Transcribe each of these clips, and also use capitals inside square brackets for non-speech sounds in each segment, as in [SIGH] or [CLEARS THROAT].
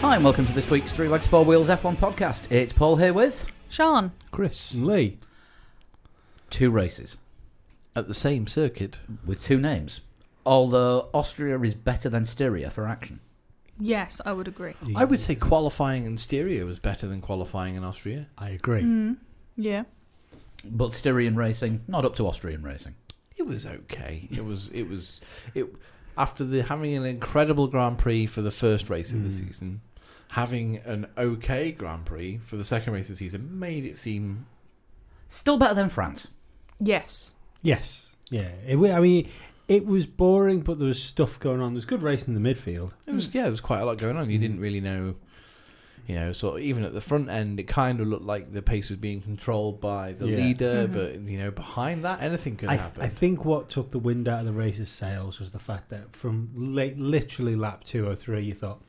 Hi, and welcome to this week's Three Legs, Four Wheels F1 podcast. It's Paul here with Sean. Chris Mm. and Lee two races at the same circuit. with two names. Although Austria is better than Styria for action. Yes, I would agree. I would say qualifying in Styria was better than qualifying in Austria. I agree. Mm. Yeah. But Styrian racing, not up to Austrian racing. It was okay. It was it was it after the having an incredible Grand Prix for the first race of the Mm. season, having an okay Grand Prix for the second race of the season made it seem Still better than France. Yes. Yes. Yeah. It, wa- I mean, it was boring, but there was stuff going on. There was good racing in the midfield. it was yeah, there was quite a lot going on. Mm. You didn't really know you know, sort of even at the front end, it kind of looked like the pace was being controlled by the Yeah. leader, but you know, behind that, anything could I, happen. I think what took the wind out of the race's sails was the fact that from late, literally lap two or three, you thought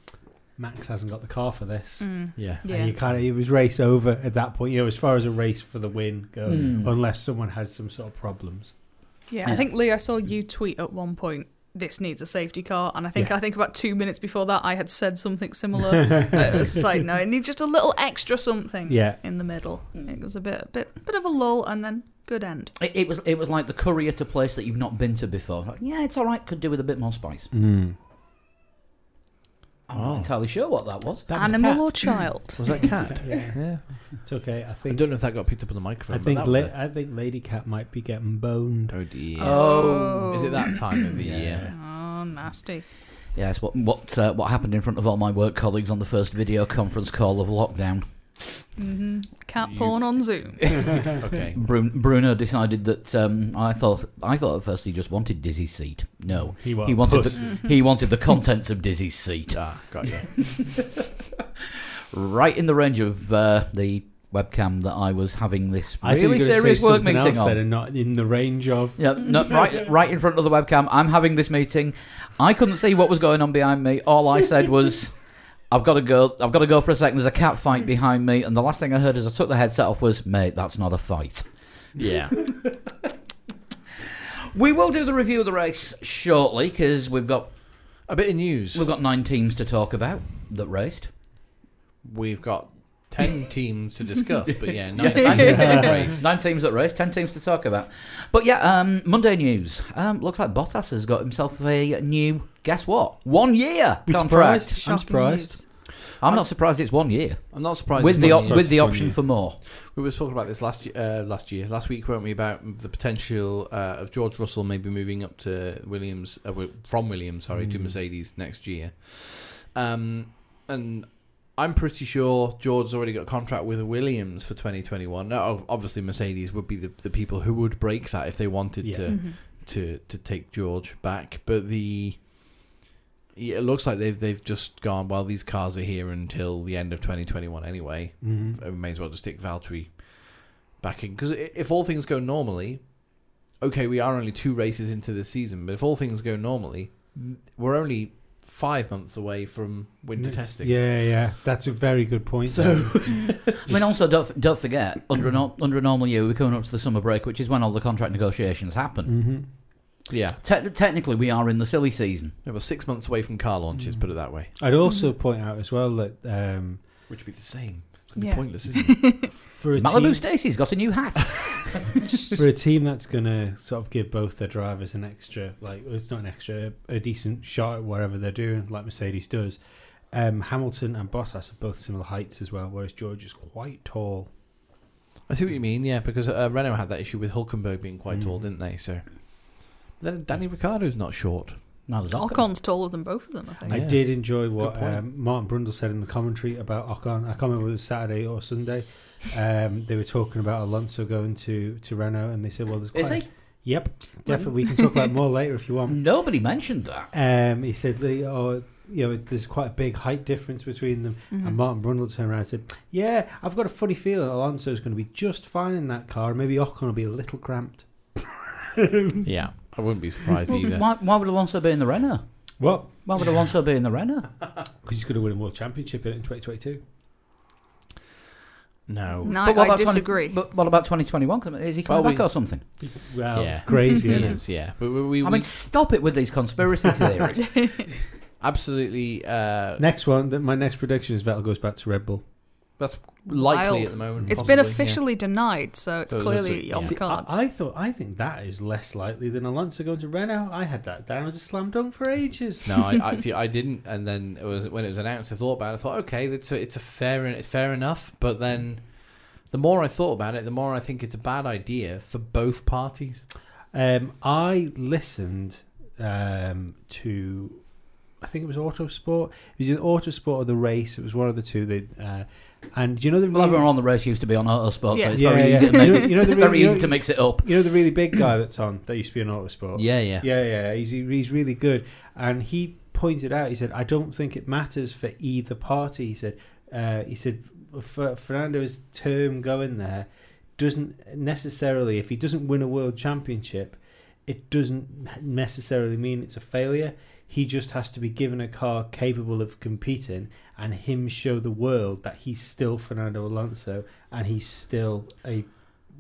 Max hasn't got the car for this. Mm. yeah, Yeah. And you kind of it was race over at that point. You know, as far as a race for the win goes, Hmm. Mm. unless someone had some sort of problems. Yeah. I think Lee, I saw you tweet at one point. This needs a safety car, and I think Yeah. I think about two minutes before that I had said something similar. [LAUGHS] it was just like no, it needs just a little extra something. Yeah. In the middle, it was a bit, a bit, bit of a lull, and then good end. It, it was it was like the courier to place that you've not been to before. It's Like, yeah, it's all right. Could do with a bit more spice. Hmm. I'm not Oh. entirely sure what that was. That was a Animal cat. [LAUGHS] or child? was that cat? Yeah. yeah. It's okay. I I think. don't know if that got picked up on the microphone. I but think. that La- was I think Lady Cat might be getting boned. a- oh dear. Oh. Is it that time of the Yeah. year? Oh, nasty. Yes, what what uh, what happened in front of all my work colleagues on the first video conference call of lockdown? hmm Cat You- porn on [LAUGHS] Zoom. [LAUGHS] Okay. Brun- Bruno decided that um, I thought I thought at first he just wanted Dizzy's seat. No, He, he wanted the, he wanted the contents of Dizzy's seat Ah, got [LAUGHS] you. right in the range of uh, the webcam that I was having this I really think you're gonna serious say work something meeting else on. That are not in the range of. Yeah, no, right, right in front of the webcam. I'm having this meeting. I couldn't see what was going on behind me. All I said was, "I've got to go. I've got to go for a second. There's a cat fight behind me." And the last thing I heard as I took the headset off was, "Mate, that's not a fight." Yeah. We will do the review of the race shortly because we've got A bit of news. we've got nine teams to talk about that raced. We've got ten teams to discuss, but [LAUGHS] yeah, [LAUGHS] nine Yeah, nine, teams teams that to race. race. nine teams that race, ten teams to talk about. But yeah, um, Monday news. Um, looks like Bottas has got himself a new. Guess what? One year Be contract. surprised. Shocking I'm surprised. news. I'm not surprised it's one year I'm not surprised. with it's the not op- news. with the One option year. for more. we were talking about this last year, uh, last year, last week, weren't we? About the potential uh, of George Russell maybe moving up to Williams uh, wi- from Williams, sorry, to Mm. Mercedes next year. Um, and I'm pretty sure George's already got a contract with Williams for 2021. Now, ob- obviously, Mercedes would be the, the people who would break that if they wanted Yeah. to Mhm. to to take George back. But the yeah, it looks like they've they've just gone. Well, these cars are here until the end of 2021 anyway. Mhm. I uh, may as well just stick Valtteri back in because if all things go normally, okay, we are only two races into the season, but if all things go normally, we're only five months away from winter It's- testing. Yeah, yeah, that's a very good point. So I mean, also don't don't forget under a nor [CLEARS THROAT] under a normal year we're coming up to the summer break, which is when all the contract negotiations happen. hmm yeah, Te- technically, we are in the silly season. yeah, we're six months away from car launches. Put it that way, [LAUGHS] I'd also point out as well that um, which would be the same. It's gonna Yeah. be pointless, isn't it? for a Malibu team, Stacy's got a new hat. for a team that's going to sort of give both their drivers an extra, like well, it's not an extra, a decent shot at whatever they're doing, like Mercedes does. Um, Hamilton and Bottas are both similar heights as well, whereas George is quite tall. [LAUGHS] I see what you mean. Yeah, because uh, Renault had that issue with Hulkenberg being quite tall, didn't they? So then Danny Ricardo's not [LAUGHS] short. no, there's Ocon. Ocon's taller than both of them, I think. I Yeah. did enjoy what Good point. um, Martin Brundle said in the commentary about Ocon. I can't remember whether it was Saturday or Sunday. Um, they were talking about Alonso going to, to Renault, and they said, "Well, there's quite Is he? Yep, definitely. We can talk [LAUGHS] about more later if you want." Nobody mentioned that. Um, he said, "Lee, "Oh, you know, there's quite a big height difference between them." Mm. And Martin Brundle turned around and said, "Yeah, I've got a funny feeling Alonso's going to be just fine in that car. Maybe Ocon will be a little cramped." Yeah, I wouldn't be surprised either. Why, why would Alonso be in the Renault? Well, Why would Alonso be in the Renault? because he's going to win a world championship in 2022. No, No, But what I about 20 disagree. But what about 2021? 'Cause Is he coming Well, back we- or something? Well, Yeah. it's crazy, [LAUGHS] He isn't it? is, yeah. But we, we, I mean, stop it with these conspiracy theories. I absolutely uh, Next one, th- my next prediction is Vettel goes back to Red Bull. that's likely Wild. at the moment. It's possibly, been yeah. officially denied, so it's So it's up to- clearly on yeah. the See, I, cards. I thought I think that is less likely than Alonso going to Renault. I had that down as a slam dunk for ages. No, [LAUGHS] I, I see. I didn't, and then it was when it was announced. I thought about it. I thought, okay, it's a, it's a fair, it's fair enough. But then, the more I thought about it, the more I think it's a bad idea for both parties. Um, I listened um, to, I think it was Autosport. It was either Autosport or the race. It was one of the two. That, uh, and do you know the Well, really- everyone on the race used to be on Autosport, so Yeah. it's Yeah, very yeah. easy to make. You know- you know [LAUGHS] the very really- you easy know- to mix it up. you know the really big guy that's on that used to be on Autosport. Yeah, yeah. [LAUGHS] yeah, yeah. He's he's really good, and he pointed out. He said, "I don't think it matters for either party." He said, uh, "He said for Fernando's term going there doesn't necessarily, if he doesn't win a world championship, it doesn't necessarily mean it's a failure. He just has to be given a car capable of competing, and him show the world that he's still Fernando Alonso, and he's still a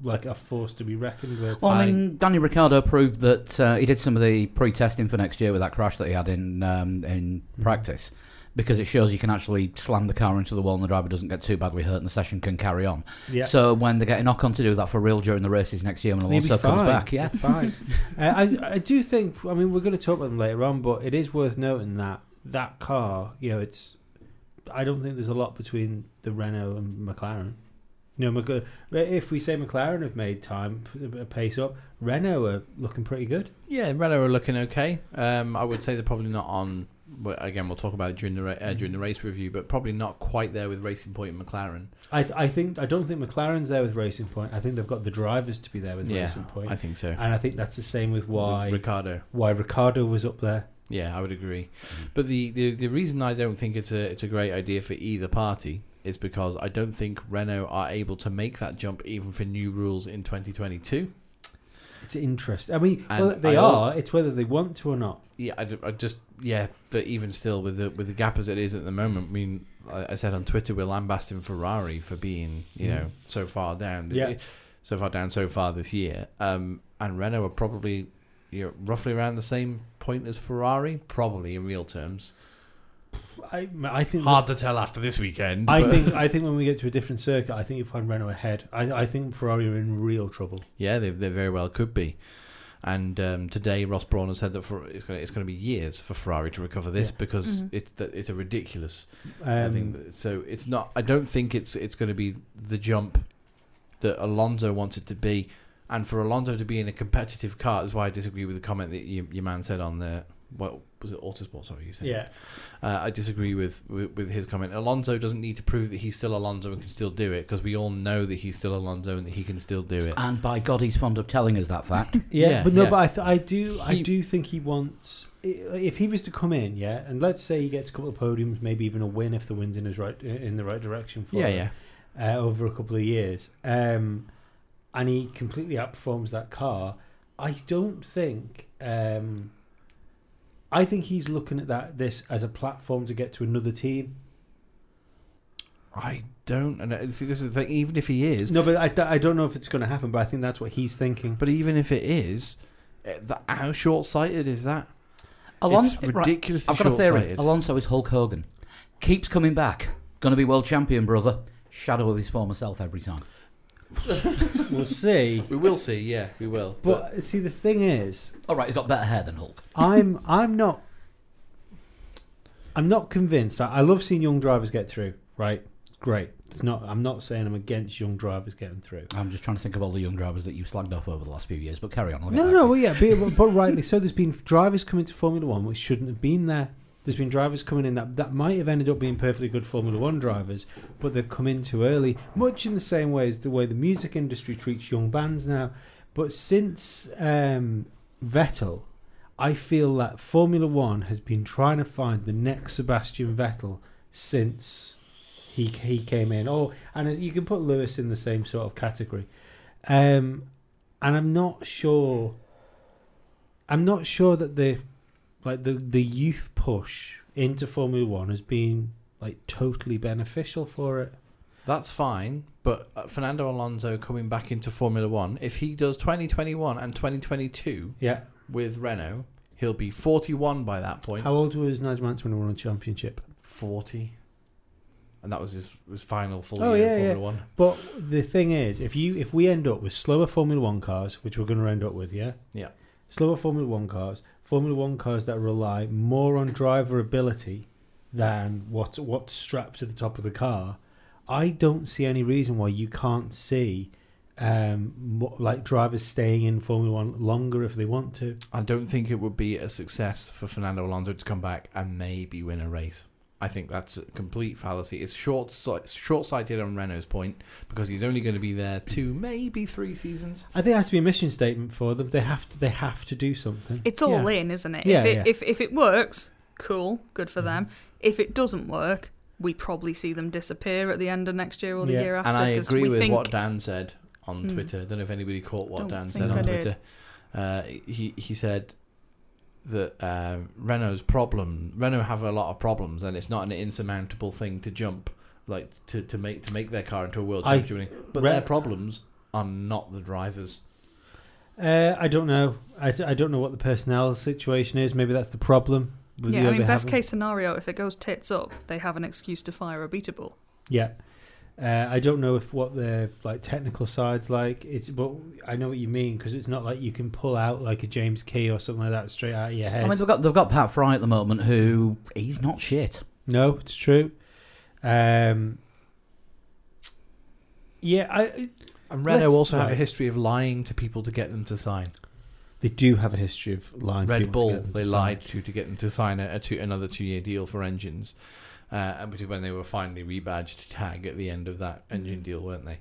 like a force to be reckoned with." Well, I mean, Danny Ricciardo proved that uh, he did some of the pre-testing for next year with that crash that he had in um, in Mhm. practice, because it shows you can actually slam the car into the wall and the driver doesn't get too badly hurt and the session can carry on. yeah. So when they're getting Ocon to do that for real during the races next year when He'll be Alonso comes fine. back, [LAUGHS] yeah, He'll be fine. uh, I I do think. I mean, we're going to talk about them later on, but it is worth noting that that car, you know, it's. I don't think there's a lot between the Renault and McLaren. You know, Mc- if we say McLaren have made time a pace up, Renault are looking pretty good. Yeah, Renault are looking okay. Um, I would say they're probably not on. well, Again, we'll talk about it during the ra- uh, Mm. during the race review, but probably not quite there with Racing Point and McLaren. I th- I think I don't think McLaren's there with Racing Point. I think they've got the drivers to be there with Racing Point, I think so. and I think that's the same with why Ricardo? why Ricardo was up there. Yeah, I would agree. But the, the the reason I don't think it's a it's a great idea for either party is because I don't think Renault are able to make that jump even for new rules in 2022. It's interesting. I mean, And well, they I al- are. It's whether they want to or not. Yeah, I, d- I just yeah, but even still with the with the gap as it is at the moment, I mean, I, I said on Twitter we're lambasting Ferrari for being you Mhm. know so far down, Yeah. so far down so far this year, um, and Renault are probably you know, roughly around the same point as Ferrari, probably in real terms. I, I think Hard to tell after this weekend. I but- [LAUGHS] think I think when we get to a different circuit, I think you find Renault ahead. I, I think Ferrari are in real trouble. Yeah, they, they very well could be. And um, today, Ross Brawn has said that for, it's going to it's going to be years for Ferrari to recover this Yeah. because Mhm. it's that it's a ridiculous Um, thing. that- So it's not. I don't think it's it's going to be the jump that Alonso wants it to be. And for Alonso to be in a competitive car, that's why I disagree with the comment that you, your man said on the what was it Autosport? Sorry, you said. yeah, Uh, I disagree with, with with his comment. Alonso doesn't need to prove that he's still Alonso and can still do it because we all know that he's still Alonso and that he can still do it. and by God, he's fond of telling us that [LAUGHS] fact. yeah, Yeah, but no, yeah. but I, th- I do I He- do think he wants i- if he was to come in, yeah, and let's say he gets a couple of podiums, maybe even a win if the wind's in his right in the right direction for Yeah, him, yeah. uh, over a couple of years, um, and he completely outperforms that car. I don't think. Um, I think he's looking at that this as a platform to get to another team. I don't. And I- see, this is the thing. Even if he is, No, but I, I don't know if it's going to happen. But I think that's what he's thinking. but even if it is, eh, that, how short-sighted is that? Alonso, it's right, ridiculously I've got a theory. short-sighted. Alonso is Hulk Hogan, keeps coming back, going to be world champion, brother. Shadow of his former self every time. we'll see. We will see. Yeah, we will. But, But see, the thing is, All right, he's got better hair than Hulk. I'm I'm not I'm not convinced. I, I love seeing young drivers get through. Right, great. It's not. I'm not saying I'm against young drivers getting through. I'm just trying to think of all the young drivers that you slagged off over the last few years, but carry on. I'll get No, back no, to well, yeah, but, but rightly so. There's been drivers coming to Formula One which shouldn't have been there. There's been drivers coming in that that might have ended up being perfectly good Formula One drivers, but they've come in too early. Much in the same way as the way the music industry treats young bands now. But since um, Vettel, I feel that Formula One has been trying to find the next Sebastian Vettel since he he came in. Oh, and as- you can put Lewis in the same sort of category. Um, and I'm not sure. I'm not sure that the like the the youth push into Formula One has been like totally beneficial for it. that's fine. But uh, Fernando Alonso coming back into Formula One, if he does 2021 and 2022 Yeah, with Renault, He'll be 41 by that point. How old was Nigel Mansell when he won the championship? 40. And that was his, his final full Oh, year in yeah, Formula yeah. One. But the thing is, if you if we end up with slower Formula One cars, which we're going to end up with, yeah, Yeah. slower Formula One cars, Formula One cars that rely more on driver ability than what what's strapped to the top of the car, I don't see any reason why you can't see um mo- like drivers staying in Formula One longer if they want to. I don't think it would be a success for Fernando Alonso to come back and maybe win a race. I think that's a complete fallacy. It's short short sighted on Renault's point because he's only going to be there two, maybe three seasons. I think it has to be a mission statement for them. They have to they have to do something. It's all Yeah. in, isn't it? Yeah, if it yeah. if if it works, cool, good for Mm-hmm. them. If it doesn't work, we probably see them disappear at the end of next year or the Yeah. year after. And I 'cause agree we with think, what Dan said on Hmm. Twitter. I don't know if anybody caught what Don't Dan think said on I did. Twitter. Uh, he he said that uh, Renault's problem. Renault have a lot of problems, and it's not an insurmountable thing to jump like to, to make to make their car into a world I- championship. winning. but Ren- their problems are not the drivers. Uh, I don't know. I, I don't know what the personnel situation is. Maybe that's the problem. with Yeah, the I mean, other best having- case scenario, if it goes tits up, they have an excuse to fire a beatable. Yeah. Uh, I don't know if what the like technical side's like. It's but I know what you mean because it's not like you can pull out like a James Key or something like that straight out of your head. I mean, they've got they've got Pat Fry at the moment, who he's not shit. No, it's true. Um, yeah, I, And Renault Let's- also have a right. history of lying to people to get them to sign. they do have a history of lying. Red people to Bull, get them they to sign. lied to to get them to sign a, a two, another two-year deal for engines, uh, which is when they were finally rebadged to tag at the end of that Mm-hmm. engine deal, weren't they?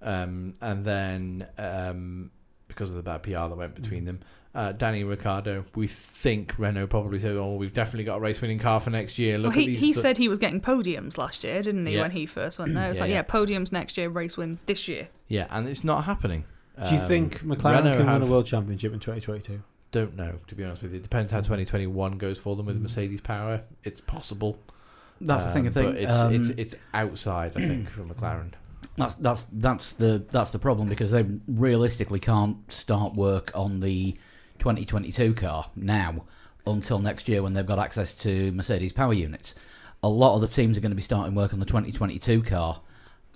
Um, and then um, because of the bad PR that went Mm-hmm. between them, uh, Danny Ricciardo, we think Renault probably said, "Oh, we've definitely got a race-winning car for next year." Look well, at he, these. he stu- said he was getting podiums last year, didn't he, Yeah. when he first went there? It's Yeah, like, yeah. yeah, podiums next year, race win this year. "Yeah," and it's not happening. Do you Um, think McLaren Renault can win have- a world championship in 2022? Don't know, to be honest with you. It depends Mm-hmm. how 2021 goes for them with the Mercedes power. It's possible. That's the thing. I Um, think But it's, um, it's, it's outside, I think, for McLaren. That's that's that's the that's the problem because they realistically can't start work on the 2022 car now until next year when they've got access to Mercedes power units. A lot of the teams are going to be starting work on the 2022 car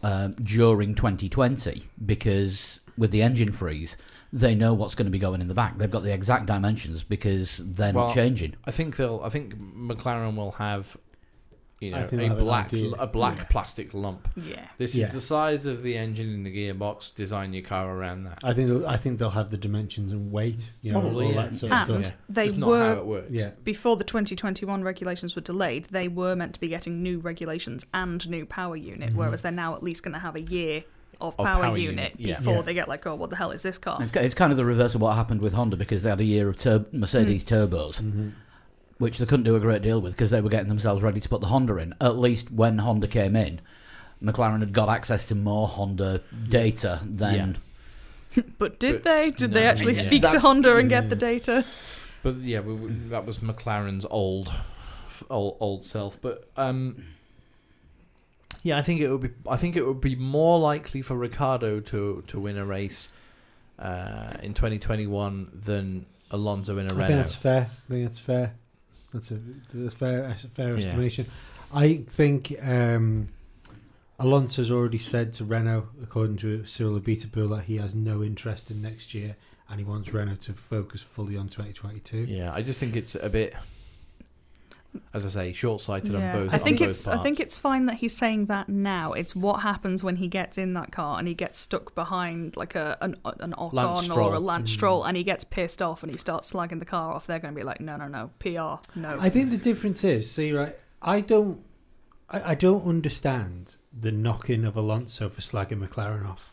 um, during 2020 because with the engine freeze, they know what's going to be going in the back. They've got the exact dimensions because they're Well, not changing. I think they'll. I think McLaren will have, you I know, think they'll a have an black idea. a black Yeah. plastic lump. Yeah. This Yeah. is the size of the engine in the gearbox. Design your car around that. I think they'll- I think they'll have the dimensions and weight. You know, Probably, all yeah. that sort of And stuff. they Just not how were it works. Yeah. before the 2021 regulations were delayed, they were meant to be getting new regulations and new power unit, whereas they're now at least going to have a year of, Mm-hmm. Of power, power unit, unit, yeah. before Yeah. they get like, oh, what the hell is this car? It's, ki- it's kind of the reverse of what happened with Honda because they had a year of tur- Mercedes turbos. Mhm. which they couldn't do a great deal with because they were getting themselves ready to put the Honda in. At least when Honda came in, McLaren had got access to more Honda data than. But did But- they? Did they No, actually yeah. mm. speak to That's- Honda and yeah. get the data? But yeah, we, we, that was McLaren's old, old, old self. But um, yeah, I think it would be. I think it would be more likely for Ricardo to to win a race uh, in 2021 than Alonso in a I think Renault. that's fair. I think that's fair. That's a, that's a fair that's a fair Yeah. estimation. I think um, Alonso's already said to Renault, according to Cyril Abitapool, that he has no interest in next year and he wants Renault to focus fully on 2022. Yeah, I just think it's a bit, as I say, short-sighted Yeah. on both. I think on both it's I think parts. it's fine that he's saying that now. It's what happens when he gets in that car and he gets stuck behind like a an an Lance Ocon Stroll. or a Lance Mm. Stroll and he gets pissed off and he starts slagging the car off. They're going to be like, no, no, no, PR, no. I think the difference is, see, right? I don't, I, I don't understand the knocking of Alonso for slagging McLaren off,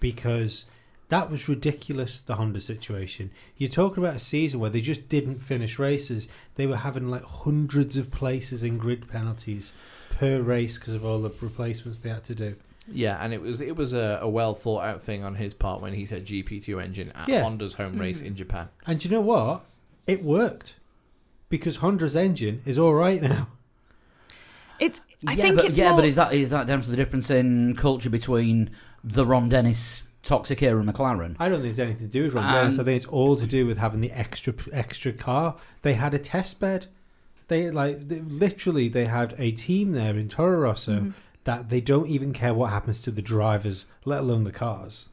because that was ridiculous. The Honda situation. You're talking about a season where they just didn't finish races. They were having like hundreds of places in grid penalties per race because of all the replacements they had to do. yeah, and it was it was a, a well thought out thing on his part when he said GP2 engine at Yeah. Honda's home race Mhm. in Japan. And you know what? It worked because Honda's engine is all right now. It's I yeah, think but, it's yeah, more, but is that is that down to the difference in culture between the Ron Dennis toxic era McLaren. I don't think it's anything to do with Ron Dennis. I Um, think it's all to do with having the extra extra car. They had a test bed. They like they, literally they had a team there in Toro Rosso Mhm. that they don't even care what happens to the drivers, let alone the cars.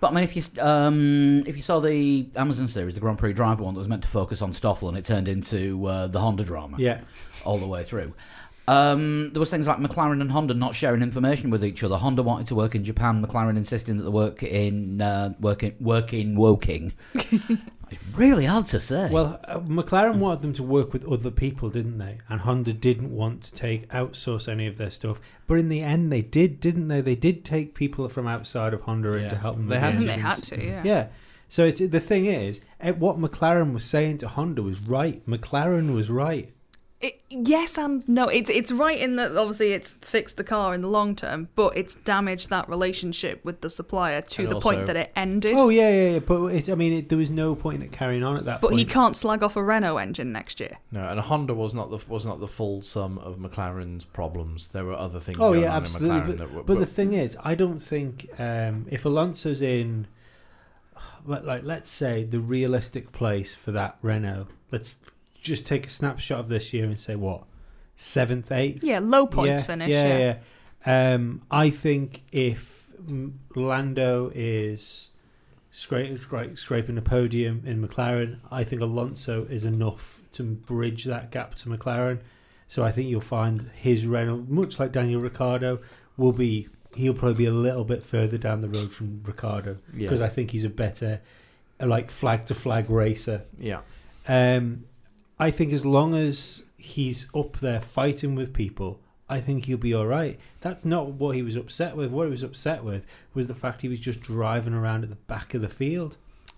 But I mean, if you um, if you saw the Amazon series, the Grand Prix driver one that was meant to focus on Stoffel, and it turned into uh, the Honda drama Yeah, all the way through. Um, there was things like McLaren and Honda not sharing information with each other. Honda wanted to work in Japan. McLaren insisting that the work in uh, work in work in Woking. it's really hard to say. Well, uh, McLaren wanted them to work with other people, didn't they? And Honda didn't want to take outsource any of their stuff. But in the end, they did, didn't they? They did take people from outside of Honda in to Yeah. help them. They with had the to. they engines. had to, yeah. Yeah. So it's the thing is, eh, what McLaren was saying to Honda was right. McLaren was right. It, yes and no. It's it's right in that obviously it's fixed the car in the long term, but it's damaged that relationship with the supplier to And the also- point that it ended. Oh yeah, yeah, yeah. But it, I mean, it, there was no point in it carrying on at that but point. he can't slag off a Renault engine next year. No, and Honda was not the was not the full sum of McLaren's problems. There were other things Oh, going yeah, on absolutely, in McLaren that were, But were- the thing is, I don't think um, if Alonso's in, but like let's say the realistic place for that Renault. Let's just take a snapshot of this year and say what seventh, eighth. Yeah, low points finish. Yeah, Yeah, yeah. Um, I think if mm, Lando is scra- scra- scraping the podium in McLaren, I think Alonso is enough to bridge that gap to McLaren. So I think you'll find his Renault, much like Daniel Ricciardo, will be he'll probably be a little bit further down the road from Ricciardo yeah, because I think he's a better uh, like flag to flag racer. yeah, Um, I think as long as he's up there fighting with people, I think he'll be all right. That's not what he was upset with. What he was upset with was the fact he was just driving around at the back of the field.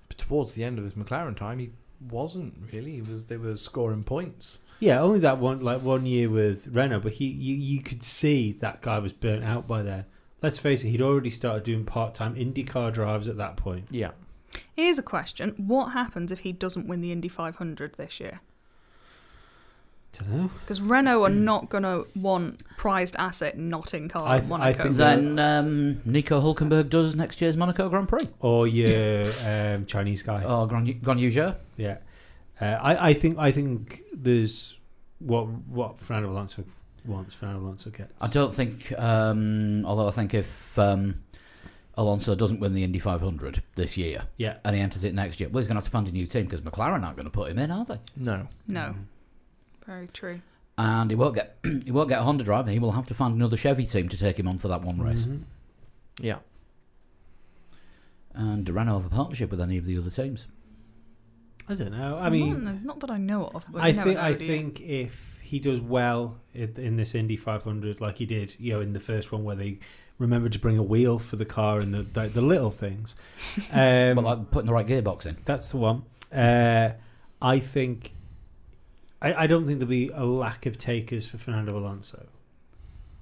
but towards the end of his McLaren time, he wasn't really. He was they were scoring points. Yeah, only that one like one year with Renault, but he you, you could see that guy was burnt out by then. Let's face it, he'd already started doing part time IndyCar drives at that point. Yeah, Here's a question: What happens if he doesn't win the Indy 500 this year? Dunno. Because Renault are not going to want prized asset not in car I at th- I Monaco. think then um, Nico Hulkenberg does next year's Monaco Grand Prix Or your um, [LAUGHS] Chinese guy. or Grand Grand Uger. Yeah, uh, I, I think I think there's what what Fernando Alonso wants. Fernando Alonso gets. I don't think, um, although I think if um, Alonso doesn't win the Indy 500 this year yeah, and he enters it next year, well, he's going to have to find a new team because McLaren aren't going to put him in, are they? no, no, very true. And he won't get [CLEARS THROAT] he won't get a Honda driver. He will have to find another Chevy team to take him on for that one race. Mm-hmm. Mhm. yeah. And do Renault have a partnership with any of the other teams? I don't know. I mean, not, not that I know of. But I you never think know, I do you? think if he does well in, in this Indy 500, like he did, you know, in the first one where they remembered to bring a wheel for the car and the the, the [LAUGHS] little things. Um, but like putting the right gearbox in. That's the one. Uh, I think. I, I don't think there'll be a lack of takers for Fernando Alonso.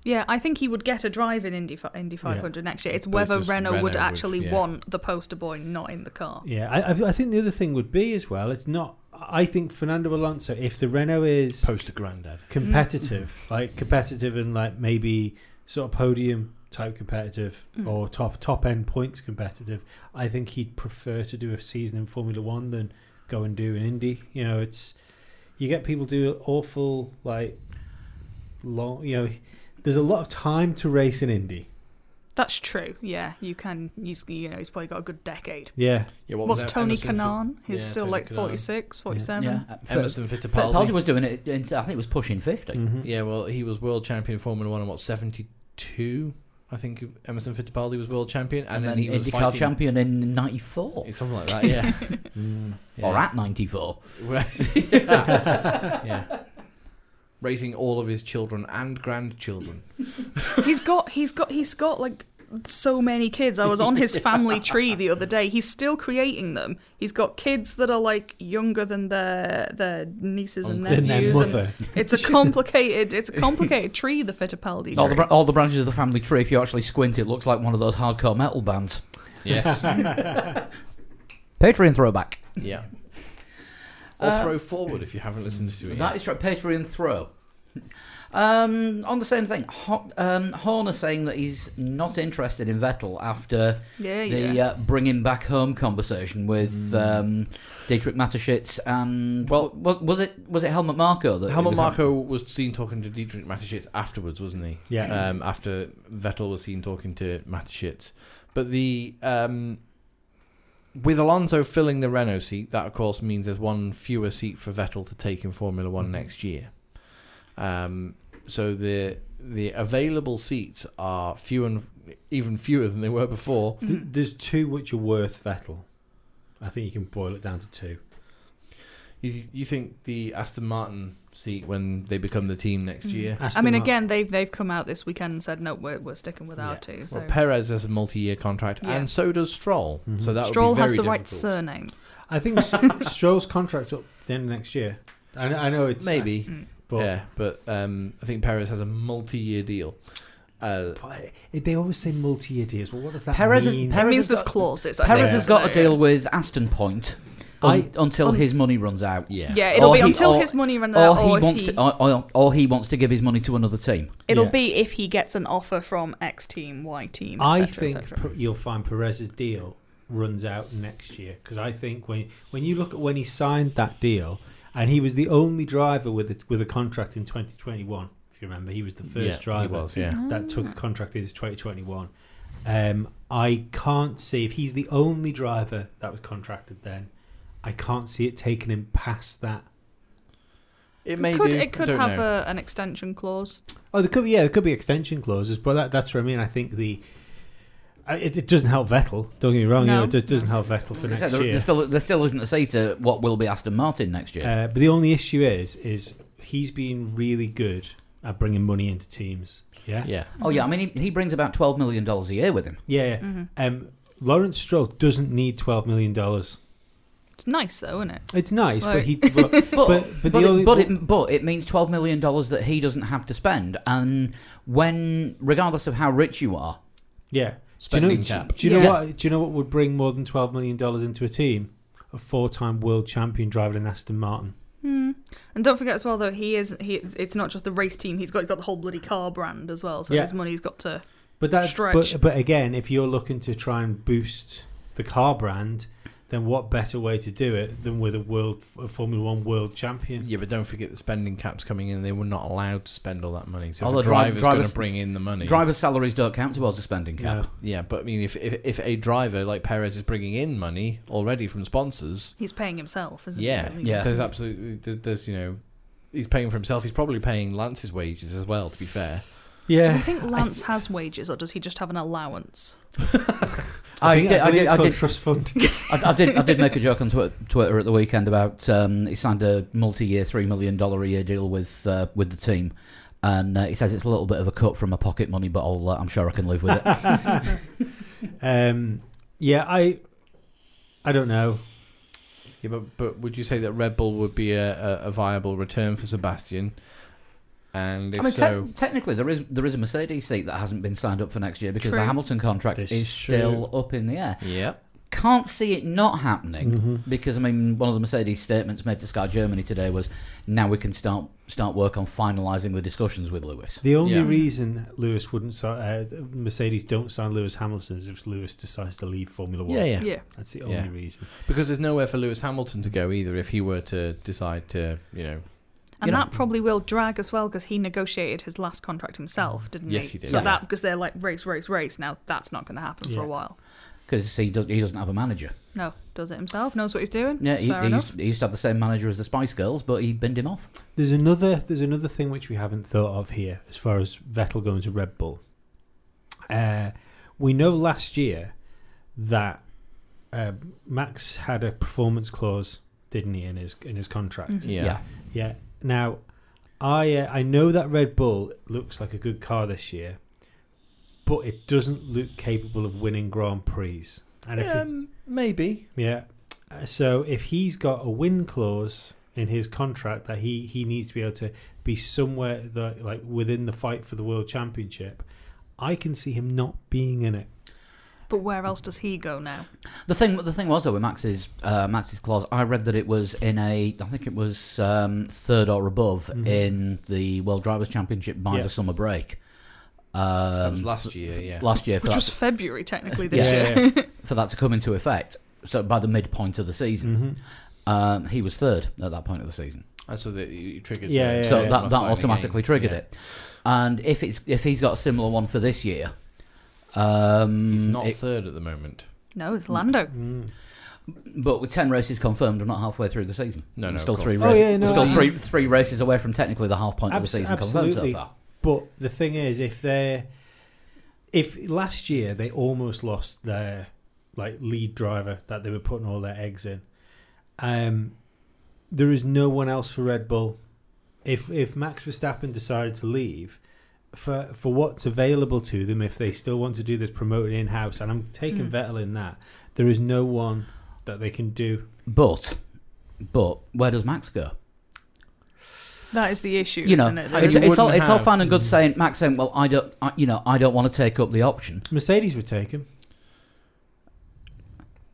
Yeah, I think he would get a drive in Indy, fi- Indy 500 next year. It's But it's whether just Renault, would Renault with- actually yeah. want the poster boy not in the car. Yeah, I, I I think the other thing would be as well. It's not. I think Fernando Alonso, if the Renault is Poster granddad. competitive, Mm. like competitive and like maybe sort of podium type competitive Mm. or top top end points competitive, I think he'd prefer to do a season in Formula One than go and do an Indy. You know, it's you get people do awful like long. You know, there's a lot of time to race in Indy. That's true. Yeah, you can. He's, you know, he's probably got a good decade. Yeah, Yeah, what What's was that? Tony Emerson Fit- Kanan? He's yeah, still Tony like Kanaan. 46, 47. Yeah, Uh, Fi- Emerson Fittipaldi. um, Fittipaldi. Mm. was doing it. In, I think it was pushing 50 Mhm. Yeah, well, he was world champion in Formula One in what seventy two. I think Emerson Fittipaldi was world champion, and, and, then, then, he was IndyCar fighting champion in '94 something like [LAUGHS] that. Yeah, Mm. or [LAUGHS] at '94. [LAUGHS] yeah. yeah, raising all of his children and [LAUGHS] grandchildren. [LAUGHS] He's got. He's got. He's got like so many kids. I was on his family tree the other day. He's still creating them. He's got kids that are like younger than their their nieces and Than Then their nephews. And mother. it's a complicated. It's a complicated tree. The Fittipaldi All the, tree. bra- all the branches of the family tree. If you actually squint, it looks like one of those hardcore metal bands. Yes, Patreon throwback. yeah. Or Uh, throw forward if you haven't listened to it. That Yet. is right. Patreon throw. [LAUGHS] Um, on the same thing, Ho- um, Horner saying that he's not interested in Vettel after Yeah, the yeah. uh, bringing back home conversation with Mm. um, Dietrich Mateschitz and well, Well- was, was it was it Helmut Marko that he Helmut was Marko was seen talking to Dietrich Mateschitz afterwards, wasn't he? [CLEARS THROAT] Yeah. Um, after Vettel was seen talking to Mateschitz, but the um, with Alonso filling the Renault seat, that of course means there's one fewer seat for Vettel to take in Formula One Mm-hmm. Mhm. next year. Um, so the the available seats are few and even fewer than they were before. Th- there's two which are worth Vettel. I think you can boil it down to two. You, you think the Aston Martin seat when they become the team next Mm. year? Aston I mean, Martin- again, they've they've come out this weekend and said no, we're, we're sticking with our Yeah. two. So Well, Perez has a multi-year contract, Yeah. Mm-hmm. and so does Stroll. Mhm. So that Stroll would be has very the uh, right difficult. surname. I think S- [LAUGHS] Stroll's contract's up the end of next year. I, kn- I know it's uh, Maybe, Mm. but yeah. But um, I think Perez has a multi-year deal. Uh, But they always say multi-year deals. Well, what does that Perez is- mean? Perez it means has there's got- clauses. I Perez think, has isn't got there? to deal with Aston Point un- I- until un- his money runs out. yeah. Yeah, it'll Or be he- until or- his money runs Or out, he or wants he- to, or, or, or he wants to give his money to another team. it'll Yeah. be if he gets an offer from X team, Y team, I etc. think etc. P- you'll find Perez's deal runs out next year because I think when when you look at when he signed that deal and he was the only driver with a, with a contract in 2021. If you remember, he was the Yeah, first he driver was, yeah. that took a contract in 2021. Um, I can't see if he's the only driver that was contracted then. I can't see it taking him past that. It may it could, do. it could I don't have know. a, an extension clause. Oh, there could be yeah, there could be extension clauses, but that, that's what I mean. I think the I- it, it doesn't help Vettel. Don't get me wrong, you No. know, it does- doesn't help Vettel for There, next there year. still, there still isn't a say to what will be Aston Martin next year. Uh, but the only issue is, is he's been really good at bringing money into teams. Yeah, yeah. oh yeah, I mean he, he brings about twelve million dollars a year with him. yeah. yeah. Mm. Mm-hmm. Um, Lawrence Stroll doesn't need twelve million dollars. It's nice though, isn't it? It's nice, but Like- he. But, But But- but, but the it, only- but, it, but it means twelve million dollars that he doesn't have to spend, and when regardless of how rich you are, yeah, do you Spending know, cap. Do you know Yeah. what? Do you know what would bring more than twelve million dollars into a team? A four-time world champion driving an Aston Martin. Hmm. And don't forget as well though, he is he. It's not just the race team. He's got he's got the whole bloody car brand as well. So Yeah. his money's got to. But that, Stretch. But, but again, if you're looking to try and boost the car brand, then what better way to do it than with a world a Formula One world champion? Yeah, but don't forget the spending cap's coming in. They were not allowed to spend all that money. So if Although a dri- driver's going drivers- to bring in the money. drivers' salaries don't count towards a spending cap. yeah, but I mean, if, if if a driver like Perez is bringing in money already from sponsors, He's paying himself, isn't yeah, he? Yeah. there's absolutely there- there's you know, he's paying for himself. He's probably paying Lance's wages as well. To be fair, Yeah, Do yeah. we think Lance has wages, or does he just have an allowance? I, think- did, I, believe did, it's I, called did, [LAUGHS] trust fund. I, I did I [LAUGHS] did make a joke on Twitter, Twitter at the weekend about um, he signed a multi-year three million dollar a year deal with uh, with the team. And uh, he says it's a little bit of a cut from my pocket money, but I'll, uh, I'm sure I can live with it. [LAUGHS] um, yeah, I, I don't know. yeah, but but would you say that Red Bull would be a, a, a viable return for Sebastian? And [LAUGHS] if I mean, te- so, technically, there is there is a Mercedes seat that hasn't been signed up for next year because True. the Hamilton contract This is is still up in the air. yeah, Can't see it not happening. Mhm. because I mean, one of the Mercedes statements made to Sky Germany today was, "Now we can start start work on finalising the discussions with Lewis." The only Yeah. reason Lewis wouldn't sign, uh, Mercedes don't sign Lewis Hamilton is if Lewis decides to leave Formula One. yeah, yeah, That's the only Yeah. reason. Because there's nowhere for Lewis Hamilton to go either if he were to decide to, you know. And You know- that probably will drag as well because he negotiated his last contract himself, didn't Yes, he? he did. So Yeah. that because they're like race, race, race. Now that's not going to happen for Yeah. a while. Because he does he doesn't have a manager. No, does it himself? Knows what he's doing. Yeah, It's he, fair he, enough. used, he used to have the same manager as the Spice Girls, but he binned him off. There's another there's another thing which we haven't thought of here as far as Vettel going to Red Bull. Uh, we know last year that uh, Max had a performance clause, didn't he, in his in his contract? Mhm. Yeah. Yeah. Now, I uh, I know that Red Bull looks like a good car this year, but it doesn't look capable of winning Grand Prix. And if it- Um, maybe. yeah. Uh, So if he's got a win clause in his contract that he he needs to be able to be somewhere that like within the fight for the world championship, I can see him not being in it. But where else does he go now? The thing, the thing was though with Max's uh, Max's clause, I read that it was in a, I think it was um, third or above Mhm. in the World Drivers' Championship by Yeah. the summer break. Um, That was last year, yeah. last year for Which that, was February technically this year. yeah, yeah. for that to come into effect. So by the midpoint of the season, Mhm. um, he was third at that point of the season. And so that you triggered. Yeah, yeah, so yeah. that, that automatically triggered Yeah. it. And if it's if he's got a similar one for this year, um, He's not it- third at the moment. [LAUGHS] No, it's Lando. Mm. but with ten races confirmed, I'm not halfway through the season. No, I'm no, still of three course. Oh, races. yeah, no, we're still I- three three races away from technically the half point of Abs- the season confirmed so absolutely. far. But the thing is, if they're if last year they almost lost their like lead driver that they were putting all their eggs in, um, there is no one else for Red Bull. If if Max Verstappen decided to leave, for for what's available to them, if they still want to do this promoting in house, and I'm taking Hmm. Vettel in that, there is no one that they can do. But but where does Max go? That is the issue, You know, isn't it? There It's, is- it's all wouldn't it's all have. fine and good saying Max saying, well, I don't, I, you know, I don't want to take up the option. Mercedes would take him.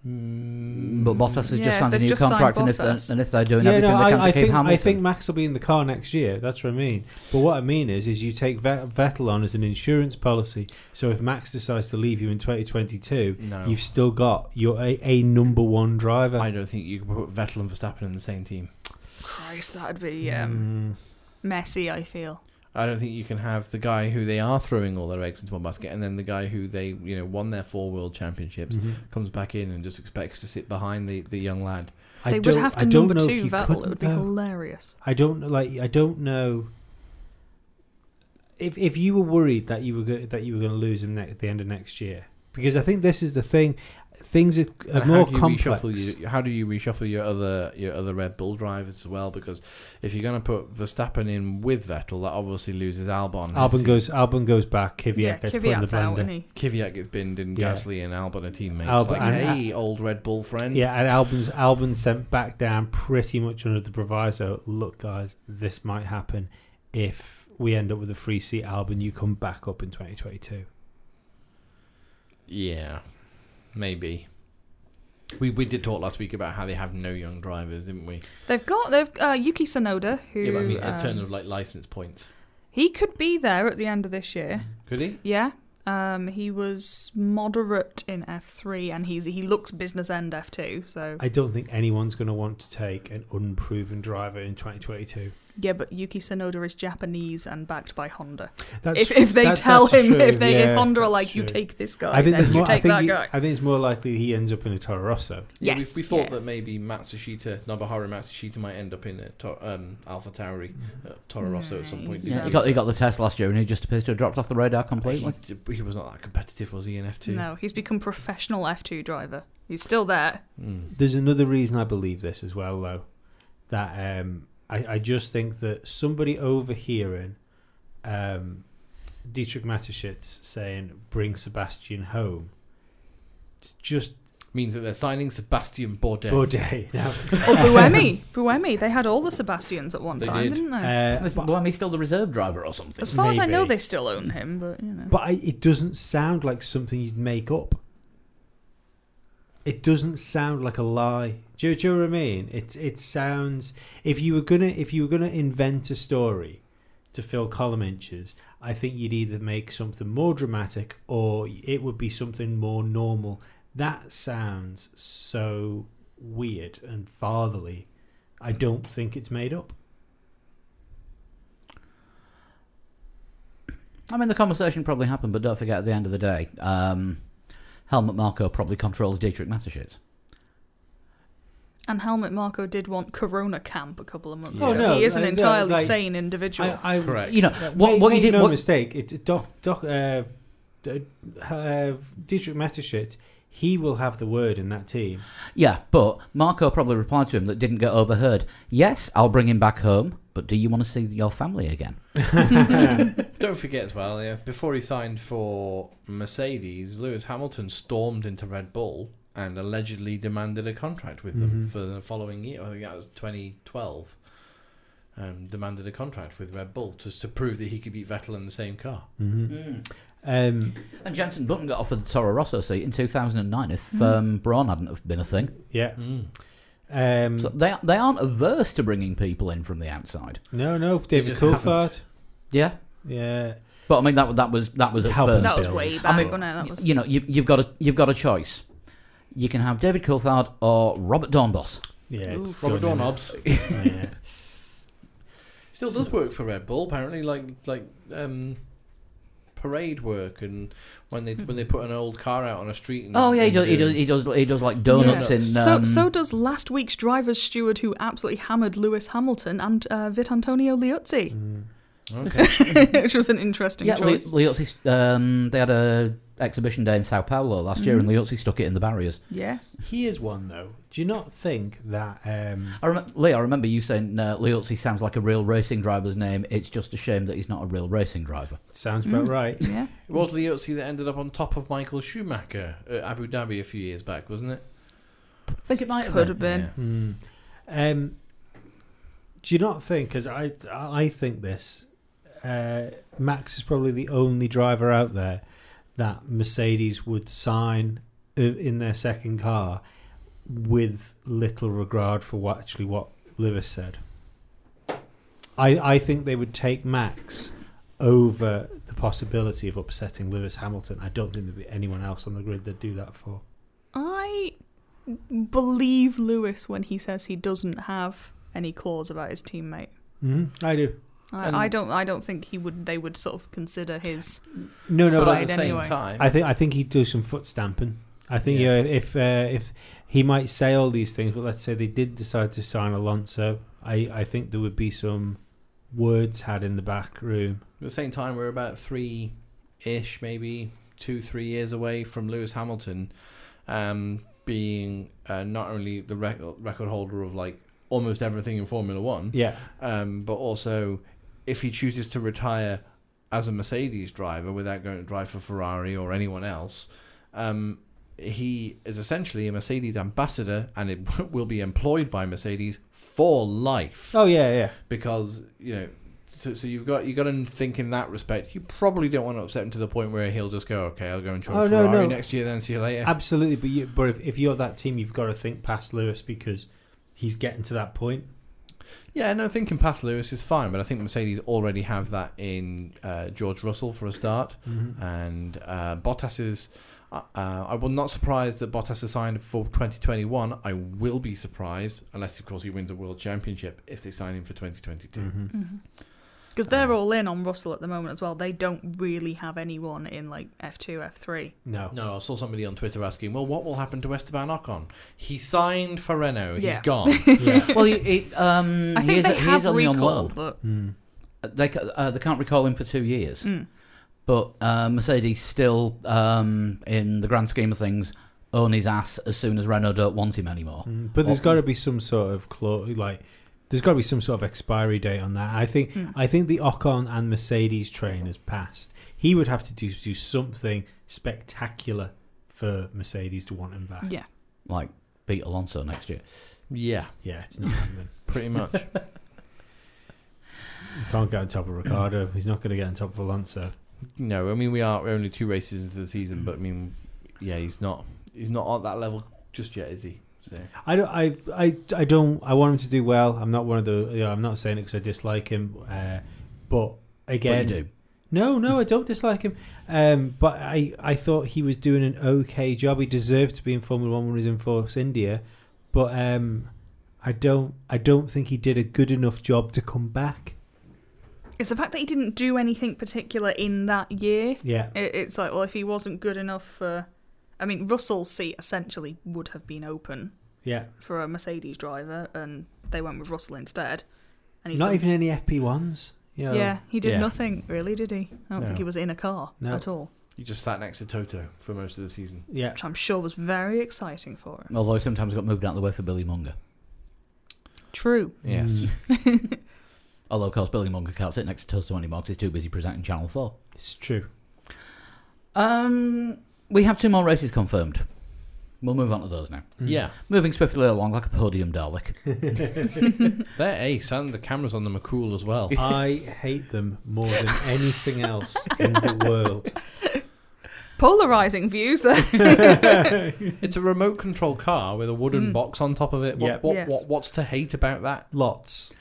But Bottas has Mm, Yeah, just if signed a they've new just signed contract, and if they're, Bottas. and if they're doing everything they I, can to I keep think, Hamilton, I think Max will be in the car next year. That's what I mean. But what I mean is, is you take Vet- Vettel on as an insurance policy. So if Max decides to leave you in 2022, Mm, No. you've still got your a, a number one driver. Oh. I don't think you can put Vettel and Verstappen in the same team. Christ, that'd be Mm. um, Mm-hmm. messy, I feel. I don't think you can have the guy who they are throwing all their eggs into one basket, and then the guy who they you know won their four world championships Mm. Mhm. comes back in and just expects to sit behind the, the young lad. I they would don't- have I to don't number know if two you Vettel. It couldn't, would be though. hilarious. I don't like. I don't know. If if you were worried that you were go- that you were going to lose him ne- at the end of next year, because I think this is the thing. Things are, And are more how do you complex. Reshuffle your, how do you reshuffle your other your other Red Bull drivers as well? Because if you're going to put Verstappen in with Vettel, that obviously loses Albon. Albon His- goes. Albon goes back. Kvyat yeah, gets put in the Kvyat's out, blender. isn't he? Kvyat gets binned, and Yeah. Gasly and Albon are teammates. Albon- like, and- hey, old Red Bull friend. Yeah, and Albon's Albon sent back down pretty much under the proviso. Look, guys, this might happen if we end up with a free seat. Albon, you come back up in 2022. Yeah, maybe. We we did talk last week about how they have no young drivers, didn't we? They've got they've uh, Yuki Tsunoda, who yeah, but I mean, in um, terms of like license points, he could be there at the end of this year. could he? Mm-hmm. Yeah. Um, he was moderate in F3 and he's he looks business end F2. So I don't think anyone's going to want to take an unproven driver in 2022. yeah, but Yuki Tsunoda is Japanese and backed by Honda. That's If, if they that- tell that's him true, if they if yeah, Honda are that's like you true. take this guy, I think then there's you more. I take think that he- guy. I think it's more likely he ends up in a Toro Rosso. Yeah, we- Yes, we, thought yeah. that maybe Matsushita, Nobuharu Matsushita, might end up in a to, um, Alpha Tauri, uh, Toro Rosso at some point. Nice. Yeah. didn't he got he got the test last year, and he just appears to have dropped off the radar completely. He, he was not that competitive, was he? In F two. No, he's become professional F2 driver. He's still there. Hmm. There's another reason I believe this as well, though. That um, I, I just think that somebody overhearing um, Dietrich Mateschitz saying, bring Sebastian home, it's just Means that they're signing Sebastian Bourdais. Bourdais. [LAUGHS] Now, Or Oh, Buemi. Buemi. They had all the Sebastians at one They time, did. didn't they? uh, Listen, well, I mean, he's still the reserve driver or something. as far as I know, maybe. they still own him, but you know. but I, it doesn't sound like something you'd make up. It doesn't sound like a lie. Do, you- do you know what I mean? It it sounds if you were gonna if you were gonna invent a story to fill column inches, I think you'd either make something more dramatic or it would be something more normal. That sounds so weird and fatherly. I don't think it's made up. I mean, the conversation probably happened, but don't forget at the end of the day, um, Helmut Marko probably controls Dietrich Mateschitz. And Helmut Marko did want Corona Camp a couple of months Oh, ago. no, he is an like, entirely like- sane individual. I, I Correct. You know what? Make- what make he did? no what- mistake. It's Doc Doc uh, D- uh, Dietrich Mateschitz. He will have the word in that team. yeah, but Marco probably replied to him that didn't get overheard. Yes, I'll bring him back home, but do you want to see your family again? Don't forget as well, yeah, before he signed for Mercedes, Lewis Hamilton stormed into Red Bull and allegedly demanded a contract with them Mm-hmm. Mhm. for the following year. I think that was 2012. Um, demanded a contract with Red Bull to, to prove that he could beat Vettel in the same car. Mm-hmm. Um, And Jensen Button got offered the Toro Rosso seat in 2009 if um, Braun hadn't have been a thing. yeah. Mm. Um, So they they aren't averse to bringing people in from the outside. no, no, David just haven't. Coulthard. Yeah, Yeah, but I mean that that was that was at Help first. us That was Still. way back, I mean, wasn't it? That Y- was. You know, you, you've got a you've got a choice. You can have David Coulthard or Robert Dornbos. yeah. Oof. gone Robert in there. Doorknobs [LAUGHS] yeah. still does work for Red Bull apparently, like like um, parade work and when they when they put an old car out on a street. And, Hmm. Oh yeah, he and does. He do- does. He does. He does like donuts Yeah. in. so, Um, so does last week's driver's steward who absolutely hammered Lewis Hamilton and uh, Vitantonio Liuzzi, [LAUGHS] Mm. Okay. which was an interesting yeah, choice. Li- Liuzzi, um, they had a exhibition day in Sao Paulo last year, Mm-hmm. and Liozzi stuck it in the barriers. yes. Here's one though. Do you not think that? Um, I remember, Lee, I remember you saying uh, Liozzi sounds like a real racing driver's name. It's just a shame that he's not a real racing driver. sounds about right. Yeah. It was Liozzi that ended up on top of Michael Schumacher at Abu Dhabi a few years back, wasn't it? I think it might have Could have been. been. Yeah. Hmm. Um, do you not think? Because I, I think this. Uh, Max is probably the only driver out there that Mercedes would sign i- in their second car with little regard for what actually what Lewis said. I I think they would take Max over the possibility of upsetting Lewis Hamilton. I don't think there'd be anyone else on the grid that'd do that for. I believe Lewis when he says he doesn't have any clause about his teammate. Mm-hmm. I do. I, And- I don't. I don't think he would. They would sort of consider his. No, no, So but but at Side the same anyway. time, I think I think he'd do some foot stamping. I think Yeah. yeah. if uh, if he might say all these things, but let's say they did decide to sign Alonso, I, I think there would be some words had in the back room. At the same time, we're about three ish, maybe two, three years away from Lewis Hamilton um, being uh, not only the rec- record holder of like almost everything in Formula One, Yeah, um, but also if he chooses to retire as a Mercedes driver without going to drive for Ferrari or anyone else, um, he is essentially a Mercedes ambassador and it [LAUGHS] will be employed by Mercedes for life Oh yeah, yeah. because you know so, so you've got you got to think in that respect you probably don't want to upset him to the point where he'll just go okay i'll go and join Oh, no, ferrari no. next year then see you later Absolutely, but you, but if, if you're that team, you've got to think past Lewis because he's getting to that point. yeah no thinking past lewis is fine but i think mercedes already have that in uh, george russell for a start Mm-hmm. and uh, bottas is uh, uh, I will not surprised that Bottas has signed for 2021. I will be surprised, unless of course he wins a world championship, if they sign him for 2022. Mhm. Because Mm-hmm. they're Um, all in on Russell at the moment as well. They don't really have anyone in like F two, F three. No, No, I saw somebody on Twitter asking, "Well, what will happen to Esteban Ocon? He signed for Oh, Renault. He's Yeah. [LAUGHS] gone. yeah. well, he, he, um, I he think is, they he have is only on recall, loan. but Mm. Uh, They ca- uh, they can't recall him for two years. Hmm. Mm. But uh, Mercedes still, um, in the grand scheme of things, own his ass as soon as Renault don't want him anymore. Mm, But there's Or- got to be some sort of clause, like there's got to be some sort of expiry date on that. I think Mm. I think the Ocon and Mercedes train has passed. He would have to do, do something spectacular for Mercedes to want him back. yeah, Like beat Alonso next year. yeah, Yeah, it's not happening. pretty much. You can't get on top of Ricardo. He's not going to get on top of Alonso. no, I mean we are we're only two races into the season, but I mean, yeah, he's not he's not at that level just yet, is he? So I don't. I, I, I don't. I want him to do well. I'm not one of the. You know, I'm not saying it because I dislike him. Uh, But but again, you do. No, no, I don't dislike him. Um, but I, I thought he was doing an okay job. He deserved to be in Formula One when he was in Force India, but um, I don't, I don't think he did a good enough job to come back. it's the fact that he didn't do anything particular in that year. Yeah, It, it's like, well, if he wasn't good enough for, I mean, Russell's seat essentially would have been open yeah. for a Mercedes driver, and they went with Russell instead. And he's Not done- even any FP ones. You know. yeah, he did Yeah. nothing really, did he? I don't No. think he was in a car No. at all, he just sat next to Toto for most of the season. yeah. which I'm sure was very exciting for him. Although he sometimes got moved out of the way for Billy Munger. True. Yes, Mm. Although, of course, Billy Munger can't sit next to Toso anymore because he's too busy presenting Channel 4. It's true. Um, we have two more races confirmed. We'll move on to those now. Yeah, Moving swiftly along like a podium Dalek. they're ace, and the cameras on them are cool as [LAUGHS] well. I hate them more than anything else in the [LAUGHS] world. Polarizing views there. It's a remote control car with a wooden Mm. box on top of it. What, Yep. what, Yes. what, what's to hate about that? Lots.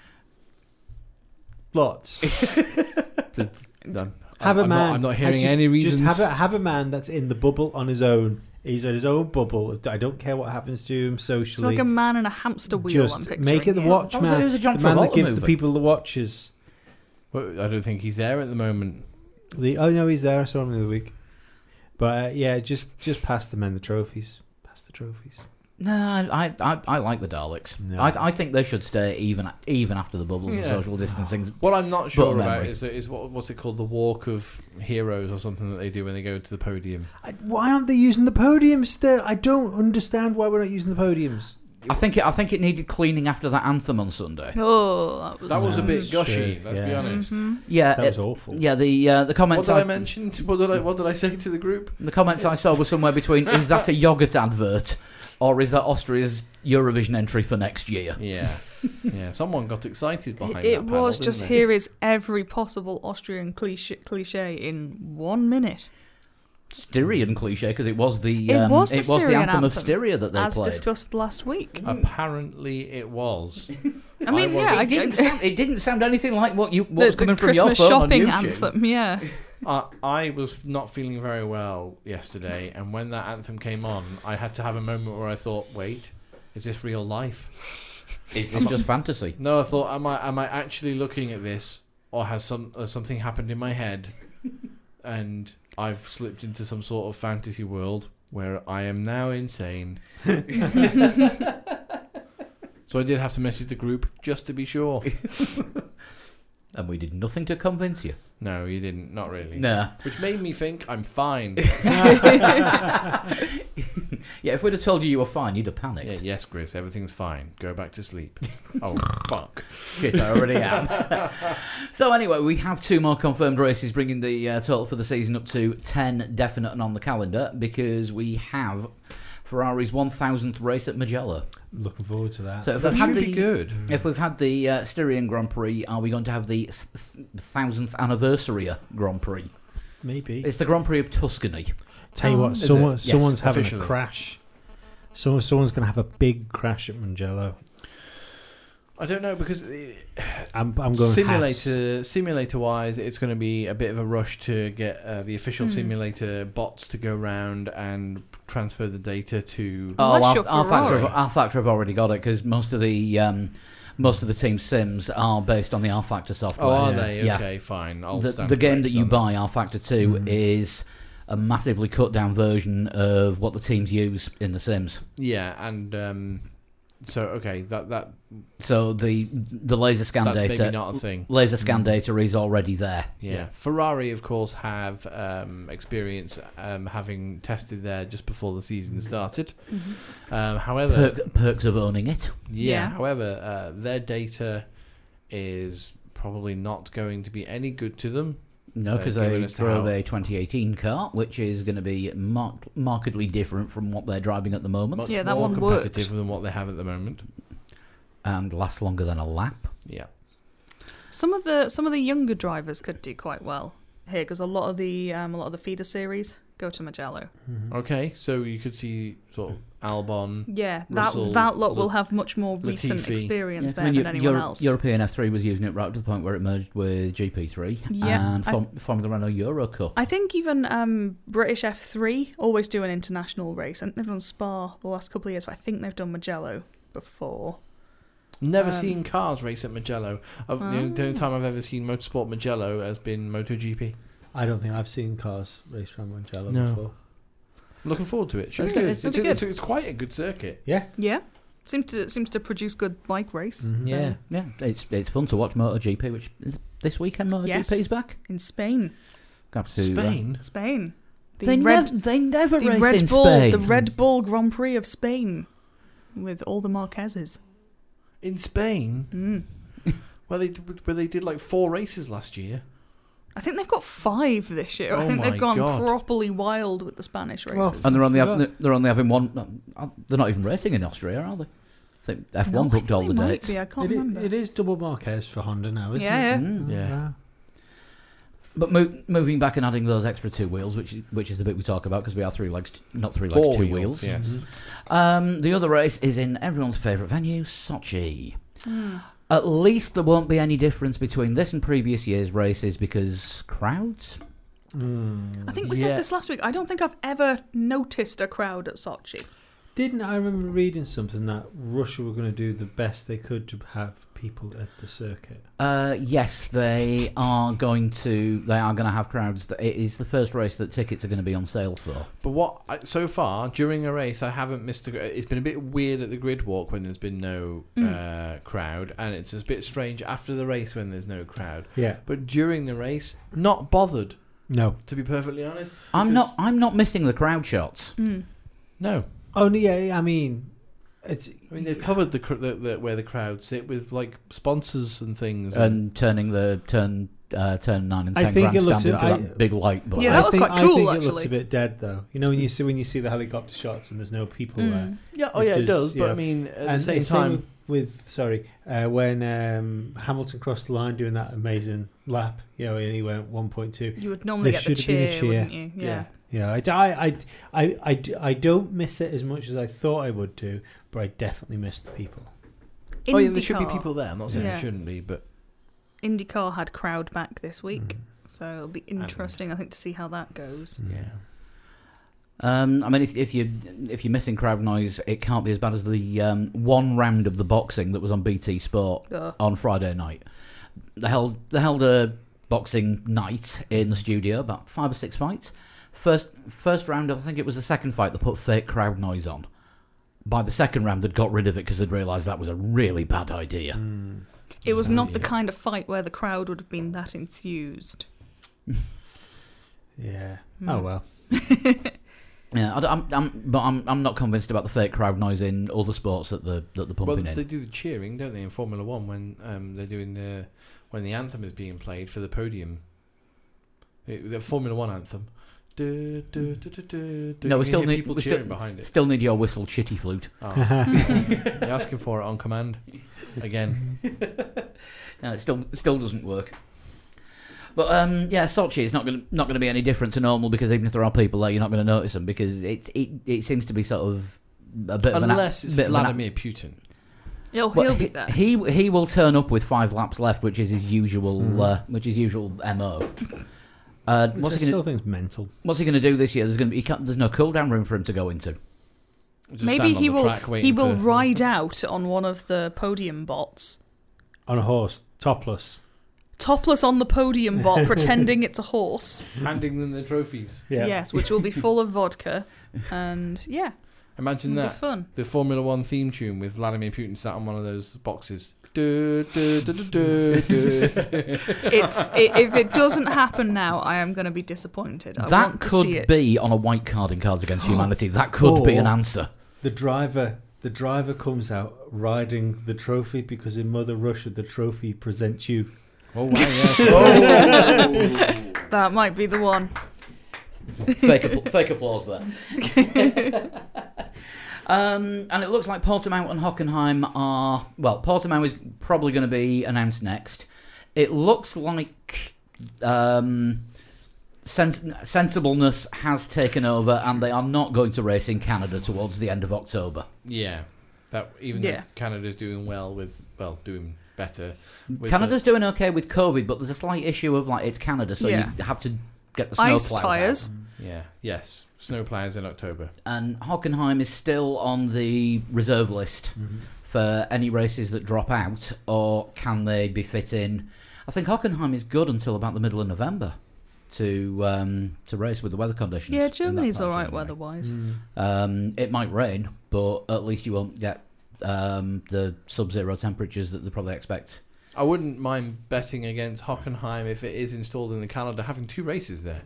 Lots. I'm- Have a I'm man. Not, I'm not I hearing just- any just reasons. have a have a man that's in the bubble on his own. He's in his own bubble. I don't care what happens to him It's socially. like a man in a hamster wheel. just I'm picturing. make it the yeah. That watchman. was, it was a John the man that Travolta gives the movie. people the watches. Well, I don't think he's there at the moment. The oh no, he's there. I saw him the other week. But uh, yeah, just just pass the men the trophies. Pass the trophies. No, I, I, I like the Daleks. No. I, I think they should stay even even after the bubbles and Yeah. social distancing. What I'm not sure about memory. is, is what, what's it called? The walk of heroes or something that they do when they go to the podium. I, why aren't they using the podiums still? I don't understand why we're not using the podiums. I think it, I think it needed cleaning after that anthem on Sunday. Oh, that was, That was a Yeah. bit gushy, Sure, let's be yeah. honest. Mhm. Yeah, That was it- awful. yeah. The uh, the What comments did I I, mention? What did I, what did I say to the group? the comments I saw were somewhere between is that a yogurt advert or is that Austria's Eurovision entry for next year? [LAUGHS] Yeah. yeah. Someone got excited behind It, that it panel, was didn't just they? here is every possible Austrian cliche, cliche in one minute, Styrian cliche because it was the It um, was the the Styrian anthem, of anthem, Styria that they as played. discussed last week. Apparently, it was. I mean, was- yeah, it, I didn't [LAUGHS] the- sound, it didn't sound anything like what you what was the coming from Christmas your phone shopping on YouTube. anthem. [LAUGHS] Yeah, I, I was not feeling very well yesterday, and when that anthem came on, I had to have a moment where I thought, "Wait, is this real life?" Is this just fantasy? No, I thought, "Am I am I actually looking at this, or has some or something happened in my head, and I've slipped into some sort of fantasy world where I am now insane?" so I did have to message the group just to be sure. And we did nothing to convince you. No, you didn't. Not [LAUGHS] really. Nah. Which made me think I'm fine. Yeah, if we'd have told you you were fine, you'd have panicked. Yeah, yes, Chris, everything's fine. Go back to [LAUGHS] sleep. oh, fuck. Shit, I already [LAUGHS] am. so anyway, we have two more confirmed races, bringing the uh, total for the season up to ten definite and on the calendar because we have Ferrari's one thousandth race at Magello. Looking forward to that. So if That we've had should the be good. if we've had the uh, Styrian Grand Prix, are we going to have the s- s- thousandth anniversary Grand Prix? Maybe. It's the Grand Prix of Tuscany. Tell you what, Is someone, it? Yes, someone's having officially. a crash. Someone, someone's going to have a big crash at Mangello. I don't know because uh, I'm, I'm going hats. simulator simulator wise, it's going to be a bit of a rush to get uh, the official Hmm. simulator bots to go round and transfer the data to. Oh, Unless our, you're our factor, have, Ferrari. our factor have already got it because most of the um, most of the team sims are based on the R factor software. Oh, are yeah. they? Yeah. Okay, fine. I'll the, stand the game corrected that you on buy, R Factor Two, Hmm. Mm. is a massively cut down version of what the teams use in The Sims. Yeah, and um, so okay, that that So the the laser scan that's data, maybe not a thing. laser scan data is already there. Yeah. Ferrari, of course, have um, experience um, having tested there just before the season started. Um, however, Perk, perks of owning it. Yeah. Yeah. However, uh, their data is probably not going to be any good to them. No, Uh, because given they as to drove how- a 2018 car, which is going to be mar- markedly different from what they're driving at the moment, Much Yeah, that more one worked. competitive than what they have at the moment. and lasts longer than a lap. Yeah. some of the some of the younger drivers could do quite well here because a lot of the um, a lot of the feeder series go to Magello. Mm-hmm. Okay. So you could see sort of Albon. Yeah, Russell, that that lot La- will have much more recent Latifi. experience Yeah, there I mean, than Eu- anyone Eu- else. European F3 was using it right up to the point where it merged with GP3 Yeah, and I- Form- Formula Renault Euro Cup. I think even um, British F3 always do an international race, and they've done Spa the last couple of years, but I think they've done Magello before. Never Um, seen cars race at Magello. Uh, the, only, the only time I've ever seen motorsport Magello has been MotoGP. I don't think I've seen cars race around Mangello No. before. I'm looking forward to it. Should It's be good, good. it's gonna It's, be it's- it's quite a good circuit. Yeah. Yeah, seems to seems to produce good bike Mm. race Mhm. Yeah. Yeah, it's it's fun to watch MotoGP, which is this weekend. Yes. MotoGP's back. in Spain. Got to, uh, Spain. Spain, the they, Red nev- they never the race Red in Bull Spain. Mm. the Red Bull Grand Prix of Spain with all the Marquezes. In Spain, Mm. where they d- where they did like four races last year. I think they've got five this year. Oh I think my they've gone God. properly wild with the Spanish Well, races. And they're only Yeah. having, they're only having one. They're not even racing in Austria, are they? I think F1 No, I booked think all they the might dates. be, I can't It i- remember. it is double Marquez for Honda now, isn't Yeah, it? yeah. Mm. Yeah. Wow. But mo- moving back and adding those extra two wheels, which is, which is the bit we talk about because we are three legs, t- not three legs, two wheels. Yes. Um, the other race is in everyone's favourite venue, Sochi. At least there won't be any difference between this and previous year's races because crowds. Mm. I think we Yeah. said this last week. I don't think I've ever noticed a crowd at Sochi. Didn't I remember reading something that Russia were going to do the best they could to have people at the circuit? Uh, yes, they are going to. They are going to have crowds. That- It is the first race that tickets are going to be on sale for. But what I, so far during a race, I haven't missed. A, gr- it's been a bit weird at the grid walk when there's been no Mm. uh, crowd, and it's a bit strange after the race when there's no crowd. Yeah. But during the race, not bothered No. to be perfectly honest. I'm because- not. I'm not missing the crowd shots. No, Only, yeah, I mean, it's. I mean they've covered the, cr- the, the where the crowd sit with like sponsors and things. and turning the turn uh, turn nine and I ten think it grandstand looks- into I- that big light bulb. Yeah, that I was think, quite I cool, think it looks actually. a bit dead, though. You know, when you see when you see the helicopter shots and there's no Mm. people there. yeah, oh it yeah, it does, does. But yeah. I mean, at and the same same time, with sorry, uh, when um, Hamilton crossed the line doing that amazing lap, you know, and he went 1.2. You would normally There get the should have been cheer, a wouldn't you? Yeah. Yeah, I, I, I, I, I, d- I don't miss it as much as I thought I would do, but I definitely miss the people. oh yeah, there should be IndyCar- people there. I'm not saying Yeah. there shouldn't be, but IndyCar had crowd back this Mm. week, so it'll be And- interesting, I think, to see how that goes. yeah. Um, I mean, if, if you if you're missing crowd noise, it can't be as bad as the um, one round of the boxing that was on BT Sport Ugh. on Friday night. They held they held a boxing night in the studio, about five or six fights. First first round, I think it was the second fight that put fake crowd noise on. By the second round, they'd got rid of it because they'd realised that was a really bad idea. Mm. It was not the kind of fight where the crowd would have been that enthused. Yeah. Hmm. Oh well. Yeah, I am I'm, but I'm I'm not convinced about the fake crowd noise in other sports that the that the Well, pumping in. they do the cheering, don't they, in Formula One when um, they're doing the when the anthem is being played for the podium, It- the Formula One anthem. Du- du- du- du- du- du. No, we You still hear need- people we still- cheering [LAUGHS] behind it. Still need your whistle, shitty flute. [LAUGHS] Oh. You're asking for it on command again. [LAUGHS] No, it still still doesn't work. But um, yeah, Sochi is not going not going to be any different to normal because even if there are people there, you're not going to notice them because it it, it seems to be sort of a bit of an Unless it's bit of an- Vladimir Putin. Oh, Well, he'll be there. He he will turn up with five laps left, which is his usual Hmm. uh, which is usual [LAUGHS] mo. Uh, what's What's he going to I still think it's mental. What's he going to do this year? There's going to be he can't, there's no cool down room for him to go into. Just Maybe stand on he the will. track He waiting will for- ride out on one of the podium bots, On a horse, topless. topless on the podium bot, pretending it's a horse. handing them the trophies. Yeah. Yes, which will be full of vodka, and yeah, Imagine it'll be that fun. the Formula One theme tune with Vladimir Putin sat on one of those boxes. Du- du- du- du- du- [LAUGHS] du. It's i if it doesn't happen now, I am going to be disappointed. I that want to could see it. be on a white card in Cards [GASPS] Against Humanity. That could be an Oh. Or- [LAUGHS] answer. The driver, the driver comes out riding the trophy because in Mother Russia the trophy presents you. Oh wow! Yes. [LAUGHS] Oh. That might be the one. fake, appl- fake applause there. [LAUGHS] um, and it looks like Portimao and Hockenheim are well. Portimao is probably going to be announced next. It looks like um, sens- sensibleness has taken over, and they are not going to race in Canada towards the end of October. Yeah, that even Yeah. though Canada's doing well with well doing better. With Canada's doing okay with COVID, but there's a slight issue of like it's Canada, so Yeah. you have to get the snow Ice plows out. tires. the, yeah yes snow plows in October. and Hockenheim is still on the reserve list Mm-hmm. for any races that drop out, or can they be fit in? I think Hockenheim is good until about the middle of November to um, to race with the weather conditions. Yeah, in that Germany's patch all right anyway. weather-wise. Mm. Um, it might rain, but at least you won't get um, the sub-zero temperatures that they probably expect. I wouldn't mind betting against Hockenheim if it is installed in the calendar, having two races there.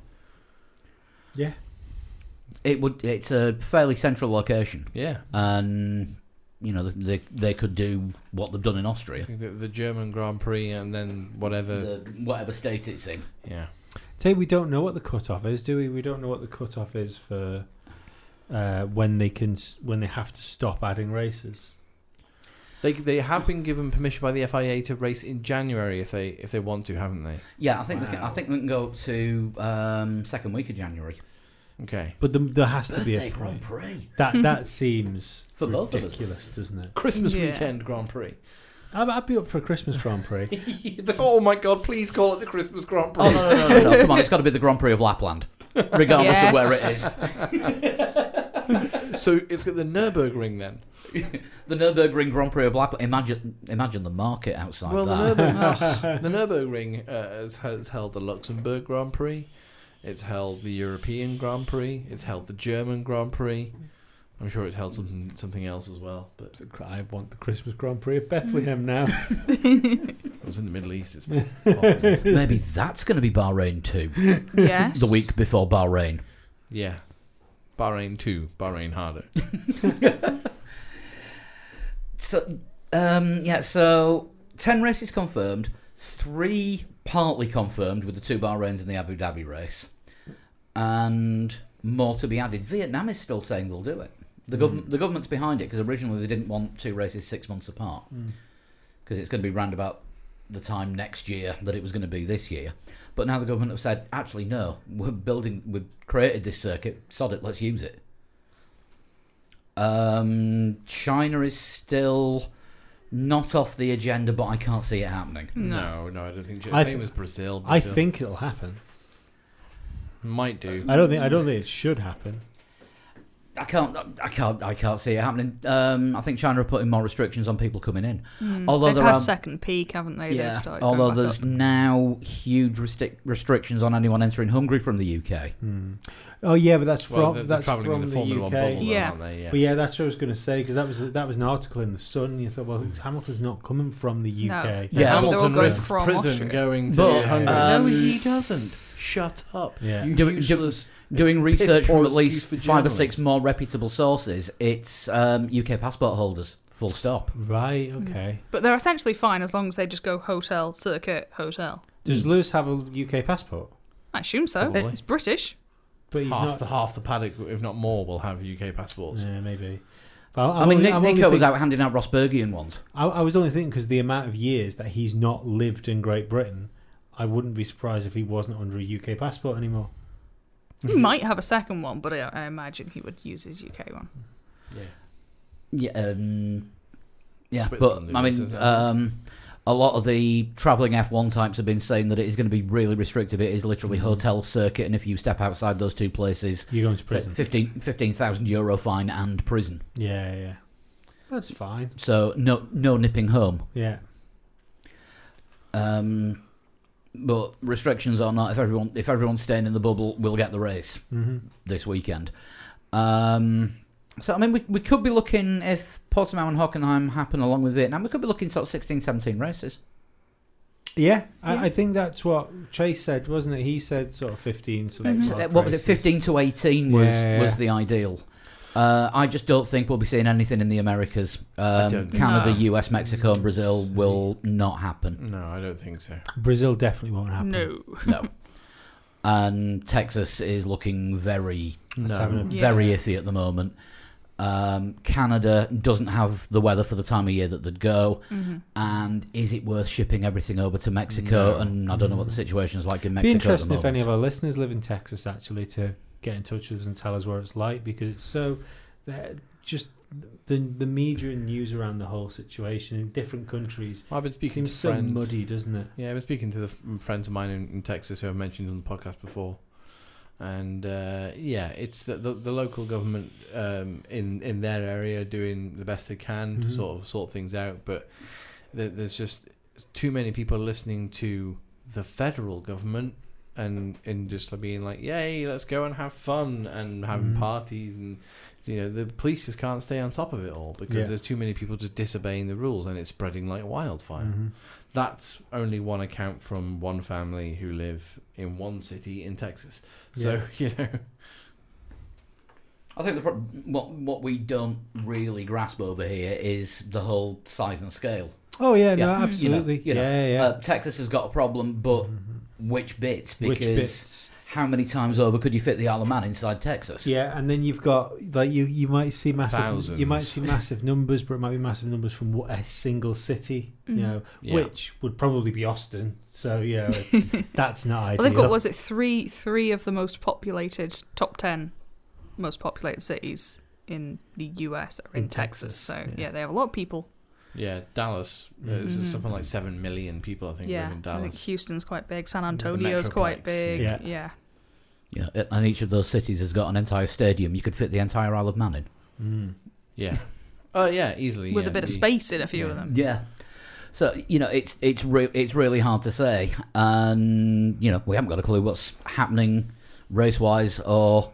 Yeah. It would. It's a fairly central location, Yeah, and you know, they they could do what they've done in Austria, The, the German Grand Prix and then whatever. the, whatever state it's in. yeah. Tay, we don't know what the cutoff is, do we? We don't know what the cutoff is for uh, when they can s- when they have to stop adding races. They they have been given permission by the FIA to race in January if they if they want to, haven't they? Yeah, I think they can, I Wow. think we can go to um, second week of January. Okay. But the, there has to be a point. Prix. that that [LAUGHS] seems For both of us. ridiculous, doesn't it? Christmas Yeah. weekend Grand Prix. [LAUGHS] I'd, I'd be up for a Christmas Grand [LAUGHS] Prix. oh my God! Please call it the Christmas Grand Prix. Oh no no no no! [LAUGHS] no. Come on, it's got to be the Grand Prix of Lapland, regardless of where it Yes. is. So it's got the Nurburgring then. The Nurburgring Grand Prix of Lapland. Imagine imagine the market outside well, that. the Nurburgring, the Nurburgring uh, has, has held the Luxembourg Grand Prix. It's held the European Grand Prix. It's held the German Grand Prix. I'm sure it's held something something else as well, but I want the Christmas Grand Prix of [LAUGHS] Bethlehem now. it was in the Middle East. It's possible. Maybe that's going to be Bahrain too. [LAUGHS] yes. Mm. The week before Bahrain. yeah, Bahrain two, Bahrain harder. So, um, yeah, so 10 races confirmed, three partly confirmed with the two Bahrains and the Abu Dhabi race, and more to be added. Vietnam is still saying they'll do it. The, government, the government's behind it because originally they didn't want two races six months apart because it's going to be round about the time next year that it was going to be this year. But now the government have said, actually, no, we're building, we've created this circuit, sod it, let's use it. Um, China is still not off the agenda, but I can't see it happening. No. no, I don't think. I same th- as Brazil. I Brazil think Uh, it'll happen. might do. I don't think I don't think it should happen. I can't, I can't, I can't see it happening. Um, I think China are putting more restrictions on people coming in. Mm. Although They've there had are- second peak, haven't they? They've started going Although back there's up. now huge restric- restrictions on anyone entering Hungary from the UK. Hmm. Oh yeah, but that's from Well, they're, they're that's travelling from in the the, Formula UK. One bubble, though, Yeah. aren't they? Yeah. But yeah, that's what I was going to say because that was that was an article in the Sun. You thought, well, Hamilton's not coming from the No. UK. Yeah. They're all Hamilton going risks from prison Austria. going to But, Hungary. um, no, he doesn't. uh, Shut up. Yeah. You Do- do- useless. Doing research poor from at least excuse for five or six journalists. more reputable sources, it's um, UK passport holders. Full stop. Right. Okay. But they're essentially fine as long as they just go hotel, circuit, hotel. Does Lewis have a UK passport? I assume so. Probably. It's British. But he's half not. the half the paddock, if not more, will have UK passports. yeah, maybe. But i mean, only- Nick, I'm Nico only was think- out handing out Rosbergian ones. I, I was only thinking because the amount of years that he's not lived in Great Britain, I wouldn't be surprised if he wasn't under a UK passport anymore. He Mm-hmm. might have a second one, but I, I imagine he would use his UK one. Yeah, um, yeah, but Switzerland, I Lewis, isn't mean, it? um, a lot of the travelling F1 types have been saying that it is going to be really restrictive. It is literally hotel circuit, and if you step outside those two places, You're going to it's like prison. 15 15,000 euro fine and prison. yeah, yeah. That's fine. So no, no nipping home. Yeah. Um, but restrictions or not, if everyone if everyone's staying in the bubble, we'll get the race hmm this weekend. Um, so I mean, we we could be looking if Portimao and Hockenheim happen along with Vietnam, we could be looking sort of 16, 17 races. Yeah. Yeah, I, I think that's what Chase said, wasn't it? He said sort of 15. So Mhm. that's So, a uh, lot Mm-hmm. of what was it? races. Fifteen to eighteen was Yeah, yeah, was yeah. the ideal. Uh, I just don't think we'll be seeing anything in the Americas. Um, don't think Canada, so. US, Mexico, and Brazil will Mm-hmm. not happen. No, I don't think so. Brazil definitely won't happen. No. No. and Texas is looking very Let's have a- Yeah. very iffy at the moment. Um, Canada doesn't have the weather for the time of year that they'd go. Mhm. And is it worth shipping everything over to Mexico? No. And I don't know what the situation is like in Mm. Mexico. be interesting at if the moment. any of our listeners live in Texas actually to get in touch with us and tell us where it's like because it's so uh, just the the media and news around the whole situation in different countries I've been speaking seems to so friends. muddy, doesn't it? Yeah, I've been speaking to the f- mm, friends of mine in, in Texas who I've mentioned on the podcast before, and uh, yeah, it's the, the the local government um, in in their area doing the best they can to Mhm. sort of sort things out, but th- there's just too many people listening to the federal government. And, and just being like, yay, let's go and have fun and having Mhm. parties and you know the police just can't stay on top of it all because Yeah. there's too many people just disobeying the rules and it's spreading like wildfire. Mhm. That's only one account from one family who [LAUGHS] live in one city in Texas. So, you know, I think the pro- what what we don't really grasp over here is the whole size and scale. Oh yeah, Yeah. no, Mm. absolutely. You know, you know. yeah, yeah. Uh, Texas has got a problem, but which bit? Because Which bits? how many times over could you fit the Isle of Man inside Texas? Yeah, and then you've got like you you might see massive Thousands. you might see massive numbers, but it might be massive numbers from what- a single city, Mm-hmm. you know, Yeah. which would probably be Austin. So yeah, [LAUGHS] it's, that's not ideal. Well, they've got was it three three of the most populated top ten most populated cities in the U.S. are in, In Texas, Texas, So yeah. yeah. they have a lot of people. Yeah, Dallas. uh, this is Mhm. something like seven million people, I think, yeah, I live in think Dallas. Houston's quite big. San The Antonio's Metroplex, quite big. yeah. Yeah. Yeah, and each of those cities has got an entire stadium. You could fit the entire Isle of Man in. Mm. Yeah. Oh yeah, easily. with a yeah, bit of the- space in a few yeah. of them. Yeah. So you know, it's it's re- it's really hard to say, and you know, we haven't got a clue what's happening race wise or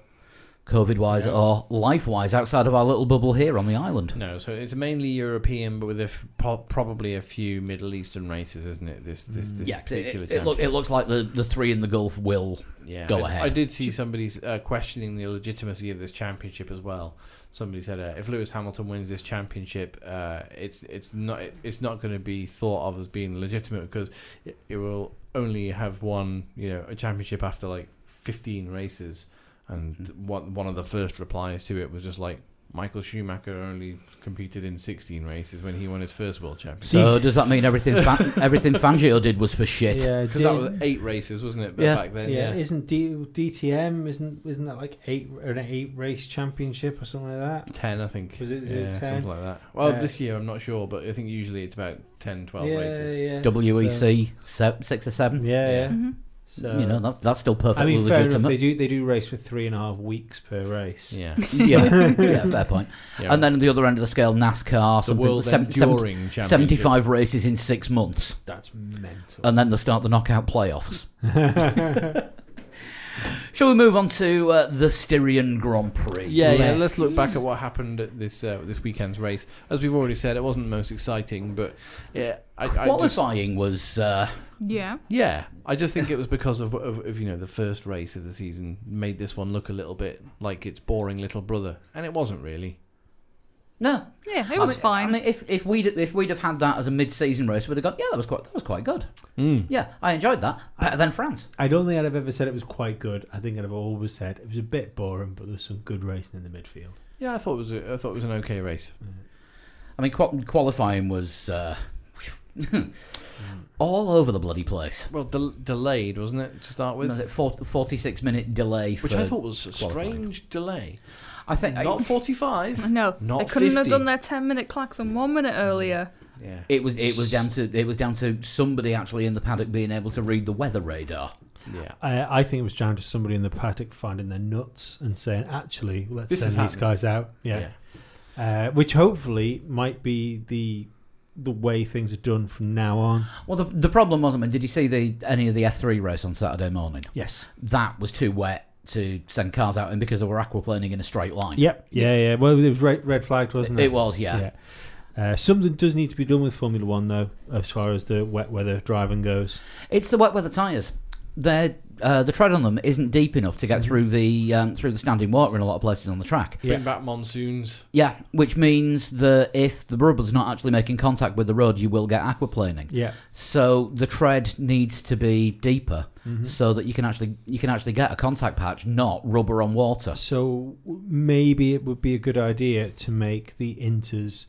COVID wise No. or life wise outside of our little bubble here on the island. No, so it's mainly European, but with a f- po- probably a few Middle Eastern races, isn't it? This this Mm. this yeah, it, particular it, it look, it looks like the, the three in the Gulf will. Yeah, Go I, ahead. I did see somebody uh, questioning the legitimacy of this championship as well. Somebody said uh, if Lewis Hamilton wins this championship, uh, it's it's not it's not going to be thought of as being legitimate because it, it will only have won you know a championship after like fifteen races. And Mm-hmm. one one of the first replies to it was just like Michael Schumacher only competed in sixteen races when he won his first world championship. So does that mean [LAUGHS] everything fan, everything Fangio did was for shit? Yeah, Because that was eight races, wasn't it? Yeah. back then, yeah, yeah. isn't D, DTM isn't isn't that like eight an eight race championship or something like that? 10 i think Was it- is yeah, it 10? something like that well Uh, this year i'm not sure but i think usually it's about 10 12 yeah, races yeah. WEC se- six or So, seven. yeah, yeah. Mhm. So E You know that's that's still I perfectly mean, fair enough. They legitimate. do they do race for three and a half weeks per race. yeah, [LAUGHS] [LAUGHS] yeah, yeah, fair point. yeah. And then at the other end of the scale, NASCAR, the something world seven- seven- enduring championship 75 races in six months, That's mental. and then they start the knockout playoffs. Shall we move on to uh, the Styrian Grand Prix? yeah yeah let's look back at what happened at this uh, this weekend's race as we've already said it wasn't the most exciting but yeah i, I just, Qualifying was uh, Yeah. yeah i just think it was because of, of of you know the first race of the season made this one look a little bit like its boring little brother and it wasn't really no, Yeah, I it was mean- fine. I mean, if if we'd if we'd have had that as a mid-season race, we'd have gone. Yeah, that was quite that was quite good. Yeah, I enjoyed that better than France. [LAUGHS] I don't think I'd have ever said it was quite good. I think I'd have always said it was a bit boring, but there was some good racing in the midfield. yeah i thought it was a, i thought it was an okay race I mean, qua- qualifying was uh, [LAUGHS] all over the bloody place. well del- delayed wasn't it to start with Was it four- 46 minute delay? For, Which I thought was a qualifying. strange delay. I think I- Not 45. no, Not Mm-hmm. they couldn't have 50. done their ten-minute klaxon one minute earlier. Yeah. It was it was down to it was down to somebody actually in the paddock being able to read the weather radar. Yeah. I, I think it was down to somebody in the paddock finding their nuts and saying, "Actually, let's This is send these happening." guys out." Yeah, Uh, which hopefully might be the the way things are done from now on. Well, the, the problem wasn't. man, Did you see the any of the F three race on Saturday morning? Yes. That was too wet to send cars out in because they were aquaplaning in a straight line. Yep. Yeah. Yeah. Well, it was red, red flagged, wasn't it? it was. Yeah. Uh, something does need to be done with Formula One, though, as far as the wet weather driving goes. it's the wet weather tyres. They're uh, the tread on them isn't deep enough to get through the um, through the standing water in a lot of places on the track. Yeah. Bring back monsoons. Yeah, which means that if the rubber's not actually making contact with the road, you will get aquaplaning. Yeah. So the tread needs to be deeper. Mhm. so that you can actually you can actually get a contact patch, not rubber on water. So maybe it would be a good idea to make the inters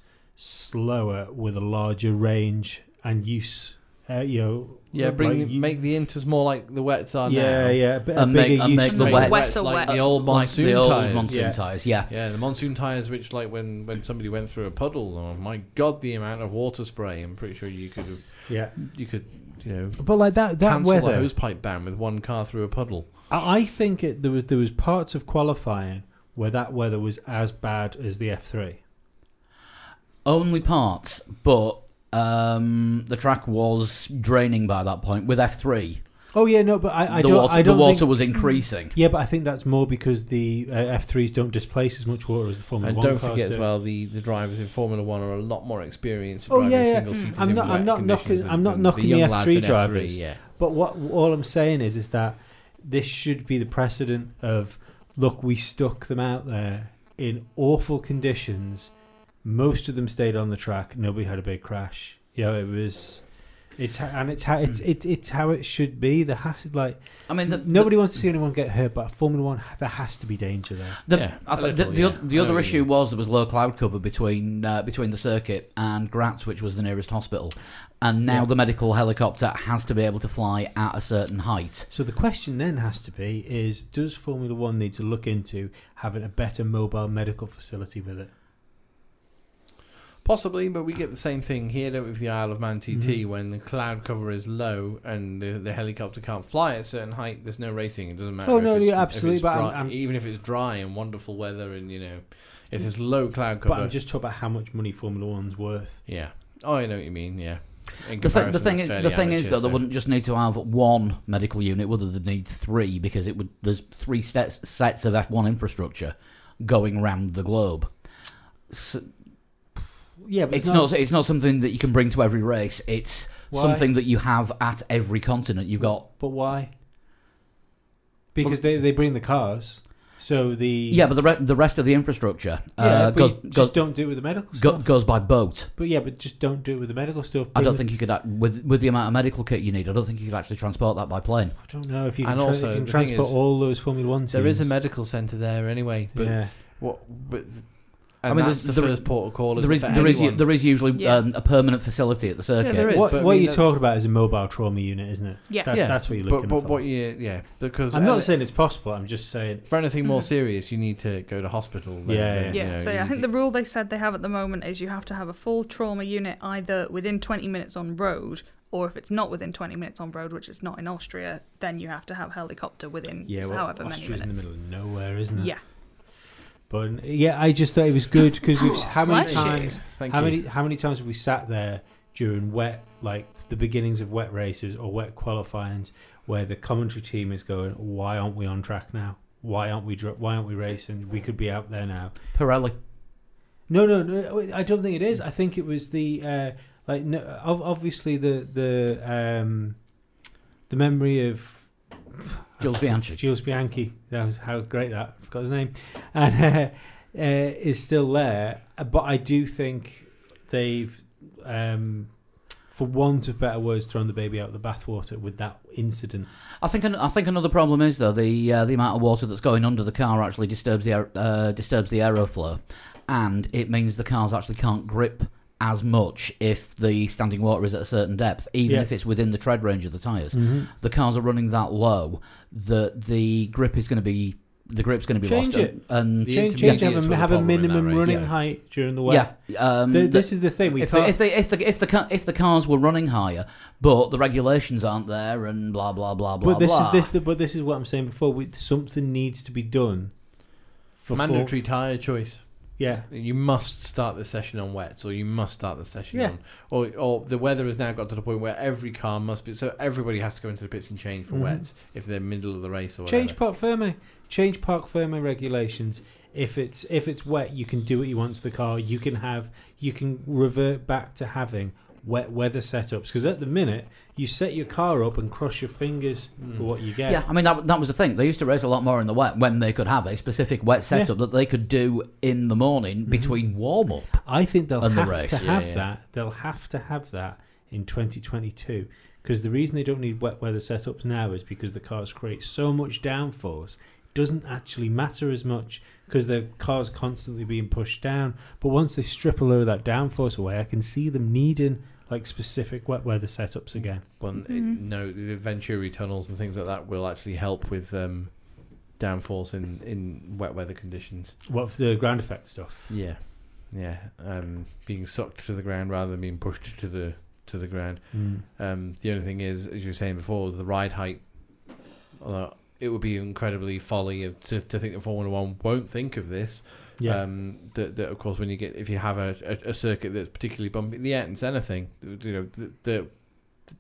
slower with a larger range and use. Uh, you know, Yeah, bring the- you- make the inters more like the wets are yeah, now. yeah, a bit- a And make- bigger and use make the of- Make wets. Wets are like wet. the old Like monsoon the old tires. monsoon Yeah. tires, yeah. Yeah, the monsoon tires, which like when when somebody went through a puddle. Oh my god, the amount of water spray! I'm pretty sure you could have- Yeah, you could you know but like that that cancel weather. a hose pipe ban with one car through a puddle. I I think it, there was there was parts of qualifying where that weather was as bad as the F three. Only parts, but um, the track was draining by that point with F three. Oh yeah, no, but I, I The don't. water, I the don't water think, was increasing. yeah, but I think that's more because the uh, F threes don't displace as much water as the Formula And One don't cars forget do. as well, the, the drivers in Formula One are a lot more experienced Oh, driving yeah, yeah. single seaters. I'm not- in I'm wet not conditions knocking- than- I'm not than knocking the young F3 lads in F3, drivers. Yeah, But what all I'm saying is, is that this should be the precedent of look, we stuck them out there in awful conditions. Most of them stayed on the track. Nobody had a big crash. Yeah, it was. It's ho- and it's how it's it, it's how it should be. There has to, like I mean, Hmm. the, nobody wants to see anyone get hurt, but Formula One there has to be danger there. The, Yeah, I a th- little, the, the, yeah. oth- the I know other what you issue mean. was there was low cloud cover between uh, between the circuit and Graz, which was the nearest hospital, and now Yeah. the medical helicopter has to be able to fly at a certain height. So the question then has to be: Is does Formula One need to look into having a better mobile medical facility with it? Possibly, but we get the same thing here, don't we, with the Isle of Man TT Mhm. when the cloud cover is low and the, the helicopter can't fly at a certain height. There's no racing. It doesn't matter. Oh, if no, it's- yeah, if absolutely, it's but I'm- dry- I'm- even if it's dry and wonderful weather, and you know, if there's low cloud But cover, I'm just talking about how much money Formula One's worth. yeah. Oh, I know what you mean. Yeah. In The, thing the comparison, thing it's is, fairly the thing is amateur, though, they so- wouldn't just need to have one medical unit; whether they need three because it would there's three sets sets of F1 infrastructure going round the globe. So Yeah, but it's not it's not something that you can bring to every race. It's Why? something that you have at every continent. You've got But why? Because they, they bring the cars, so the yeah, but the re- the rest of the infrastructure yeah, uh, but goes, you just goes, don't do it with the medical go- stuff. goes by boat. But yeah, but just don't do it with the medical stuff. I Bring don't the- think you could act- with with the amount of medical kit you need. I don't think you could actually transport that by plane. I don't know if you can, And tra- also, if you can the thing transport is, all those Formula One teams. There is a medical centre there anyway, but yeah. what? But I I mean, mean, that's the there's- there- first port of call. There is isn't it, for there is anyone? there is usually Yeah. um, a permanent facility at the circuit. there is, what but I what mean, you're that- talking about is a mobile trauma unit, isn't it? Yeah. That- Yeah. that's what you're But looking but for. what you yeah because I'm not ele- saying it's possible. I'm just saying for anything [LAUGHS] more serious you need to go to hospital. Then, Yeah, then, yeah. Yeah, you know, so yeah, I you think d- the rule they said they have at the moment is you have to have a full trauma unit either within 20 minutes on road, or if it's not within 20 minutes on road, which it's not in Austria, then you have to have helicopter within yeah, well, however Austria's many in the minutes. middle of nowhere, isn't it? Yeah, But yeah, I just thought it was good because [GASPS] we've how many Bless you. times Thank how you. many how many times have we sat there during wet like the beginnings of wet races or wet qualifyings where the commentary team is going, why aren't we on track now? Why aren't we dr- why aren't we racing? We could be out there now. Pirelli. No, no, no. I don't think it is. I think it was the uh, like no, ob- obviously the the um, the memory of Jules Bianchi. Jules Bianchi. That was how great that. I forgot his name, and uh, uh, is still there. But I do think they've, um, for want of better words, thrown the baby out of the bathwater with that incident. I think an- I think another problem is though the uh, the amount of water that's going under the car actually disturbs the aer- uh, disturbs the aeroflow, and it means the cars actually can't grip as much if the standing water is at a certain depth, even Yeah. if it's within the tread range of the tires. The cars are running that low that the grip is going to be the grip's going to be Change lost. it. And, The Change, change have intermediates were the a, have a problem in that minimum race. running Yeah. height during the wet. yeah, um, Th- the- this is the thing. We if, can't. the, if they if the if the ca- if the cars were running higher, but the regulations aren't there, and blah blah blah blah but this blah. is this. But this is what I'm saying before. We, something needs to be done. For full- mandatory tire choice. yeah. You must start the session on wets, or you must start the session Yeah. on, or or the weather has now got to the point where every car must be. So everybody has to go into the pits and change for Mhm. wets if they're middle of the race or Change whatever. park Ferme. Change park Ferme regulations. If it's if it's wet, you can do what you want to the car. You can have you can revert back to having wet weather setups because at the minute you set your car up and cross your fingers for Hmm. what you get. yeah, I mean that, that was the thing. They used to race a lot more in the wet when they could have a specific wet setup that they could do in the morning Mm-hmm. between warm up. I think they'll And the have race. to Yeah, have yeah. that. They'll have to have that in 2022 because the reason they don't need wet weather setups now is because the cars create so much downforce. It doesn't actually matter as much because the cars constantly being pushed down. But once they strip a load of that downforce away, I can see them needing like specific wet weather setups again. One, it- Mm-hmm. no, the Venturi tunnels and things like that will actually help with um, downfalls in in wet weather conditions. What for the ground effect stuff? Yeah, yeah, um, being sucked to the ground rather than being pushed to the to the ground. Mm. Um, the only thing is, as you were saying before, the ride height. Although it would be incredibly folly of, to, to think that Formula One won't think of this. Yeah. Um, that, that of course, when you get if you have a, a, a circuit that's particularly bumpy, the ends, anything, you know, the the,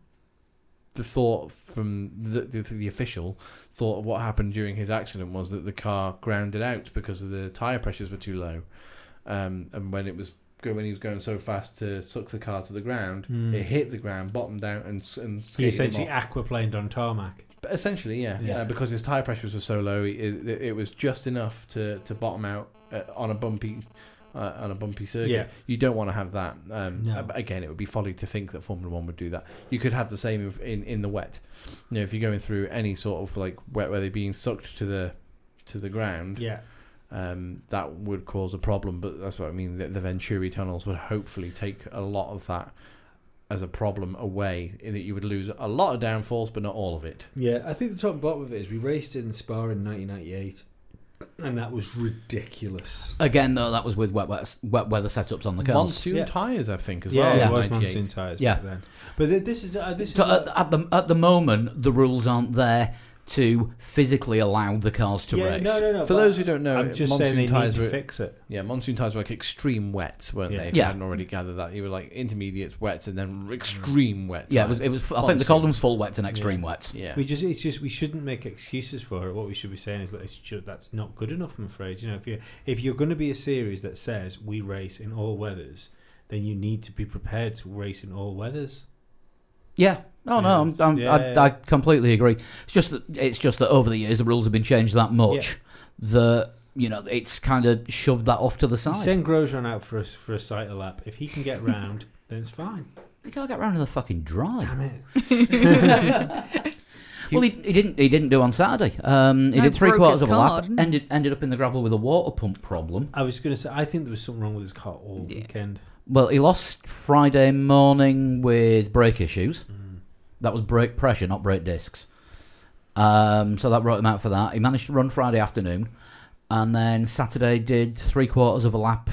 the thought from the, the the official thought of what happened during his accident was that the car grounded out because of the tire pressures were too low, um, and when it was go when he was going so fast to suck the car to the ground, Mm. it hit the ground, bottomed out, and s- and He skated him essentially off. aquaplaned on tarmac. But Essentially, yeah, Yeah. Uh, because his tire pressures were so low, it, it, it was just enough to, to bottom out uh, on a bumpy uh, on a bumpy circuit. Yeah. You don't want to have that. Um, No. uh, but Again, it would be folly to think that Formula One would do that. You could have the same if- in in the wet. You know, if you're going through any sort of like wet where they're being sucked to the to the ground, Yeah. um, that would cause a problem. But that's what I mean. The, the Venturi tunnels would hopefully take a lot of that as a problem away, in that you would lose a lot of downforce, but not all of it. Yeah, I think the top and bottom of it is we raced in Spa in 1998, and that was ridiculous. Again, though, that was with wet, wet, wet weather setups on the cars. Monsoon Yeah. tyres, I think, as Yeah, well. Yeah. it was 98. monsoon tyres Yeah. back then. But th- this is uh, this is So what- at, at the at the moment, the rules aren't there to physically allow the cars to yeah, race. No, no, no. For but those who don't know, I'm just monsoon saying they need tyres to were fix it. yeah, monsoon tyres were like extreme wet, weren't Yeah. they? If Yeah. you hadn't already gathered that, you were like intermediates, wets, and then extreme wet. Yeah, it was. tyres. It was. I think they called them full wets and extreme Yeah. wets. yeah. We just it's just we shouldn't make excuses for it. What we should be saying is that it's ju- that's not good enough. I'm afraid. You know, if you if you're going to be a series that says we race in all weathers, then you need to be prepared to race in all weathers. Yeah. No, no, I'm, Yes. I'm, Yeah. I, I completely agree. It's just that it's just that over the years the rules have been changed that much that you know it's kind of shoved that off to the side. Send Grosjean out for a s- for a cycle lap. If he can get round, then it's fine. you can't get round to the fucking drive. Damn it. Well, he, he didn't. He didn't do on Saturday. Um, he No, did three broke quarters his of a lap. car, didn't he? Ended ended up in the gravel with a water pump problem. I was going to say I think there was something wrong with his car all Yeah. weekend. Well, he lost Friday morning with brake issues. Mm. That was brake pressure, not brake discs. Um, so that wrote him out for that. He managed to run Friday afternoon, and then Saturday did three quarters of a lap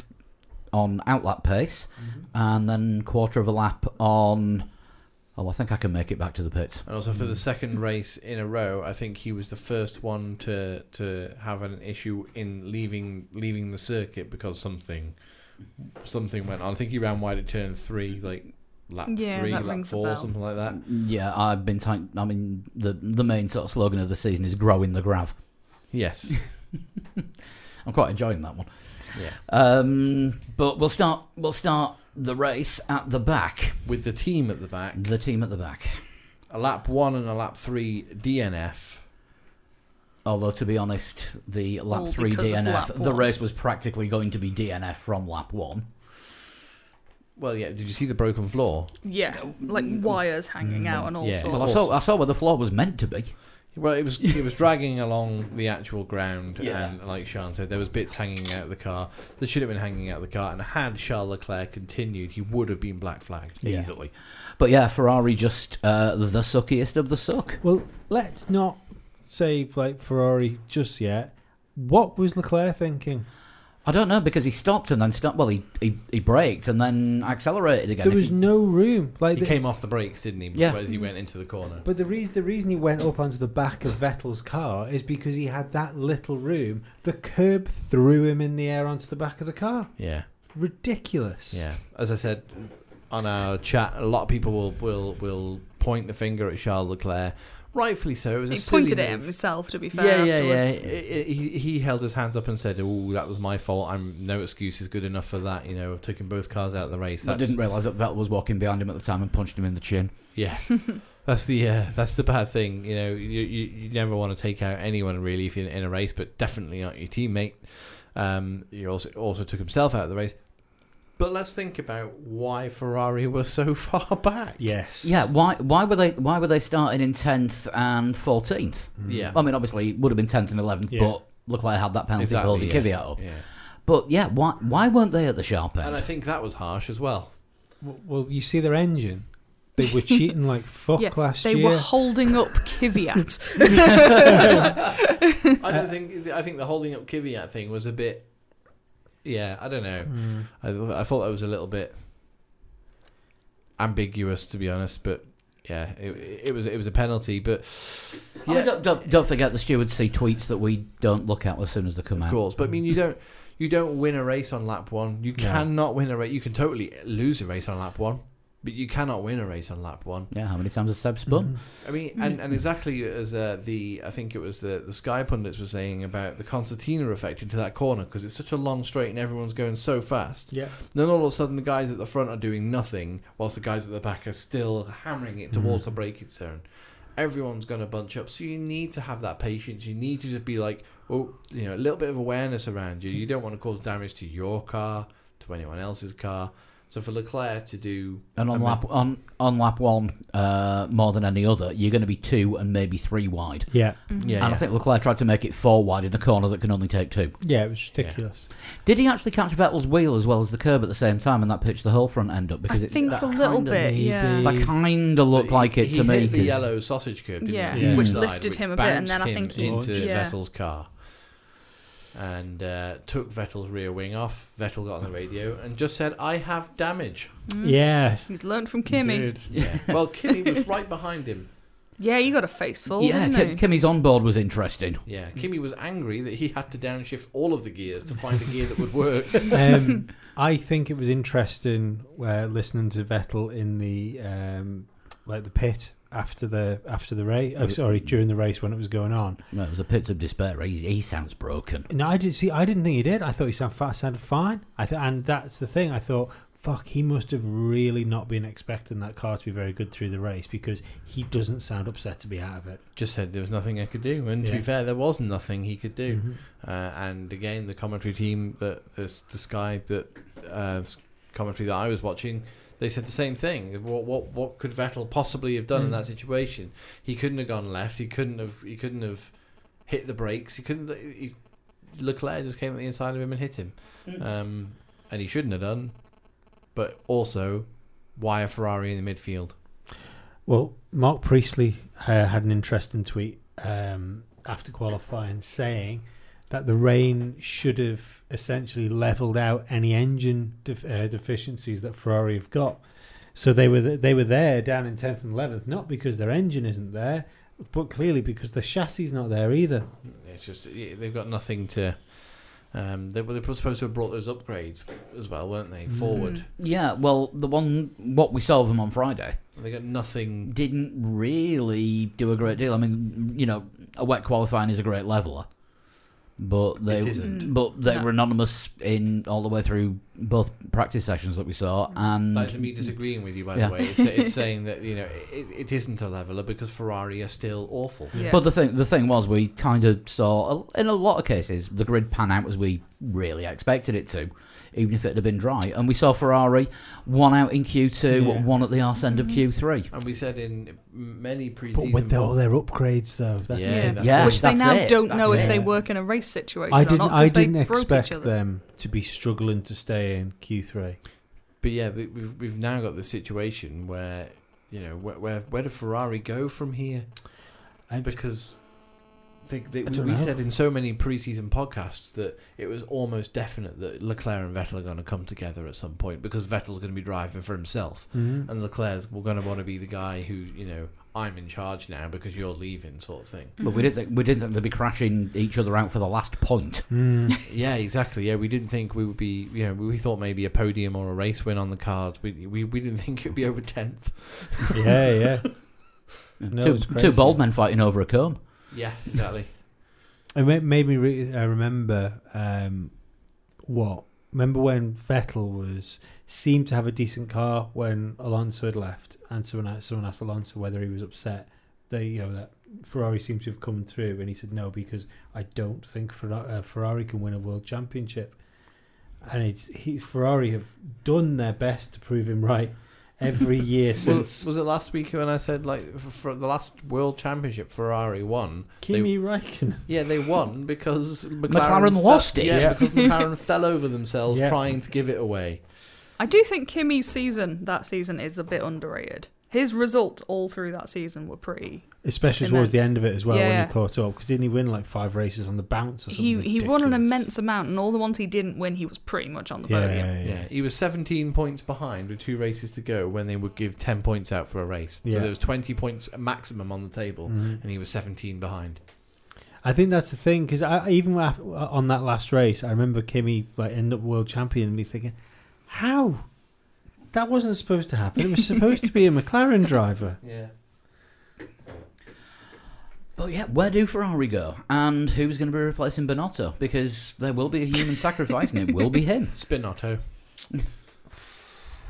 on outlap pace, and then quarter of a lap on. Oh, I think I can make it back to the pits. And also for the second race in a row, I think he was the first one to to have an issue in leaving leaving the circuit because something something went on. I think he ran wide at turn three, like lap Yeah, three, that lap rings a four, bell. something like that. Yeah, I've been. T- I mean, the the main sort of slogan of the season is "Grow in the Grav." Yes. I'm quite enjoying that one. yeah. Um, but we'll start. We'll start the race at the back. With the team at the back, The team at the back. a lap one and a lap three DNF. Although to be honest, the lap All three because of DNF, lap the one. race was practically going to be DNF from lap one. Well, yeah. Did you see the broken floor? Yeah, like wires hanging out and all Yeah. sorts. Well, I saw I saw where the floor was meant to be. [LAUGHS] Well, it was it was dragging along the actual ground, Yeah. and like Sean said, there was bits hanging out of the car that should have been hanging out of the car. And had Charles Leclerc continued, he would have been black flagged Yeah. easily. But yeah, Ferrari just uh, the suckiest of the suck. Well, let's not say like Ferrari just yet. What was Leclerc thinking? I don't know because he stopped and then stopped. Well, he he, he braked and then accelerated again. There If was he- no room. Like He the- came off the brakes, didn't he? Yeah. As he went into the corner. But the reason the reason he went up onto the back of Vettel's car is because he had that little room. The curb threw him in the air onto the back of the car. [LAUGHS] Yeah, Ridiculous. yeah. As I said on our chat, a lot of people will will will point the finger at Charles Leclerc, rightfully so. It was a He silly pointed at move. himself, to be yeah, fair. yeah, yeah. afterwards. I- I- He, he held his hands up and said, "Oh, that was my fault. I'm no excuse is good enough for that. You know, I've taken both cars out of the race. I That's didn't realise that Vettel was walking behind him at the time and punched him in the chin. Yeah, that's the uh, that's the bad thing. You know, you, you, you never want to take out anyone really if you're in a race, but definitely not your teammate. Um, he also also took himself out of the race. But let's think about why Ferrari were so [LAUGHS] far back. Yes. Yeah, why why were they why were they starting in tenth and fourteenth? Mm. yeah, I mean, obviously it would have been tenth and eleventh, Yeah. but look like I had that penalty Exactly, holding yeah. Kvyat up. yeah. But yeah, why why weren't they at the sharp end? And I think that was harsh as well. [LAUGHS] W- Well, you see their engine. They were cheating like [LAUGHS] fuck Yeah, last They year. were holding up [LAUGHS] Kvyat. I don't think I think the holding up Kvyat thing was a bit. Yeah, I don't know. Mm. I, I thought that was a little bit ambiguous, to be honest. But yeah, it, it was it was a penalty. But I mean, don't, don't, don't forget the stewards see tweets that we don't look at as soon as they come of out. course, but I mean, you don't you don't win a race on lap one. You No. cannot win a race. You can totally lose a race on lap one, but you cannot win a race on lap one. Yeah, how many times has Seb Mm. spun? I mean, and, and exactly as uh, the I think it was the the Sky pundits were saying about the concertina effect into that corner because it's such a long straight and everyone's going so fast. Yeah. Then all of a sudden, the guys at Mm. the front are doing nothing, whilst the guys at the back are still hammering it towards the braking zone. everyone's going to bunch up. So you need to have that patience. You need to just be like, oh, you know, a little bit of awareness around you. You don't want to cause damage to your car, to anyone else's car. So for Leclerc to do, And on I mean- lap on on lap one, uh, more than any other, you're going to be two and maybe three wide. Yeah, and I think Leclerc tried to make it four wide in a corner that can only take two. yeah, it was ridiculous. Did he actually catch Vettel's wheel as well as the curb at the same time, and that pitched the whole front end up? I Because it, think that a little kind of- bit, yeah. That kind of looked He- like it he to me. hit the 'cause- yellow sausage curb, didn't Yeah, he? Yeah. which Inside, lifted which him a bit, and then I bounced think him he, into yeah. Vettel's car. And uh, took Vettel's rear wing off. Vettel got on the radio and just said, "I have damage." Yeah, Mm, he's learned from Kimmy. Dude. Yeah. well, Kimmy was right behind him. Yeah, you got a face full, yeah, didn't Kim, he? Kimmy's on board was interesting. Yeah, Kimmy was angry that he had to downshift all of the gears to find a gear that would work. um, I think it was interesting uh, listening to Vettel in the um, like the pit after the after the race. Oh, sorry, during the race when it was going on. No, it was a pits of despair. He, he sounds broken. No, I did see. I didn't think he did. I thought he sound fa- sounded fine. I th- and that's the thing. I thought, fuck, he must have really not been expecting that car to be very good through the race because he doesn't sound upset to be out of it. [LAUGHS] Just said there was nothing I could do, and to be Yeah. fair, there was nothing he could do. Mhm. Uh, and again, the commentary team that the, the Sky that uh, s- commentary that I was watching, they said the same thing. What what what could Vettel possibly have done in Mm. that situation? He couldn't have gone left. He couldn't have. He couldn't have hit the brakes. He couldn't. He, Leclerc just came at the inside of him and hit him, Mm. um, and he shouldn't have done. But also, why a Ferrari in the midfield? Well, Mark Priestley uh, had an interesting tweet um, after qualifying saying that the rain should have essentially leveled out any engine def- uh, deficiencies that Ferrari have got. So they were they were there down in tenth and eleventh, not because their engine isn't there, but clearly because the chassis is not there either. It's just yeah, they've got nothing to. Um, they were they were supposed to have brought those upgrades as well, weren't they? Forward, Mm. Yeah, well, the one what we saw of him on Friday they got nothing didn't really do a great deal. I mean, you know, a wet qualifying is a great leveler, but they It isn't. but they No. were anonymous in all the way through both practice sessions that we saw, and That's me disagreeing with you, by Yeah. the way. It's, it's saying that you know it, it isn't a leveler because Ferrari are still awful. Yeah. But the thing, the thing was, we kind of saw in a lot of cases the grid pan out as we really expected it to, even if it had been dry. And we saw Ferrari one out in Q two, Yeah. one at the arse end of Q three. And we said in many But pre-season with the, all pod- their upgrades, though, that's Yeah, the thing. that's Yeah, Which they that's now it. don't know That's if it. they work in a race situation. I or didn't. not, I 'cause they didn't broke each expect other. them to be struggling to stay in Q three. But yeah, we- we've we've now got the situation where you know where where, where do Ferrari go from here? Because they, they, I we don't we know. said in so many pre-season podcasts that it was almost definite that Leclerc and Vettel are going to come together at some point because Vettel's going to be driving for himself. Mm. [LAUGHS] and Leclerc's we're going to want to be the guy who you know I'm in charge now because you're leaving sort of thing. But we didn't think we didn't think they'd be crashing each other out for the last point. Mm. yeah, exactly. Yeah, we didn't think we would be you know we, we thought maybe a podium or a race win on the cards. We we, we didn't think it'd be over tenth. yeah, yeah. No, two it's crazy. two bold men fighting over a comb. Yeah, exactly. It ma- made me re- uh, remember um, what. Remember when Vettel was seemed to have a decent car when Alonso had left, and someone asked, someone asked Alonso whether he was upset. They, you know, that Ferrari seems to have come through, and he said no because I don't think Ferra- uh, Ferrari can win a world championship. And it's he, Ferrari have done their best to prove him right every year well, since was it last week when I said like for, for the last World Championship Ferrari won? Kimi Räikkönen. Yeah, they [LAUGHS] won because McLaren, McLaren lost it. Yeah, Yeah. because McLaren [LAUGHS] fell over themselves Yeah. trying to give it away. I do think Kimmy's season that season is a bit underrated. His results all through that season were pretty. especially towards the Immense. end of it as well when Yeah. he caught up because didn't he win like five races on the bounce or something He he won an ridiculous? immense amount, and all the ones he didn't win, he was pretty much on the yeah, podium. yeah, yeah. Yeah, he was 17 points behind with two races to go when they would give 10 points out for a race. So Yeah. there was 20 points maximum on the table, Mhm. and he was 17 behind. I think that's the thing because I, I- even af- on that last race, I remember Kimi like end up world champion, and me thinking, how that wasn't supposed to happen. It was supposed to be a McLaren driver. Yeah. But yeah, where do Ferrari go, and who's going to be replacing Bonotto? Because there will be a human sacrifice, and it will be him. Spinotto. I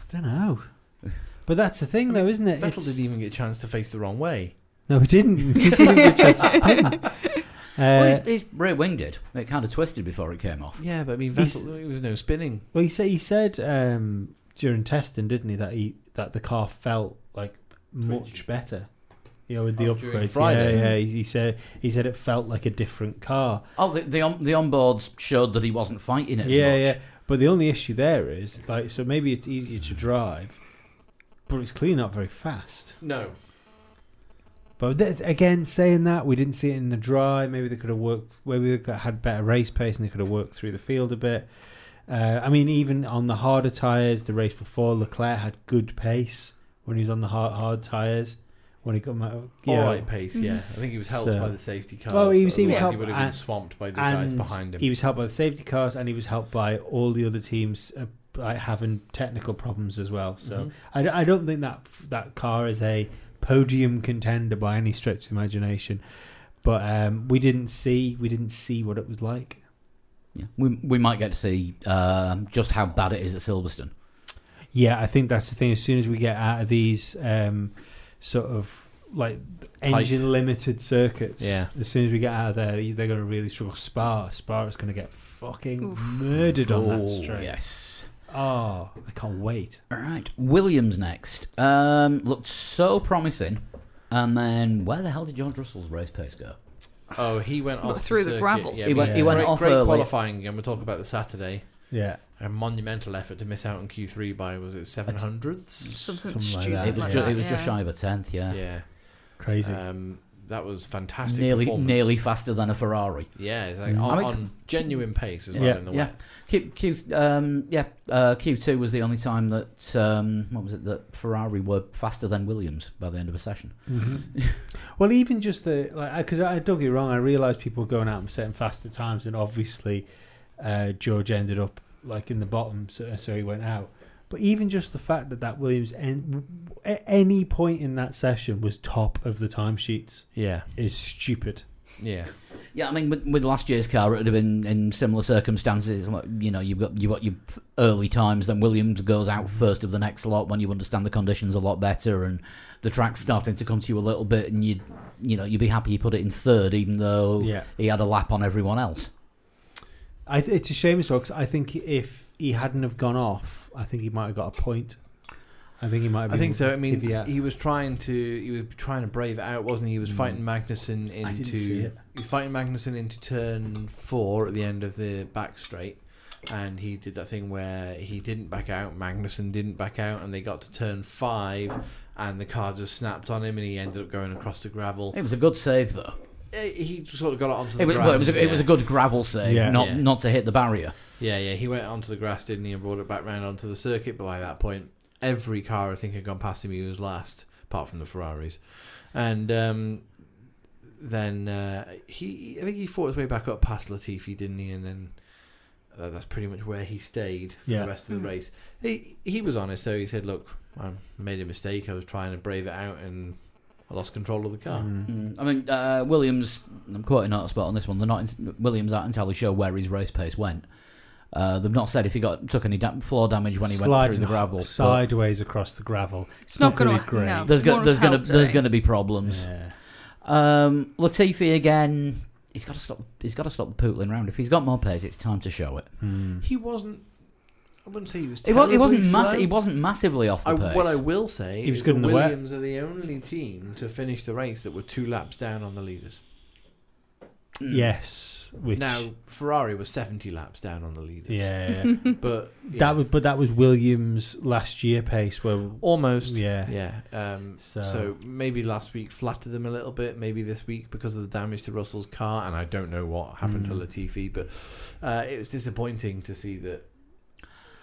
don't know, but that's the thing though, isn't it? Vettel It's- didn't even get a chance to face the wrong way. No, we didn't. [LAUGHS] We didn't get [LAUGHS] a chance to spin. [LAUGHS] Uh, well, his, his rear wing did. It kind of twisted before it came off. Yeah, but I mean, He's- Vettel, there was no spinning. Well, he said he said um, during testing, didn't he, that he that the car felt like much Twitchy. better. You know, with the Oh, during upgrades. Friday? Yeah, yeah. He, he said he said it felt like a different car. Oh, the the, on, the onboards showed that he wasn't fighting it. As yeah, much. yeah. But the only issue there is like, so maybe it's easier to drive, but it's clearly not very fast. No. But th- again, saying that we didn't see it in the dry. Maybe they could have worked. Maybe they could have had better race pace and they could have worked through the field a bit. Uh, I mean, even on the harder tires, the race before Leclerc had good pace when he was on the hard hard tires. When he got my All right pace, yeah. I think he was helped So- by the safety car. Well, he was- he was He helped- would have been and- swamped by the guys and behind him. he was helped by the safety cars and he was helped by all the other teams uh, like having technical problems as well. So Mhm. I, d- I don't think that that car is a podium contender by any stretch of the imagination. But um, we didn't see we didn't see what it was like. Yeah. We we might get to see um, just how bad it is at Silverstone. Yeah, I think that's the thing. As soon as we get out of these um, sort of like engine limited circuits, Yeah. as soon as we get out of there, they're going to really struggle. Spa, Spa is going to get fucking Oof. murdered on Oh, that straight. Yes. Oh, I can't wait. All right. Williams next. Um, looked so promising, and then where the hell did George Russell's race pace go? Oh, he went Look, off through the circuit. gravel. Yeah, He but went- he went great, off great early. qualifying, and we'll talk about the Saturday. Yeah, A monumental effort to miss out on Q3 by was it seven hundredths? Something, Something like stupid. that, It was Like ju- that, it was yeah. just shy of a tenth. Yeah. Yeah, crazy. um, that was fantastic. nearly performance. nearly faster than a Ferrari. Yeah, it's like Mm. on, I mean, on genuine pace as well. Yeah. in the Yeah. way. Q, Q um, yeah, uh, Q2 was the only time that um, what was it that Ferrari were faster than Williams by the end of a session. Mm-hmm. well, even just the like, because I, don't get me wrong, I realised people were going out and setting faster times, and obviously uh, George ended up like in the bottom, so, so he went out. But even just the fact that that Williams en- at any point in that session was top of the timesheets yeah, is stupid. yeah, Yeah, I mean, with, with last year's car, it would have been in similar circumstances. Like you know, you've got you got your f- early times, then Williams goes out first of the next lot when you understand the conditions a lot better, and the track's starting to come to you a little bit, and you you know you'd be happy you put it in third, even though Yeah, he had a lap on everyone else. I th- it's a shame as well 'cause I think if he hadn't have gone off, I think he might have got a point. I think he might. Have I been think so. I with mean, Kvyat. he was trying to he was trying to brave it out, wasn't he? He was Mm. fighting Magnussen I didn't see into it. he was fighting Magnussen into turn four at the end of the back straight, and he did that thing where he didn't back out, Magnussen didn't back out, and they got to turn five, and the car just snapped on him, and he ended up going across the gravel. It was a good save though. Eh, He sort of got it onto the It was, grass. well, it, was a, yeah. it was a good gravel save, Yeah. not Yeah. not to hit the barrier. Yeah, yeah, he went onto the grass, didn't he, and brought it back round onto the circuit. But by that point, every car I think had gone past him. He was last, apart from the Ferraris, and um, then uh, he, I think he fought his way back up past Latifi, didn't he? And then uh, that's pretty much where he stayed for Yeah. the rest of Hmm. the Mm. race. He he was honest though. He said, "Look, I made a mistake. I was trying to brave it out, and I lost control of the car." Mm. Mm. I mean, uh, Williams. I'm quoting out of spot on this one. They're not Williams aren't entirely sure where his race pace went. Uh, they've not said if he got took any da- floor damage when he went through Sliding the gravel. but sideways across the gravel. It's not not, going to gonna- be great. no. There's More going of eh? there's going help to there's doing. going to be problems. Yeah. Um, Latifi again. He's got to stop. He's got to stop the pootling round. If he's got more pace, it's time to show it. Mm. He wasn't. I wouldn't say he was. It, was, it wasn't terribly mass- slow. He wasn't massively off the I, pace. what I will say He was is good the in the wet. Williams are the only team to finish the race that were two laps down on the leaders. Mm. Yes, which Now Ferrari was seventy laps down on the leaders. yeah, [LAUGHS] but yeah, that was but that was Williams last year pace where almost. yeah yeah. Um, So- so. maybe last week flattered them a little bit. Maybe this week because of the damage to Russell's car, and I don't know what happened Mm. to Latifi, but uh, it was disappointing to see that.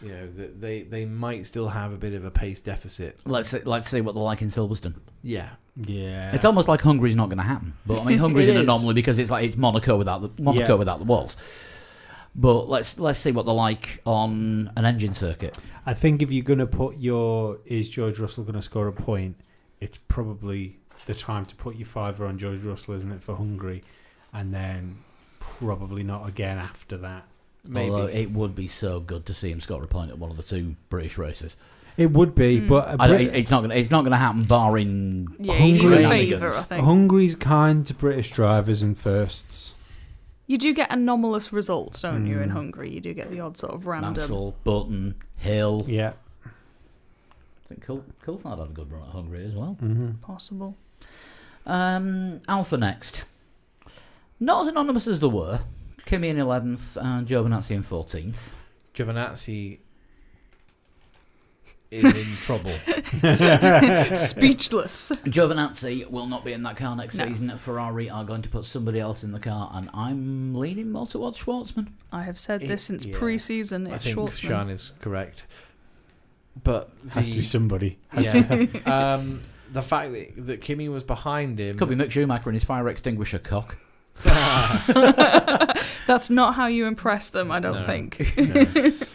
You know that they they might still have a bit of a pace deficit. Let's see, let's see what they're like in Silverstone. Yeah, yeah. It's almost like Hungary's not going to happen. But I [LAUGHS] mean, Hungary's It an is. anomaly because it's like it's Monaco without the Monaco Yeah. without the walls. But let's let's see what they're like on an engine circuit. I think if you're going to put your is George Russell going to score a point, it's probably the time to put your fiver on George Russell, isn't it, for Hungary, and then probably not again after that. maybe. Although it would be so good to see him score a point at one of the two British races. It would be, Mm. but uh, I, Brit- it's not gonna it's not gonna happen barring Yeah, he's Hungry. a favour, I think. Hungary's kind to British drivers and firsts. You do get anomalous results, don't you, in Mm. Hungary? You do get the odd sort of random. Mansell, Button, Hill. Yeah. I think Col- Coulthard had a good run at Hungary as well. hmm [LAUGHS] Possible. [LAUGHS] Um, Alpha next. Not as anonymous as there were. Kimmy in 11th and Giovinazzi in 14th. Giovinazzi [LAUGHS] is in trouble. Speechless. Giovinazzi will not be in that car next No. season. Ferrari are going to put somebody else in the car, and I'm leaning more towards Schwartzman. I have said It- this since yeah. pre season. I It's think Schwartzman. [LAUGHS] Sean is correct. But the, Has to be somebody. yeah, [LAUGHS] um, the fact that, that Kimmy was behind him. [LAUGHS] Could be Mick Schumacher in his fire extinguisher cock. That's not how you impress them, I don't No. think. [LAUGHS]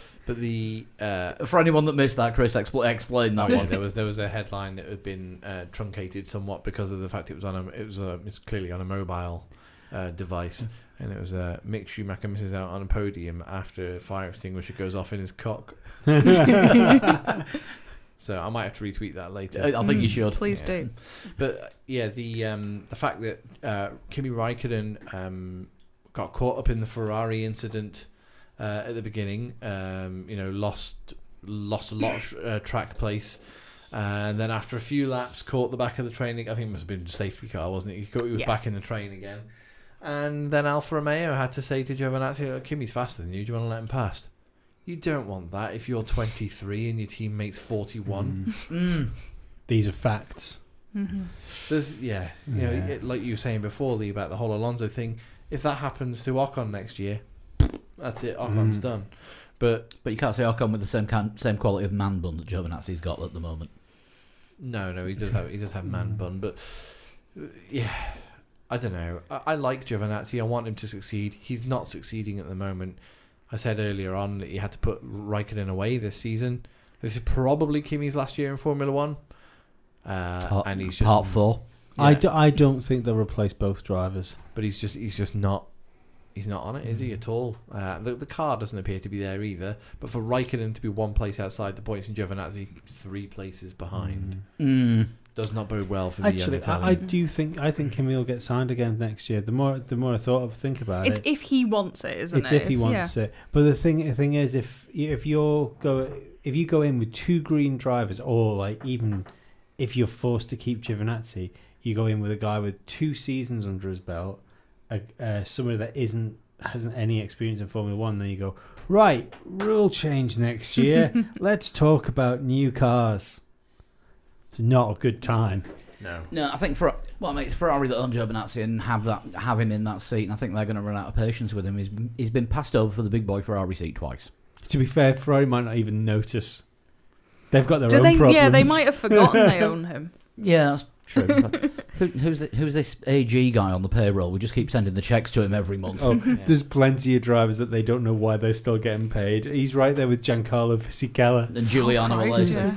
No. But the uh, For anyone that missed that, Chris, expl- explain that Oh, [LAUGHS] [LAUGHS] yeah, one. there was there was a headline that had been uh, truncated somewhat because of the fact it was on a it was a it's clearly on a mobile uh, [LAUGHS] device, and it was uh, Mick Schumacher misses out on a podium after a fire extinguisher goes off in his [LAUGHS] cock. [LAUGHS] so I might have to retweet that later. I think you should. Mm. Please Yeah. do. But uh, yeah, the um, the fact that uh, Kimi Raikkonen um, got caught up in the Ferrari incident uh, at the beginning, um, you know, lost lost a lot of uh, track place, Uh, and then after a few laps, caught the back of the train. I think it must have been safety car, wasn't it? He, caught, he was Yeah. back in the train again, and then Alfa Romeo had to say to Giovinazzi, oh, "Kimi's faster than you. Do you want to let him past?" You don't want that if you're 23 and your teammate's 41. Mm. Mm. These are facts. hmm There's yeah, you know, Yeah. It, like you were saying before, Lee, about the whole Alonso thing. If that happens to Ocon next year, that's it. Ocon's Mm. done. But But you can't say Ocon with the same kind, same quality of man bun that Giovinazzi's got at the moment. no, no, he does have he does have man Mm. bun. But uh, yeah, I don't know. I, I like Giovinazzi. I want him to succeed. He's not succeeding at the moment. I said earlier on that he had to put Raikkonen away this season. This is probably Kimi's last year in Formula One, uh, Part- and he's just Part four. I, Yeah. do, I don't think they'll replace both drivers. but he's just he's just not he's not on it is he Mm. at all uh, the, the car doesn't appear to be there either but for Raikkonen to be one place outside the points and Giovinazzi three places behind Mm. Mm. does not bode well for the young Actually, I, I Italian do think I think Kimi will get signed again next year. The more the more I thought of think about It's it, if he wants it, isn't it's it? if he wants it. But the thing the thing is, if if you're go if you go in with two green drivers, or like even if you're forced to keep Giovinazzi, you go in with a guy with two seasons under his belt, a, uh, somebody that isn't hasn't any experience in Formula One. Then you go right rule change next year. [LAUGHS] Let's talk about new cars. It's not a good time. no No, I think for well, I mean, it's Ferrari that own Giovinazzi and have that have him in that seat, and I think they're going to run out of patience with him. He's he's been passed over for the big boy Ferrari seat twice. To be fair, Ferrari might not even notice. They've got their Do own they? problems. Yeah, they might have forgotten they own [LAUGHS] him. Oh, Yeah, that's [LAUGHS] true. Who, who's the, who's this AG guy on the payroll? We just keep sending the checks to him every month. Oh, Yeah. There's plenty of drivers that they don't know why they're still getting paid. He's right there with Giancarlo Fisichella. And Giuliano Oh, Christ, Alesi. yeah.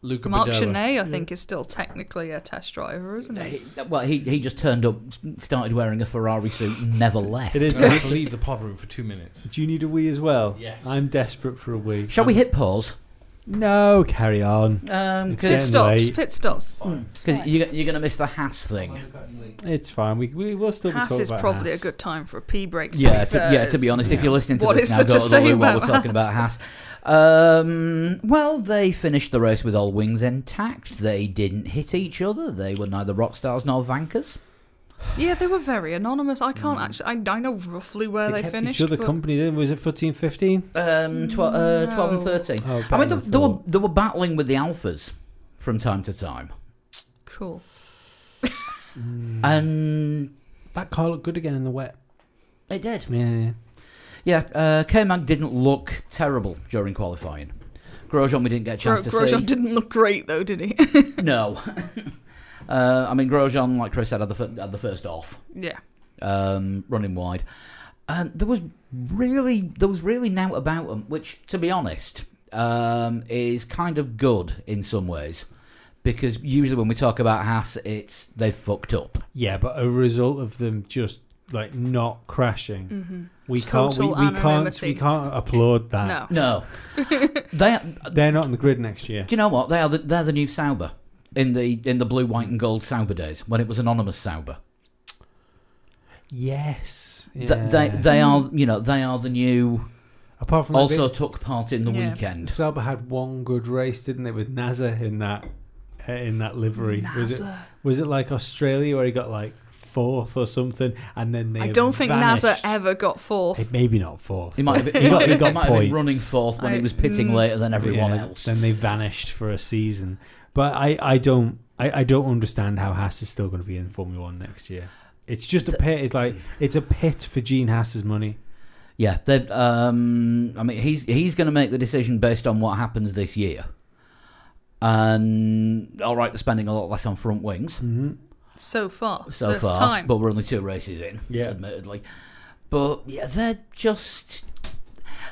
Luca Mark Badola Chanet, I think, is still technically a test driver, isn't he? He- Well, he he just turned up, started wearing a Ferrari suit, and never left. It is. [LAUGHS] Can [LAUGHS] I leave the pod room for two minutes Do you need a wee as well? Yes. I'm desperate for a wee. Shall we hit pause? No, carry on. Um, It's Pit getting because stops. late. Pit stops. you, you're going to miss the Haas thing. It's fine. We we will still be Haas talking is about probably Haas. a good time for a pee break. to Yeah, be to, fair. yeah. To be honest, if Yeah. you're listening to What this is now, there go to to the say loo while we're about talking about Haas. Um, well, they finished the race with all wings intact. They didn't hit each other. They were neither rock stars nor vankers. Yeah, they were very anonymous. I can't actually. I, I know roughly where Mm. They, they, kept finished. each other but- company, didn't they? Was it 14, 15? Um, tw- uh, twelve and No. thirteen. Oh, I mean, better they, than they were thought. they were battling with the alphas from time to time, Cool. Hmm. Mm. and that car looked good again in the wet. it did. Yeah. Yeah, uh, K-Mag didn't look terrible during qualifying. Grosjean, we didn't get a chance to Gro- Grosjean see. didn't look great though, did he? no. [LAUGHS] uh, I mean, Grosjean, like Chris said, had the, fir- had the first off, yeah. um, running wide. And there was really, there was really now about him, which, to be honest, um, is kind of good in some ways. Because usually when we talk about Haas, it's they've fucked up. Yeah, but a result of them just like not crashing Mm-hmm. we can't we, Total we can't anonymity. we can't applaud that. No. Uh, [LAUGHS] No, they. They're not on the grid next year. Do you know what they are? The, they're the new Sauber in the in the blue, white, and gold Sauber days when it was anonymous Sauber. Yes. Th- They they are you know they are the new. Apart from also, Also took part in the Yeah. that, weekend. Sauber had one good race, didn't they, with NASA in that uh, in that livery? Was it NASA. was it like Australia where he got like fourth or something, and then they I don't think vanished. NASA ever got fourth. Eh, Maybe not fourth. He might have been, He got- [LAUGHS] he he got might have been [LAUGHS] points. running fourth when he I- was pitting mm. later than everyone Yeah, else. Then they vanished for a season. But I, I don't I, I don't understand how Haas is still going to be in Formula One next year. It's just a pit. It's like it's a pit for Gene Haas's money. Yeah, they- um, I mean, he's he's going to make the decision based on what happens this year. And all right, they're spending a lot less on front wings Mm-hmm. So far. so There's far, time. but we're only two races in, Yeah. admittedly. But yeah, they're just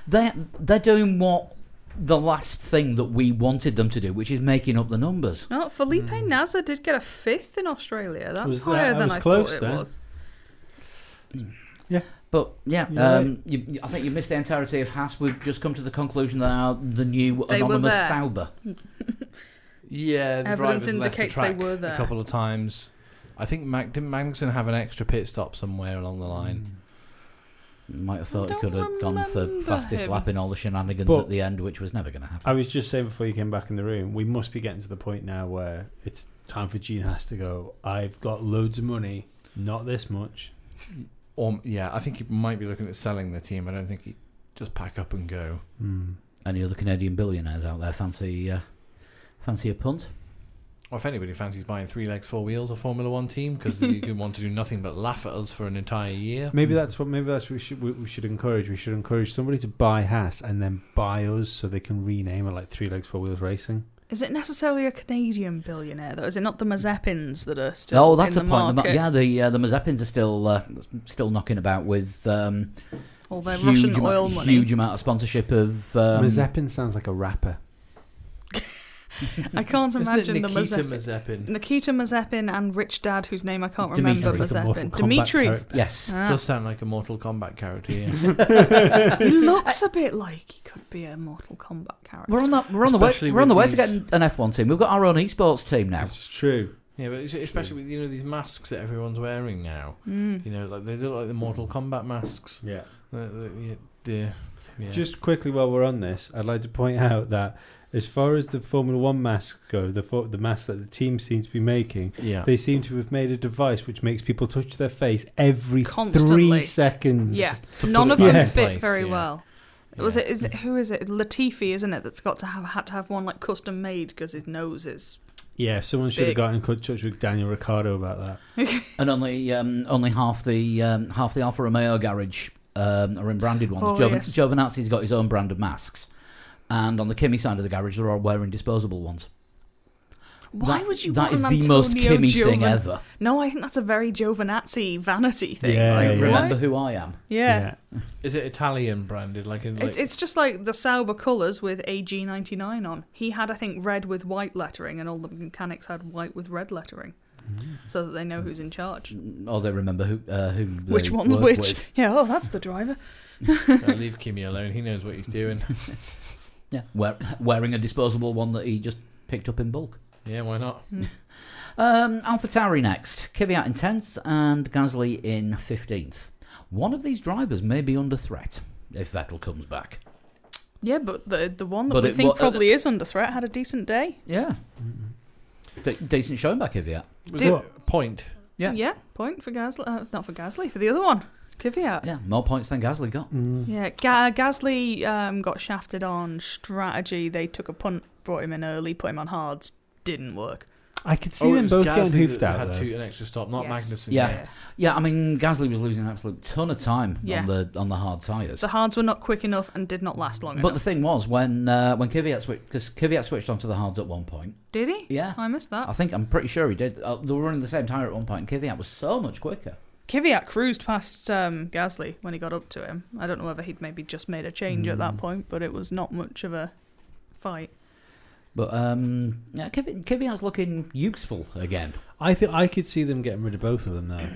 they they're doing what the last thing that we wanted them to do, which is making up the numbers. No, Felipe NASA did get a fifth in Australia. That's Hmm. Was that- higher that than was I close thought it then. was. But yeah, You're um, you, you- I think you missed the entirety of Haas. We've just come to the conclusion that they are the new They were anonymous there. Sauber. Yeah, the Evidence drivers left the indicates they track were there. a couple of times. I think Mag- didn't Magnussen have an extra pit stop somewhere along the Mm. line. Might have thought I it could have don't gone for remember fastest him. lap in all the shenanigans But- at the end, which was never going to happen. I was just saying before you came back in the room, we must be getting to the point now where it's time for Gene Haas to go. I've got loads of money, not this much. Or yeah, I think he might be looking at selling the team. I don't think he just pack up and go. Hmm. Any other Canadian billionaires out there fancy uh, fancy a punt? Or if anybody fancies buying three legs, four wheels, a Formula One team, because you could want to do nothing but laugh at us for an entire [LAUGHS] year. Maybe that's what. Maybe that's what we should. We, we should encourage. We should encourage somebody to buy Haas and then buy us, so they can rename it like Three Legs Four Wheels Racing. Is it necessarily a Canadian billionaire though? Is it not the Mazepins that are still? Oh, that's in a the point. The ma- Market? yeah, the uh, the Mazepins are still uh, still knocking about with um, All their huge, Russian amou- oil money. huge amount of sponsorship of. Um, Mazepin sounds like a rapper. I can't imagine the Nikita Mazepin. Mazepin? Nikita Mazepin and rich dad whose name I can't Dimitri. remember. Sounds like a Mortal Mazepin. Kombat Dimitri. character. [LAUGHS] Yes, Ah. Does sound like a Mortal Kombat character. Yeah. [LAUGHS] he looks a bit like he could be a Mortal Kombat character. we're on that. We're on the way. Especially We're on the with way to these- getting an F one team. We've got our own esports team now. It's true. Yeah, but it's- especially with you know these masks that everyone's wearing now. Mm. You know, like they look like the Mortal Kombat masks. Uh, Yeah. The- the- the- yeah. Just quickly while we're on this, I'd like to point out that as far as the Formula One masks go, the fo- the mask that the team seems to be making, yeah. they seem to have made a device which makes people touch their face every three Constantly. seconds. Yeah. To None put of it them back in fit place, very yeah. well. Was Yeah. it? Is it? Who is it? Latifi, isn't it? That's got to have had to have one like custom made because his nose is. Yeah. Someone should have Big. got in touch with Daniel Ricciardo about that. And only um, only half the um, half the Alfa Romeo garage um, are in branded ones. Oh, Jovan- yes. Giovanazzi's got his own brand of masks, and on the Kimmy side of the garage, they're all wearing disposable ones. Why That- would you? That want is an the most Antonio Kimmy thing Giovan- ever. No, I think that's a very Giovanazzi vanity thing. Yeah, like, yeah. why- Remember who I am. Yeah. Is it Italian branded? Like in like, It's, it's just like the Sauber colours with AG99 on. He had, I think, red with white lettering, and all the mechanics had white with red lettering, so that they know who's in charge. Oh, they remember who uh, who they which one's work which? with. Yeah, oh, that's the driver. uh, leave Kimmy alone. He knows what [LAUGHS] he's doing. Yeah, wear, wearing a disposable one that he just picked up in bulk. yeah, why not? Um, AlphaTauri next, Kvyat in tenth and Gasly in fifteenth. One of these drivers may be under threat if Vettel comes back. Yeah, but the the one that But we it think wa- uh, probably is under threat had a decent day. Yeah, De- decent showing by Kvyat. Was Did- it point? Yeah. yeah point for Gasly. Uh, not for Gasly, for the other one, Kvyat. Uh, Yeah, more points than Gasly got. Mm-hmm. Yeah, Ga- Gasly um, got shafted on strategy. They took a punt, brought him in early, put him on hards. Didn't work. I could see Oh, it them was both Gasly getting that hoofed out. Had though. two, an extra stop, not Yes. Magnussen. Yeah. Yeah, I mean Gasly was losing an absolute ton of time Yeah. on the on the hard tires. The hards were not quick enough and did not last long But the enough. thing was when uh, when Kvyat switched because Kvyat switched onto the hards at one point. Did he? Yeah, I missed that. I think I'm pretty sure he did. Uh, they were running the same tire at one point. and Kvyat was so much quicker. Kvyat cruised past um, Gasly when he got up to him. I don't know whether he'd maybe just made a change at Hmm. that point, but it was not much of a fight. But um, yeah, Kvyat- Kvyat's looking useful again. I think I could see them getting rid of both of them now.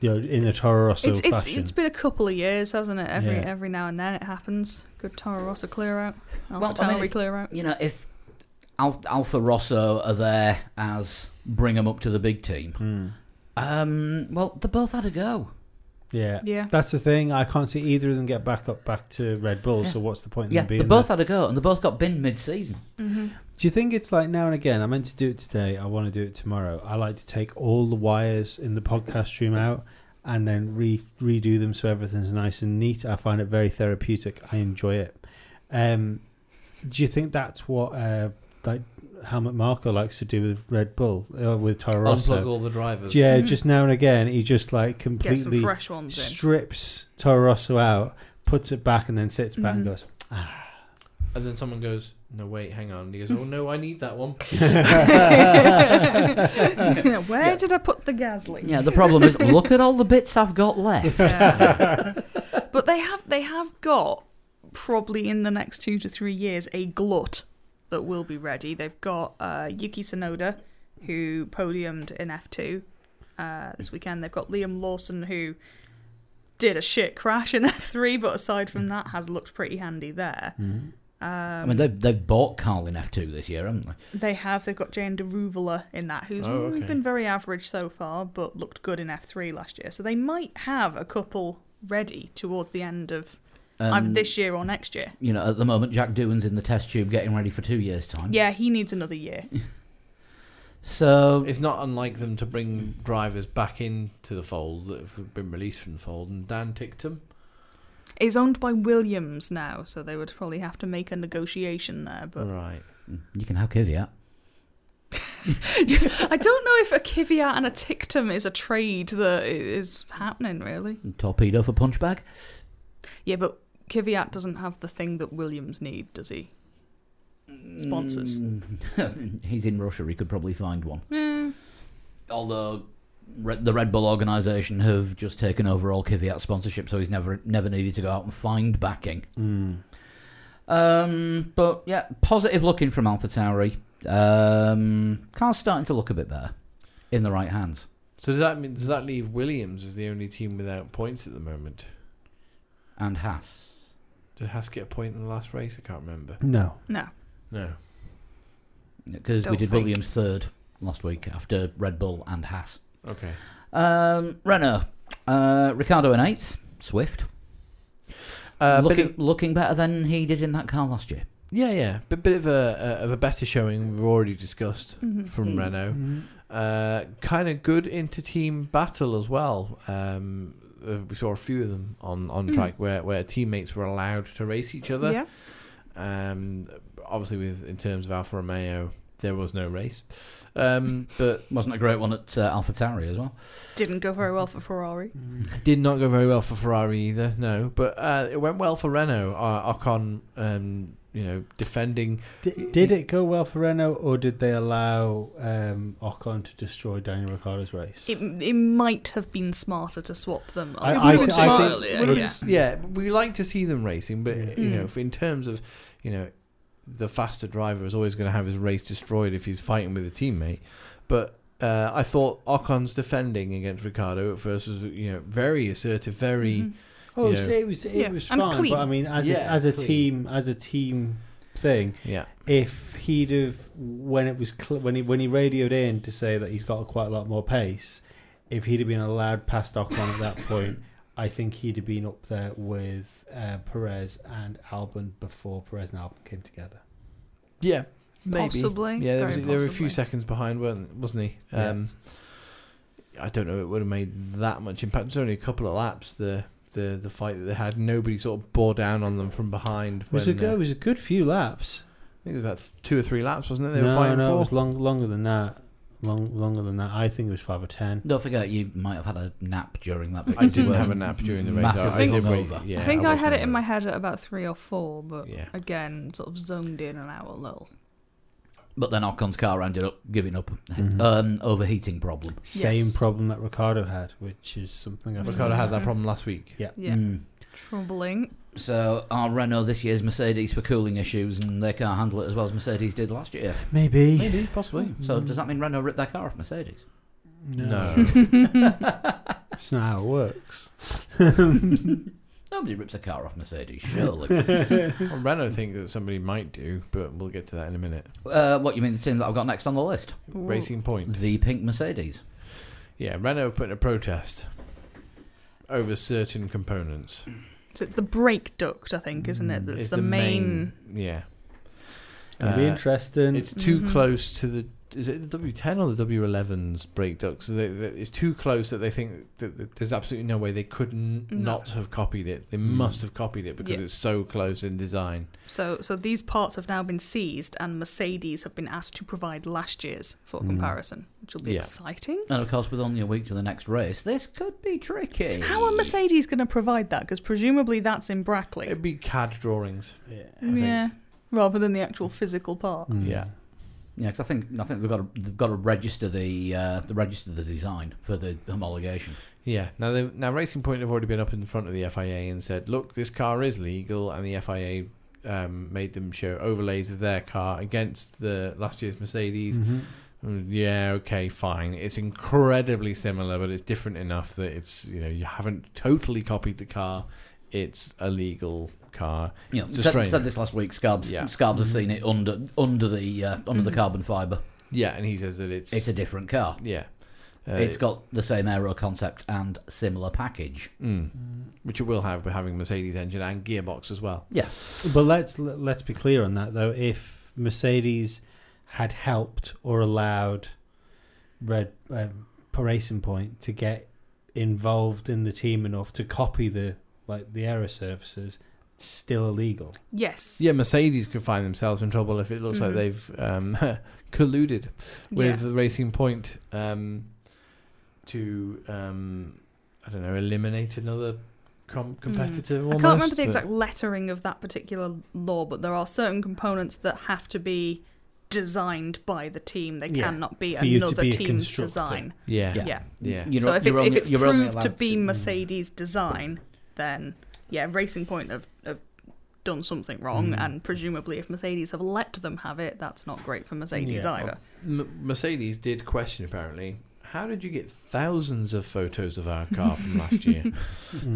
you know, in a Toro Rosso it's, it's, fashion. it's been a couple of years, hasn't it? Every Yeah. every now and then it happens. Good Toro Rosso clear out. Well, Alpha I mean, Tauri it's- clear out. You know, if Al- Alfa Rosso are there as bring them up to the big team, Mm. um, well, they both had a go. Yeah. Yeah. That's the thing. I can't see either of them get back up back to Red Bull. Yeah. So what's the point? In yeah, them they being both there? had a go, and they both got binned mid-season. Mm-hmm. Do you think it's like now and again? I meant to do it today. I want to do it tomorrow. I like to take all the wires in the podcast stream out and then re- redo them so everything's nice and neat. I find it very therapeutic. I enjoy it. Um, do you think that's what uh, like Helmut Marko likes to do with Red Bull uh, with Toro Rosso? Unplug all the drivers. Yeah, Mhm. just now and again, he just like Get some completely fresh ones in. [LAUGHS] [LAUGHS] strips Toro Rosso out, puts it back, and then sits back and Mhm. goes. And then someone goes, "No, wait, hang on." And he goes, "Oh no, I need that one." Where did I put the Gasly? Yeah, the problem is, look at all the bits I've got left. Yeah. [LAUGHS] but they have they have got probably in the next two to three years a glut that will be ready. They've got uh, Yuki Tsunoda, who podiumed in F two uh, this weekend. They've got Liam Lawson, who did a shit crash in [LAUGHS] F three, but aside from that, has looked pretty handy there. Mhm. Um, I mean, they've, they've bought Carl in F2 this year, haven't they? They have. They've got Jane Deruvala in that, who's Oh, okay. been very average so far, but looked good in F3 last year. So they might have a couple ready towards the end of either Um, And, this year or next year. Um, You know, at the moment, Jack Doohan's in the test tube getting ready for two years' time. Yeah, he needs another [LAUGHS] year. So, It's not unlike them to bring drivers back into the fold that have been released from the fold. And Dan Tictum, He's owned by Williams now, so they would probably have to make a negotiation there. But right? you can have Kvyat. I don't know if a Kvyat and a Tictum is a trade that i- is happening, really. Torpedo for Punchbag. Yeah, but Kvyat doesn't have the thing that Williams need, does he? Sponsors. Mm. [LAUGHS] He's in Russia. He could probably find one. Eh, Although Re- the Red Bull organisation have just taken over all Kvyat sponsorship, so he's never never needed to go out and find backing. Mm. Um, but yeah, positive looking from AlphaTauri. Um, car's starting to look a bit better in the right hands. So does that mean does that leave Williams as the only team without points at the moment? And Haas. Did Haas get a point in the last race? I can't remember. No. no. No. Because we Don't did think. Williams third last week after Red Bull and Haas. Okay. Um, Renault. Uh, Ricardo in eighth. Swift. Uh, bit looking, of- looking better than he did in that car last year. yeah, yeah, but bit of a, a of a better showing we've already discussed Mhm. from Mm. Renault. Mhm. Uh, kind of good inter-team battle as well. Um, uh, we saw a few of them on, on Mm. track where, where teammates were allowed to race each other. Yeah. Um, obviously, with in terms of Alfa Romeo, there was no race. Um, [LAUGHS] but Wasn't a great one at uh, AlphaTauri as well. Didn't go very well for Ferrari. did not go very well for Ferrari either. No, but uh, it went well for Renault. Uh, Ocon, um, you know, defending. D- did it go well for Renault, or did they allow um, Ocon to destroy Daniel Ricciardo's race? It, it might have been smarter to swap them. I- up I until thi- I think- earlier, would've yeah. been- yeah, we like to see them racing, but Yeah. you know, Mm. if- in terms of, you know, the faster driver is always going to have his race destroyed if he's fighting with a teammate. But uh, I thought Ocon's defending against Ricardo at first was, you know, very assertive, very. Mhm. oh, Yeah. so it was it Yeah, was and fine, clean. but I mean, as Yeah, a, as a clean. team, as a team thing, Yeah, if he'd have when it was cl- when he when he radioed in to say that he's got quite a lot more pace, if he'd have been allowed past Ocon at that point. I think he'd have been up there with uh, Perez and Albon before Perez and Albon came together. yeah, maybe. Possibly. Yeah, there, Very was, there were a possibly. few seconds behind, weren't wasn't he? Yeah. Um, I don't know. It would have made that much impact. It's only a couple of laps. The the the fight that they had. Nobody sort of bore down on them from behind. It was a when, good, uh, it was a good few laps. I think it was about two or three laps, wasn't it? They were no, fighting no, for. it was long, longer than that. Long, longer than that. I think it was five or ten. Don't forget, you might have had a nap during that. bit. I You didn't were have a nap during the race. massively I, I did wait- hungover. yeah, I think I, was had it in hungover. my head at about three or four, but Yeah. again, sort of zoned in and out a little. But then Ocon's car ended up giving up Mm-hmm. Mhm. um, overheating problem. Same Yes. problem that Ricardo had, which is something I've Ricardo had that problem last week. Yeah, Mm. troubling. So our Renault this year's Mercedes for cooling issues, and they can't handle it as well as Mercedes did last year. Maybe. Maybe, possibly. [LAUGHS] So does that mean Renault ripped their car off Mercedes? No. That's not how it works. Nobody rips a car off Mercedes, surely. Well, Renault think that somebody might do, but we'll get to that in a minute. uh, what you mean the team that I've got next on the list? Racing Point. The pink Mercedes. Yeah, Renault put in a protest over certain components. So it's the brake duct, I think, isn't it? That's Hmm, It's the, main. Yeah. It'll be Uh, interesting. It's too Mhm. close to the. Is it the W10 or the W11's brake duct? So they, they, it's too close that they think that, that there's absolutely no way they could n- No. not have copied it. They Mm. must have copied it because Yeah. it's so close in design. So, so these parts have now been seized, and Mercedes have been asked to provide last year's for Mm. comparison, which will be Hmm. Yeah. exciting. And of course, with only a week to the next race, this could be tricky. How are Mercedes going to provide that? Because presumably that's in Brackley. It'd be CAD drawings. yeah. think- Yeah, rather than the actual physical part. Mm. Yeah. Yeah, 'cause I think I think they've got to, they've got to register the uh, the register the design for the homologation. Yeah. Now, they, now Racing Point have already been up in front of the FIA and said, "Look, this car is legal," and the FIA um, made them show overlays of their car against the last year's Mercedes. Mhm. Mm, Yeah, okay, fine. It's incredibly similar, but it's different enough that it's you know you haven't totally copied the car. It's a legal car. Yeah, It's a said, strain. said this last week. Scarbs, Yeah. Scarbs has seen it under under the uh, under the Mhm. carbon fiber. Yeah, and he says that it's, It's a different car. yeah. Uh, it's got the same aero concept and similar package. mm, which it will have by having Mercedes engine and gearbox as well. But let's let's be clear on that though. If Mercedes had helped or allowed Red um, Racing Point to get involved in the team enough to copy the like the error surfaces, it's still illegal. Yes. Yeah, Mercedes could find themselves in trouble if it looks like Mhm. they've um, [LAUGHS] colluded with the Racing Point um, to um, I don't know eliminate another com- Mm. competitor. I Almost, can't remember the but- exact lettering of that particular law, but there are certain components that have to be designed by the team. They Yeah, cannot be for you to another be a team's constructor. design. Yeah, Yeah. Yeah. yeah. You know, so if you're it's, only- if it's you're only proved to allowed be to- Mercedes' design, then yeah, Racing Point have, have done something wrong, Mm. and presumably if Mercedes have let them have it, that's not great for Mercedes Yeah. either. M- Mercedes did question apparently. How did you get thousands of photos of our car from last year?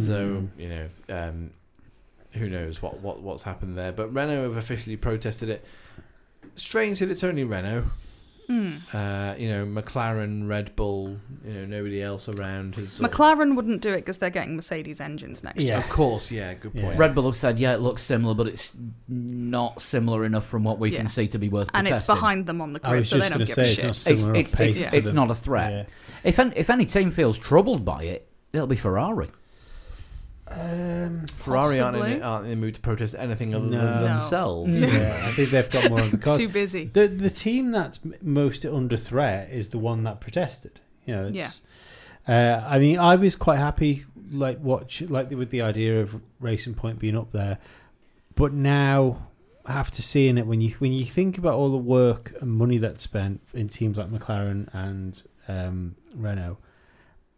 so you know, um, who knows what, what what's happened there? But Renault have officially protested it. Strange that it's only Renault. Hmm. Mm. Uh, you know, McLaren, Red Bull. You know, nobody else around has. sort of- McLaren wouldn't do it because they're getting Mercedes engines next Yeah. year. Of course, yeah. Good Yeah. point. Red Bull have said, yeah, it looks similar, but it's not similar enough from what we Yeah. can see to be worth And it's protesting." behind them on the I grid, was so they just don't going to give say a it's not shit. It's similar it's, of pace it's, Yeah. to it's them. not a threat. Yeah. If an, if any team feels troubled by it, it'll be Ferrari. Um, Ferrari aren't in, Possibly. aren't in the mood to protest anything other No. than No. themselves. [LAUGHS] yeah, I think they've got more on the cards. Too busy. The the team that's m- most under threat is the one that protested. You know, it's, Uh, I mean, I was quite happy, like watch, like with the idea of Racing Point being up there, but now after seeing it, when you when you think about all the work and money that's spent in teams like McLaren and um, Renault,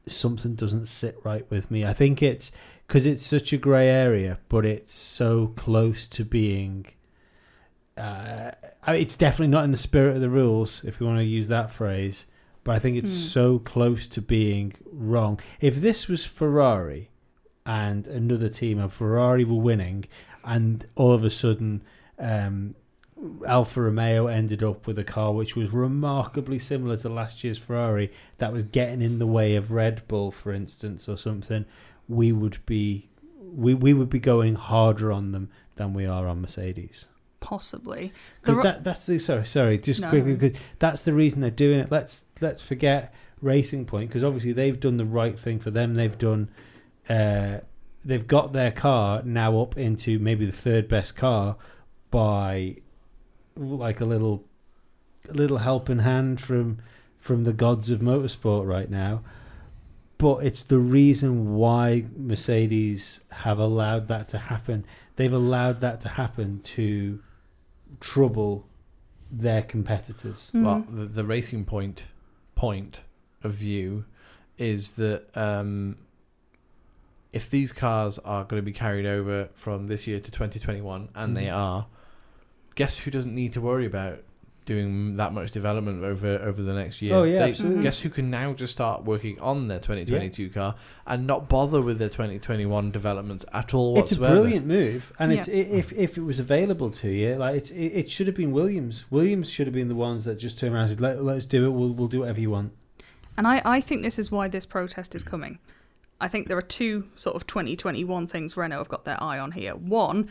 something doesn't sit right with me. I think it's because it's such a grey area, but it's so close to being uh, I- it's definitely not in the spirit of the rules, if we want to use that phrase. But I think it's Hmm. so close to being wrong. If this was Ferrari and another team, and Ferrari were winning, and all of a sudden um, Alfa Romeo ended up with a car which was remarkably similar to last year's Ferrari that was getting in the way of Red Bull, for instance, or something, we would be we, we would be going harder on them than we are on Mercedes. Possibly. The Because ro- that, that's the sorry, sorry, just No. quickly 'cause that's the reason they're doing it. Let's let's forget Racing Point because obviously they've done the right thing for them. They've done, uh, they've got their car now up into maybe the third best car by like a little, a little helping hand from from the gods of motorsport right now. But it's the reason why Mercedes have allowed that to happen. They've allowed that to happen to trouble their competitors. Mm. Well, the, the racing point point of view is that um, if these cars are going to be carried over from this year to 2021, and they Mhm. are, guess who doesn't need to worry about doing that much development over over the next year. Oh, yeah, They- absolutely. guess who can now just start working on their 2022 car and not bother with their 2021 developments at all It's a whatsoever. brilliant move, and it's i if if it was available to you, like it's it, it should have been Williams. Williams should have been the ones that just turned around and said, Let, "Let's do it. We'll we'll do whatever you want." And I, I think this is why this protest is coming. I think there are two sort of 2021 things Renault have got their eye on here. One,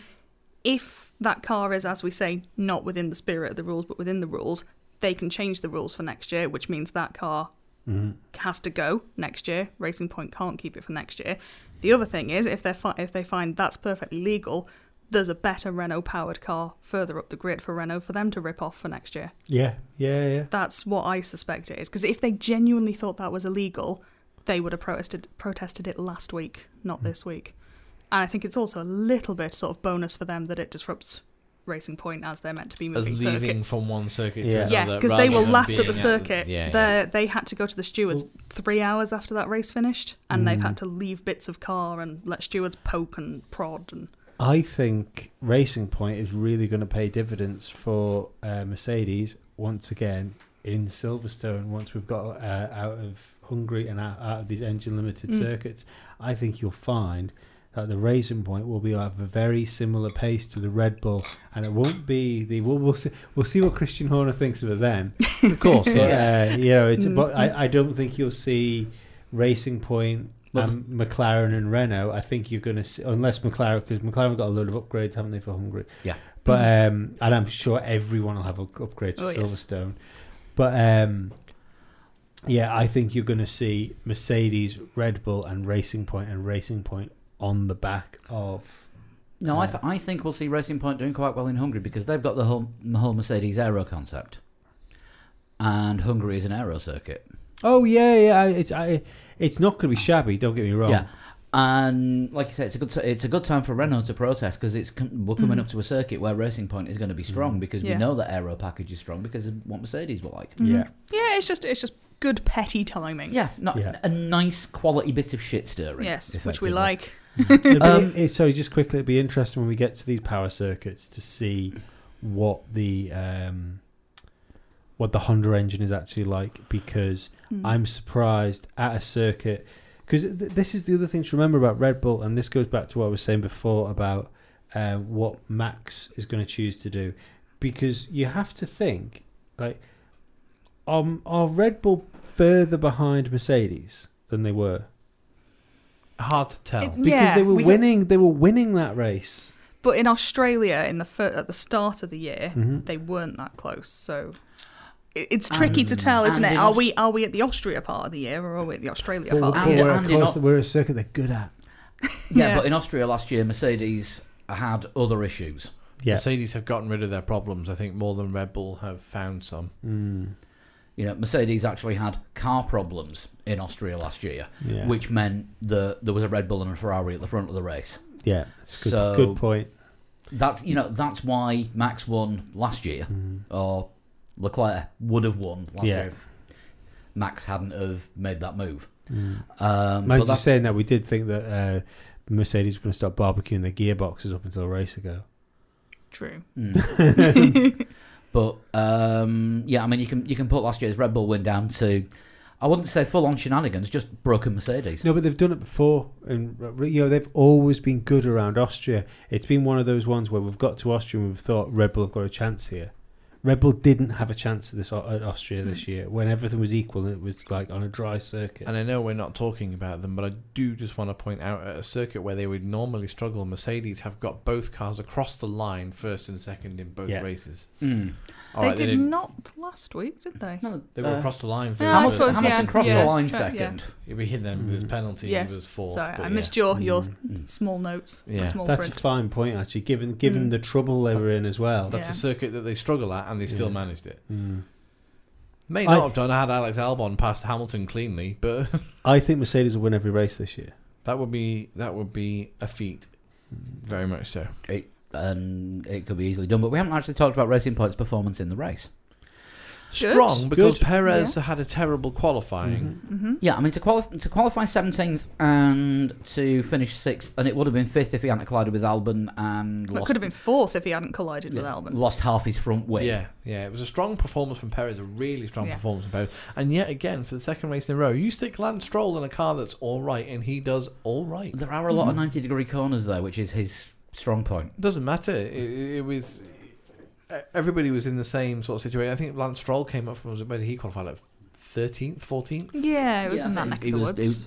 if that car is, as we say, not within the spirit of the rules, but within the rules, they can change the rules for next year, which means that car Mhm. has to go next year. Racing Point can't keep it for next year. The other thing is, if they fi- if they find that's perfectly legal, there's a better Renault powered car further up the grid for Renault for them to rip off for next year. Yeah, yeah, yeah. That's what I suspect it is. Because if they genuinely thought that was illegal, they would have protested protested it last week, Hmm. not this week. And I think it's also a little bit sort of bonus for them that it disrupts Racing Point as they're meant to be As moving leaving circuits. from one circuit Yeah. to another. yeah, because they rather were than last at being the circuit. yeah, yeah. They're- They had to go to the stewards three hours after that race finished, and they've Hmm. had to leave bits of car and let stewards poke and prod. And I think Racing Point is really going to pay dividends for uh, Mercedes once again in Silverstone. Once we've got uh, out of Hungary and out, out of these engine limited Mm. circuits, I think you'll find that the Racing Point will be at a very similar pace to the Red Bull, and it won't be the we'll we'll see, we'll see what Christian Horner thinks of it then. of course. But, yeah. uh, you know, it's, Mm. but I, I don't think you'll see Racing Point Well, and McLaren and Renault. I think you're going to see, unless McLaren, because McLaren got a load of upgrades, haven't they, for Hungary? Yeah. But um, and I'm sure everyone will have up- upgrades for Oh, yes. Silverstone. But um, yeah, I think you're going to see Mercedes, Red Bull, and Racing Point, and Racing Point on the back of. No, I, th- I think we'll see Racing Point doing quite well in Hungary because they've got the whole, the whole Mercedes aero concept. And Hungary is an aero circuit. Oh yeah, yeah. I- It's I, it's not going to be shabby. Don't get me wrong. Yeah. And like you say, it's a good t- it's a good time for Renault to protest because it's com- we're Mm. coming up to a circuit where Racing Point is going to be strong because we Yeah. know that aero package is strong because of what Mercedes were like. Yeah. yeah, it's just it's just good petty timing. Yeah, not Yeah. a nice quality bit of shit stirring. Yes, which we effectively. like. It'd be- Um, it- sorry, just quickly, it'd be interesting when we get to these power circuits to see what the um, what the Honda engine is actually like because Hmm. Mm. I'm surprised at a circuit because th- this is the other thing to remember about Red Bull, and this goes back to what I was saying before about um, what Max is going to choose to do because you have to think like um, are Red Bull further behind Mercedes than they were Hard to tell. It- because Yeah, they were we don't- winning they were winning that race. But in Australia, in the fir- at the start of the year, Mhm. they weren't that close. So i- it's tricky to And- tell, isn't and it? in Are Aus- we are we at the Austria part of the year or are we at the Australia But, part? we're- Of but the we're- year? we're, Andy, close, not- we're a circuit they're good at. Yeah, Yeah. but in Austria last year, Mercedes had other issues. Yeah. Mercedes have gotten rid of their problems, I think, more than Red Bull have found some. Mm, You know, Mercedes actually had car problems in Austria last year, yeah. which meant that there was a Red Bull and a Ferrari at the front of the race. yeah. That's good, so- good point. That's you know that's why Max won last year, or Leclerc would have won last Yeah. year if Max hadn't have made that move. Um, Mm. Mind but you that's, saying that we did think that uh, Mercedes were going to start barbecuing their gearboxes up until a race ago. True. Mm. but um, yeah, I mean you can you can put last year's Red Bull win down to. I wouldn't say full on shenanigans, just broken Mercedes. No, but they've done it before, and uh, you know they've always been good around Austria. It's been one of those ones where we've got to Austria and we've thought Red Bull have got a chance here. Red Bull didn't have a chance at this uh, at Austria this year when everything was equal. and It was like on a dry circuit. And I know we're not talking about them, but I do just want to point out at a circuit where they would normally struggle, Mercedes have got both cars across the line, first and second, in both Yeah. races. Mm. All they right, did didn't- not last week, did they? No, They were uh, across the line for Yeah, the I Hamilton, first. suppose, Hamilton yeah, crossed yeah, the line yeah. second. If we hit them with Mm-hmm. his penalty, Yes. he was fourth. Sorry, but I yeah. missed your your Mm. small notes. Yeah. Small That's print. a fine point actually, given given Mm. the trouble they were in as well. That's Yeah. a circuit that they struggle at, and they still Yeah. managed it. Mm. May I- not have done had Alex Albon passed Hamilton cleanly, but [LAUGHS] I think Mercedes will win every race this year. that would be that would be a feat, very much so. It, and it could be easily done, but we haven't actually talked about Racing Point's performance in the race. Good. Strong because Good. Perez had a terrible qualifying. Mm-hmm. Yeah, I mean to qualify to qualify seventeenth and to finish sixth, and it would have been fifth if he hadn't collided with Albon and Well, it lost, could have been fourth if he hadn't collided with yeah, Albon. lost half his front wing. Yeah, yeah. It was a strong performance from Perez, a really strong Yeah. performance from Perez. And yet again, for the second race in a row, you stick Lance Stroll in a car that's all right, and he does all right. There are a lot of Mm-hmm. ninety degree corners there, which is his strong point. doesn't matter. It, it it was e, everybody was in the same sort of situation. I think Lance Stroll came up from where did he qualified like thirteenth, [LAUGHS] fourteenth. Yeah, it was Yeah, in I that think neck he of the was- he woods.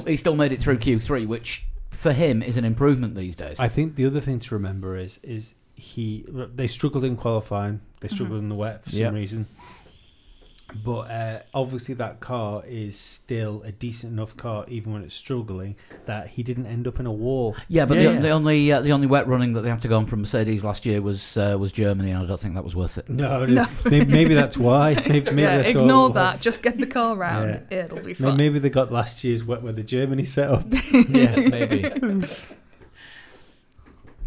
Still, he still made it through Q three, which for him is an improvement these days. I think the other thing to remember is is he they struggled in qualifying. They Mm-hmm. struggled in the wet for some Yep. reason. But uh, obviously, that car is still a decent enough car, even when it's struggling. That he didn't end up in a wall. yeah, but Yeah, the, yeah. the only uh, the only wet running that they had to go on from Mercedes last year was uh, was Germany, and I don't think that was worth it. No, [LAUGHS] No. Maybe, maybe that's [LAUGHS] why. Maybe, maybe yeah, that's all ignore it was. [LAUGHS] that. Just get the car round. It'll be May- fun. Maybe they got last year's wet weather Germany set up. [LAUGHS] [LAUGHS] [LAUGHS] yeah, maybe.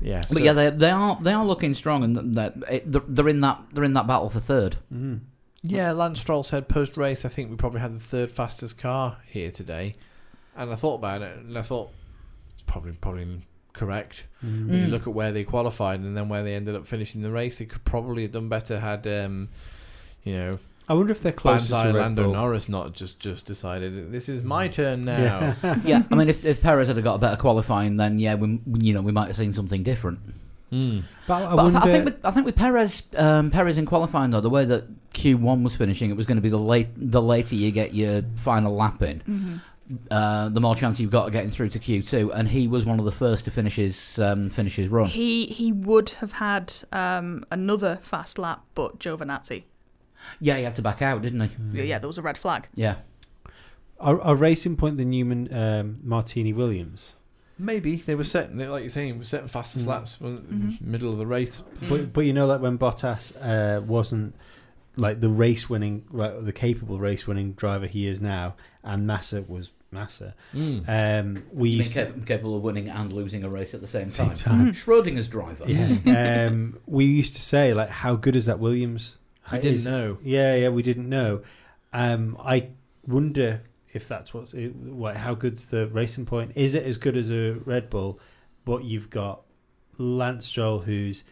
yeah, But so- yeah, they, they are they are looking strong, and they're, they're they're in that they're in that battle for third. Mm. Yeah, Lance Stroll said post race, I think we probably had the third fastest car here today. And I thought about it, and I thought it's probably probably correct. Mm. When you Mm. look at where they qualified and then where they ended up finishing the race, they could probably have done better had, um, you know, I wonder if they're closer Banzai to Red Lando Bull. Mm. Norris not just just decided this is my turn now. [LAUGHS] yeah, I mean, if, if Perez had got a better qualifying, then yeah, we you know we might have seen something different. Mm. But I but I, wonder. th- I think with, I think with Perez um, Perez in qualifying though, the way that Q one was finishing, it was going to be the late the later you get your final lap in, Mhm. uh, the more chance you've got of getting through to Q two. And he was one of the first to finish his um, finish his run. He he would have had um, another fast lap, but Giovinazzi. Yeah, he had to back out, didn't he? Hmm. Yeah, Yeah, there was a red flag. Yeah, are, are Racing Point the Newman um, Martini Williams? Maybe they were setting, they- like you're saying, were setting fastest Mm. laps from Mhm. middle of the race. Mm. But but you know, like when Bottas uh, wasn't like the race winning, like, the capable race winning driver he is now, and Massa was Massa. Hmm. Um, we being used to, cap- capable of winning and losing a race at the same same time. time. Schrodinger's driver. Yeah, um, we used to say like, how good is that Williams? I It didn't is- know. Yeah, yeah, we didn't know. Um, I wonder if that's what's it, what, how good's the racing point? Is it as good as a Red Bull? But you've got Lance Stroll who's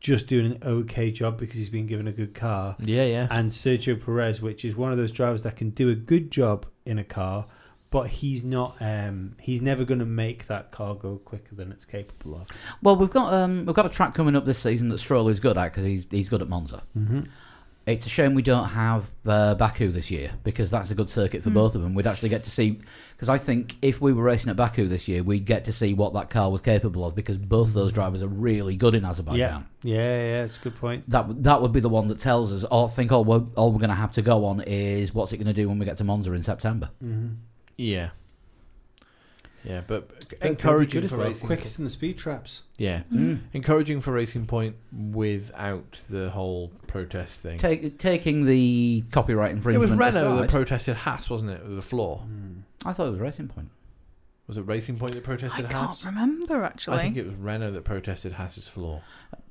just doing an okay job because he's been given a good car, Yeah, yeah. and Sergio Perez, which is one of those drivers that can do a good job in a car, but he's not. Um, he's never going to make that car go quicker than it's capable of. Well, we've got um, we've got a track coming up this season that Stroll is good at because he's he's good at Monza. Mm-hmm. It's a shame we don't have uh, Baku this year because that's a good circuit Hmm. for Mm. both of them. We'd actually get to see because I think if we were racing at Baku this year, we'd get to see what that car was capable of because both Hmm. those drivers are really good in Azerbaijan. Yeah, yeah, yeah. It's a good point. That w- that would be the one that tells us. Oh, I think all we're, all we're going to have to go on is what's it going to do when we get to Monza in September. Mm-hmm. Yeah. Yeah, but They're- they're encouraging good for as well, racing. Quickest in the speed traps. Yeah, Mm. encouraging for Racing Point without the whole protest thing. Take, taking the copyright it was infringement. Renault that aside, protested Haas, wasn't it? The floor Mm. I thought it was Racing Point. was it Racing Point that I protested can't Haas? remember I think actually. it was Renault that protested Haas's floor.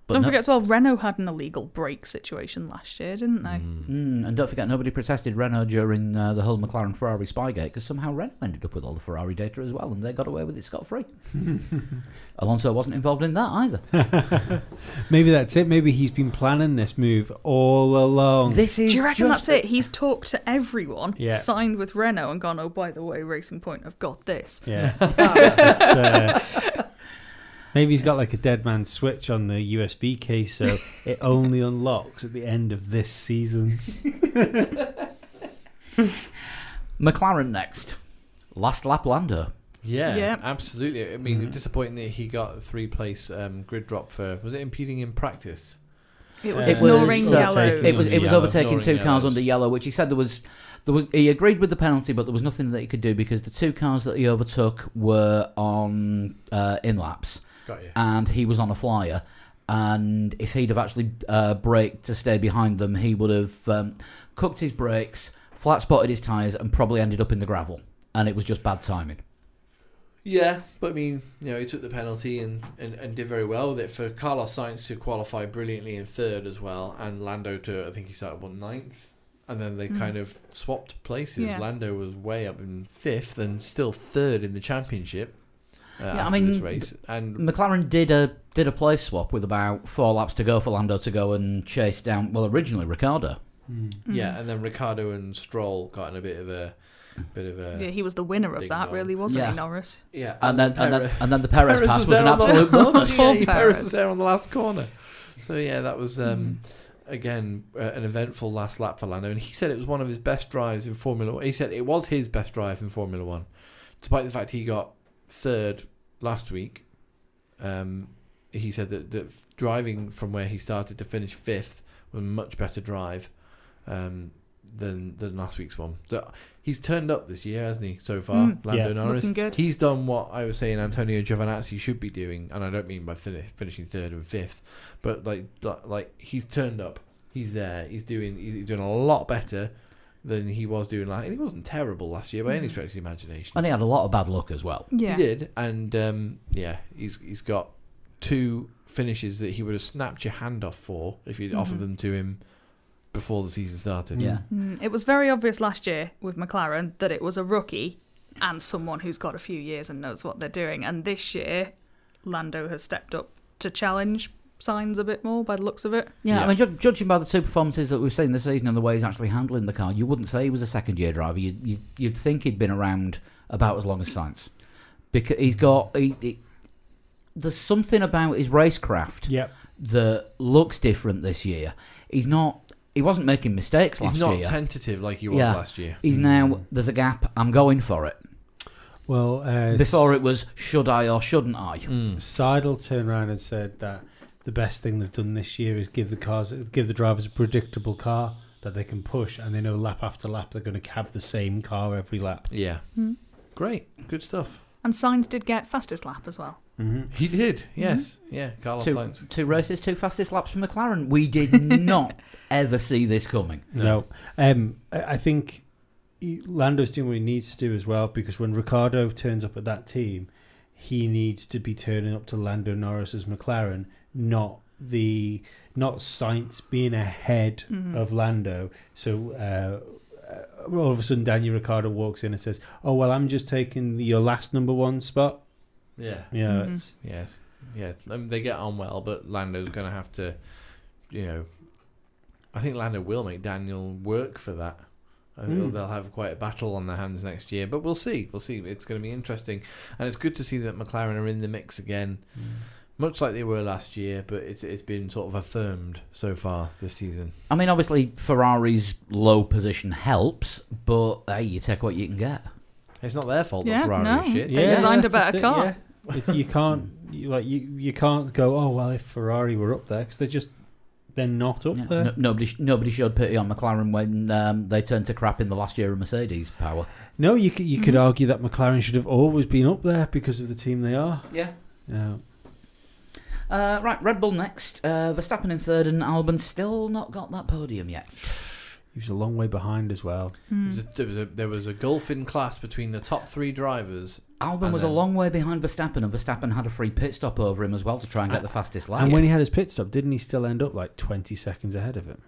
But Don't no- forget as well, Renault had an illegal brake situation last year, didn't they? Mm. Mm, and don't forget, nobody protested Renault during uh, the whole McLaren Ferrari Spygate because somehow Renault ended up with all the Ferrari data as well, and they got away with it scot [LAUGHS] free. Alonso wasn't involved in that either. [LAUGHS] Maybe that's it. Maybe he's been planning this move all along. This is Do you reckon just- that's it? He's talked to everyone, Yeah. signed with Renault, and gone, oh, by the way, Racing Point, I've got [LAUGHS] this. yeah. It's, uh, [LAUGHS] maybe he's got like a dead man switch on the USB [LAUGHS] case, so it only unlocks at the end of this season. McLaren next. Last lap Lando. Yeah, Yeah. absolutely. I mean, Mhm. disappointing that he got a three-place um, grid drop for. Was it impeding in practice? It was Uh, It was, ignoring uh, yellows. It was it was Yellow. overtaking two Ignoring cars yellows. under yellow, which he said there was there was he agreed with the penalty, but there was nothing that he could do because the two cars that he overtook were on uh, in laps. Got you. and he was on a flyer. And if he'd have actually uh, braked to stay behind them, he would have um, cooked his brakes, flat spotted his tyres, and probably ended up in the gravel. And it was just bad timing. Yeah, but I mean, you know, he took the penalty and, and, and did very well with it. For Carlos Sainz to qualify brilliantly in third as well, and Lando to, I think he started on ninth. And then they Mm. kind of swapped places. Yeah. Lando was way up in fifth and still third in the championship. Uh, I after mean, this race. And McLaren did a did a place swap with about four laps to go for Lando to go and chase down. Well, originally Ricardo. Mm. yeah, and then Ricardo and Stroll got in a bit of a bit of a Yeah, he was the winner of Ding that, dong. really, wasn't Yeah. he, Norris? yeah, And then, and then, Perez- and then the Perez, pass was, there an on the- absolute bonus. [LAUGHS] yeah, Poor Perez. Perez. was there on the last corner. So yeah, that was um, Hmm. again uh, an eventful last lap for Lando, and he said it was one of his best drives in Formula One. He said it was his best drive in Formula One, despite the fact he got third last week. Um, he said that, that driving from where he started to finish fifth was a much better drive um, than than last week's one. So he's turned up this year, hasn't he? So far, Mm. Lando Yeah. Norris. Looking good. He's done what I was saying Antonio Giovinazzi should be doing, and I don't mean by fin- finishing third and fifth, but like like- like he's turned up. He's there. He's doing he's doing a lot better than he was doing last. And he wasn't terrible last year by any Mm. stretch of the imagination. And he had a lot of bad luck as well. Yeah. He did, and um, yeah, he's he's got two finishes that he would have snapped your hand off for if you'd offered Mhm. them to him before the season started. Yeah. Mm, It was very obvious last year with McLaren that it was a rookie and someone who's got a few years and knows what they're doing. And this year, Lando has stepped up to challenge signs a bit more by the looks of it. Yeah, Yeah. I mean, ju- judging by the two performances that we've seen this season and the way he's actually handling the car, you wouldn't say he was a second year driver. You'd, you'd, you'd think he'd been around about as long as science. Because he's got. He, he, there's something about his racecraft Yep. that looks different this year. He's not. He wasn't making mistakes last He's not Mm. year. tentative like he was Yeah. last year. he's now. There's a gap. I'm going for it. Well, uh, Before it was should I or shouldn't I? Mm. Seidel turned around and said that the best thing they've done this year is give the cars, give the drivers a predictable car that they can push, and they know lap after lap they're going to have the same car every lap. Yeah, Mm. great, good stuff. And signs did get fastest lap as well. Mm-hmm. He did, yes, yeah. Carlos Two- Sainz. Two races, two fastest laps for McLaren. We [LAUGHS] did not ever see this coming. No, um, I I think he- Lando's doing what he needs to do as well because when Ricardo turns up at that team, he needs to be turning up to Lando Norris's McLaren, not the not Sainz being ahead Mhm. of Lando. So uh, uh, all of a sudden, Daniel Ricciardo walks in and says, "Oh well, I'm just taking the, your last number one spot." Yeah. Yeah, Mhm. it's, Yes. Yeah. Um, they get on well, but Lando's going to have to, you know, I think Lando will make Daniel work for that. I think Mm. they'll have quite a battle on their hands next year, but we'll see. We'll see. It's going to be interesting, and it's good to see that McLaren are in the mix again, Mm. much like they were last year. But it's it's been sort of affirmed so far this season. I mean, obviously Ferrari's low position helps, but hey, you take what you can get. It's not their fault Yeah, that Ferrari no. is shit. They designed a that's better it, car. yeah. It's, you can't you, like you you can't go. Oh well, if Ferrari were up there, because they're just they're not up Yeah. there. No, nobody, sh- nobody showed pity on McLaren when um, they turned to crap in the last year of Mercedes power. No, you could, you could Mhm. argue that McLaren should have always been up there because of the team they are. Yeah. No. Uh, right, Red Bull next. Uh, Verstappen in third, and Albon still not got that podium yet. He was a long way behind as well. Mm-hmm. There was, a, there, was a, there was a gulf in class between the top three drivers. Albon And was a then- long way behind Verstappen, and Verstappen had a free pit stop over him as well to try and get the fastest lap. and when he had his pit stop, didn't he still end up like 20 seconds ahead of him?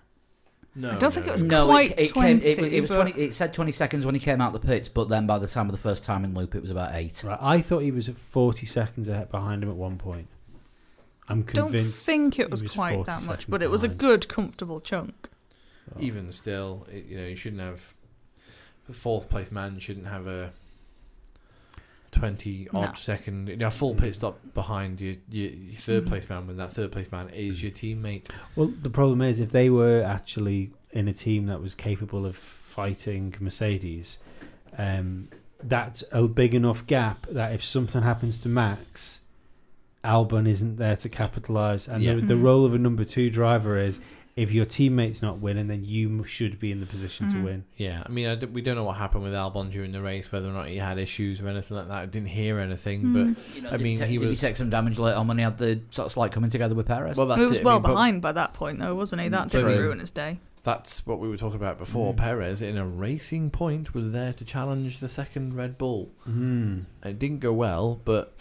No, I don't think no, it was no. no, quite it, it, came, it, 20, was- it was but- twenty. It said twenty seconds when he came out the pits, but then by the time of the first time in loop, it was about eight. Right, I thought he was at 40 seconds ahead behind him at one point. I'm Don't convinced. think it he was, was quite 40 that much, seconds but it was a behind. good, comfortable chunk. Oh. even still, it, you know, you shouldn't have the fourth place man shouldn't have a twenty No. odd second, you know, full pit stop behind your your, your third Mhm. place man when that third place man is your teammate. Well, the problem is if they were actually in a team that was capable of fighting Mercedes, um, that's a big enough gap that if something happens to Max, Albon isn't there to capitalise. And Yeah. the, the Mhm. role of a number two driver is if your teammate's not winning, then you m- should be in the position Mhm. to win. Yeah, I mean, I d we don't know what happened with Albon during the race, whether or not he had issues or anything like that. I didn't hear anything, Mm. You know, I did mean, he, take- he did he was- take some damage later on when he had the sort of slight coming together with Perez? but well, that's he was it. I well mean, but- behind by that point, though, wasn't he? That True. didn't ruin his day. That's what we were talking about before. Mm. Perez, in a racing point, was there to challenge the second Red Bull. Mm. It didn't go well, [LAUGHS] but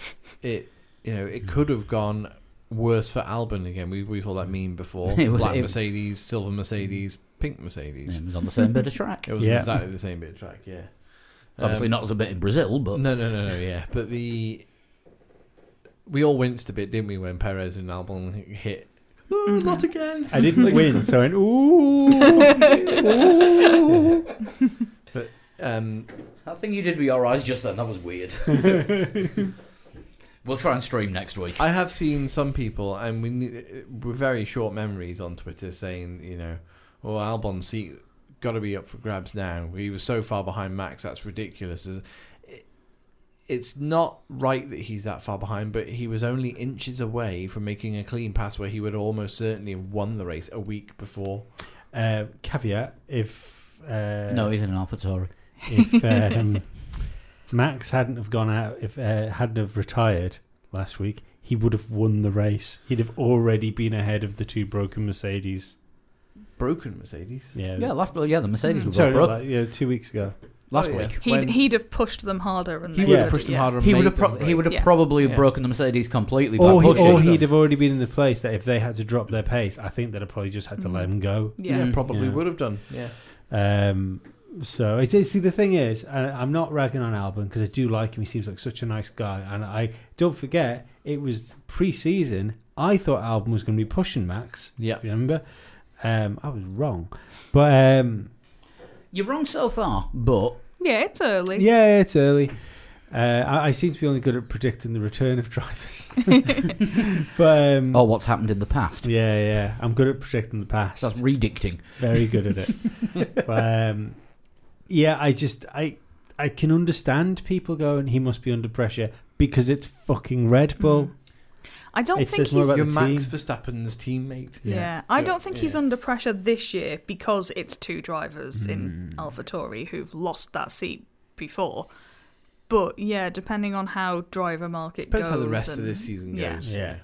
it you know it could have gone worse for Albon again. We we saw that meme before: [LAUGHS] It was- black it- Mercedes, silver Mercedes, pink Mercedes. It was on the same bit of track. [LAUGHS] It was Yeah. exactly the same bit of track. Yeah, Obviously, Um, not as a bit in Brazil, but No, no, no, no. Yeah, but the we all winced a bit, didn't we, when Perez and Albon hit? "Oh, not again. I didn't win, so I went, ooh. [LAUGHS] ooh. Um, that thing you did with your eyes just then, that was [LAUGHS] weird. [LAUGHS] we'll try and stream next week. I have seen some people, and we need, with very short memories on Twitter, saying, you know, "Oh, Albon's seat got to be up for grabs now. He was so far behind Max. That's ridiculous." It- It's not right that he's that far behind, but he was only inches away from making a clean pass where he would almost certainly have won the race a week before. Uh, caveat if. Uh, no, he's in an AlphaTauri. if um, [LAUGHS] Max hadn't have gone out, if uh, hadn't have retired last week, he would have won the race. He'd have already been ahead of the two broken Mercedes. Broken Mercedes. Yeah, Yeah, last yeah, the Mercedes Mm. Hmm. were Sorry, both broke like, yeah, two weeks ago. last Oh, yeah. week. He'd, When- he'd have pushed them harder, and He they would Yeah. have pushed them yeah. harder. And He made would have them pro- break. he would have Yeah. probably Yeah. broken the Mercedes completely Or, by he, pushing. or he- he'd have already been in the place that if they had to drop their pace, I think they'd have probably just had to let him go. Yeah. Mm. probably Yeah. would have done. Yeah. Um, so it's, it's- see, the thing is, and I'm not ragging on Albon because I do like him. He seems like such a nice guy, and I don't forget it was pre-season. I thought Albon was going to be pushing Max. Yeah. Remember, um, I was wrong, but um, You're wrong so far, but Yeah, it's early. yeah, it's early. Uh, I, I seem to be only good at predicting the return of drivers, [LAUGHS] but Hmm. um, oh, what's happened in the past? yeah, yeah, I'm good at predicting the past. That's redicting. very good at it. but, um, yeah, I just I I can understand people going. He must be under pressure because it's fucking Red Bull. Mm. I don't It think says more he's. about You're the Max team. Verstappen's teammate. yeah. Yeah. I Yeah. don't think he's Yeah. under pressure this year because it's two drivers in AlphaTauri who've lost that seat before. But yeah, depending on how driver market Depends goes, how the rest of and- this season yeah. goes. Yeah.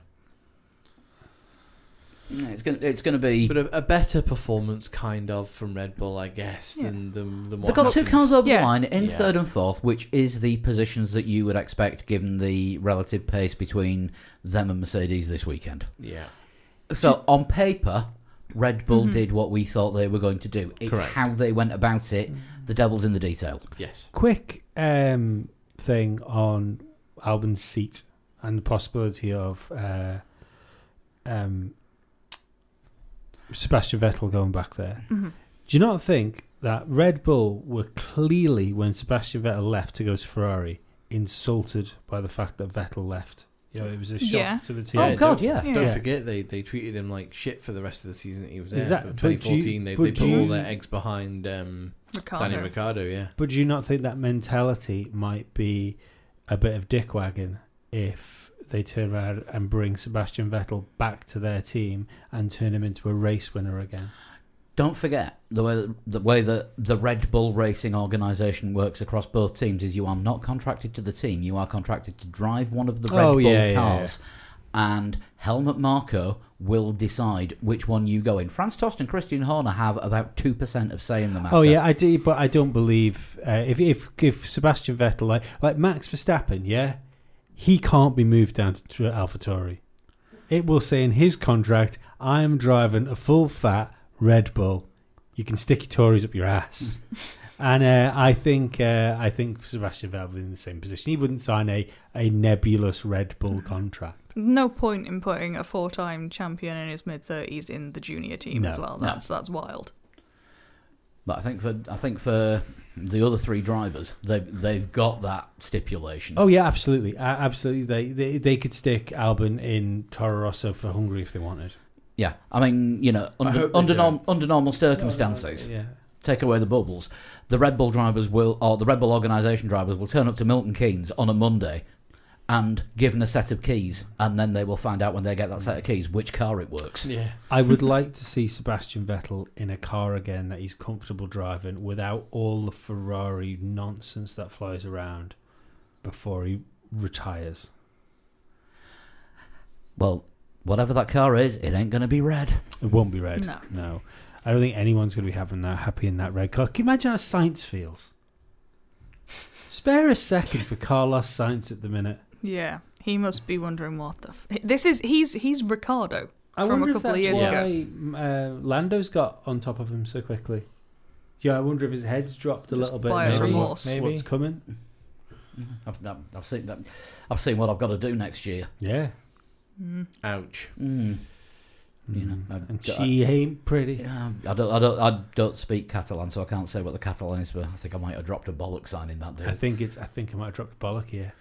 Yeah, It's gonna it's gonna be. Hmm. But a, a better performance, kind of, from Red Bull, I guess, than than They've than what got two happened. cars over the Yeah. line in Yeah. third and fourth, which is the positions that you would expect given the relative pace between them and Mercedes this weekend. Yeah, So on paper, Red Bull did what we thought they were going to do. It's Correct. how they went about it. The devil's in the detail. yes. Quick um, thing on Albon's seat and the possibility of uh, um, Sebastian Vettel going back there. Mhm. Do you not think that Red Bull were clearly when Sebastian Vettel left to go to Ferrari insulted by the fact that Vettel left? You know, it was a shock Yeah. to the team. Yeah, oh God, don't- yeah. Yeah. Don't forget they, they treated him like shit for the rest of the season that he was there. Exactly, For but do you- 2014, they, but they put do all you- their eggs behind um, Ricardo. Danny Ricciardo. Yeah, But do you not think that mentality might be a bit of dick wagging if they turn around and bring Sebastian Vettel back to their team and turn him into a race winner again? Don't forget the way that, the way that the Red Bull Racing organization works across both teams is you are not contracted to the team. You are contracted to drive one of the Red Oh, Bull yeah, yeah, cars, and Helmut Marko will decide which one you go in. Franz Tost and Christian Horner have about two percent of say in the matter. Oh yeah, I do, but I don't believe uh, if if if Sebastian Vettel like like Max Verstappen, yeah, he can't be moved down to, to AlphaTauri. It will say in his contract, "I am driving a full fat Red Bull. You can stick your Tories up your ass." and uh, I think uh, I think Sebastian Vettel would be in the same position. He wouldn't sign a a nebulous Red Bull contract. No point in putting a four-time champion in his mid-thirties in the junior team No. as well. No. That's that's wild. But I think for I think for the other three drivers, they they've got that stipulation. Oh yeah, absolutely, uh, absolutely. They, they they could stick Albon in Toro Rosso for Hungary if they wanted. Yeah, I mean, you know, under hope they under, do. norm, under normal circumstances, Yeah. take away the bubbles, the Red Bull drivers will, or the Red Bull organisation drivers will turn up to Milton Keynes on a Monday, and given a set of keys, and then they will find out when they get that set of keys which car it works. yeah. I would like to see Sebastian Vettel in a car again that he's comfortable driving without all the Ferrari nonsense that flies around before he retires. Well, whatever that car is, it ain't going to be red. It won't be red. No. No. I don't think anyone's going to be having that happy in that red car. Can you imagine how Science feels? Spare a second for Carlos Science at the minute. Yeah, he must be wondering what the. F- this is he's he's Ricardo. I From a wonder couple of if that's years why uh, Lando's got on top of him so quickly. Yeah, I wonder if his head's dropped a Just little bit. buyer's maybe remorse. Maybe. Maybe. What's coming? Mm-hmm. I've, I've seen that. I've seen what I've got to do next year. Yeah. Mm. Ouch. Mm. You know, Mm. I've and got- she ain't pretty. Yeah, I don't, I don't, I don't speak Catalan, so I can't say what the Catalan is. But I think I might have dropped a bollock sign in that I day. think it's. I think I might have dropped a bollock here.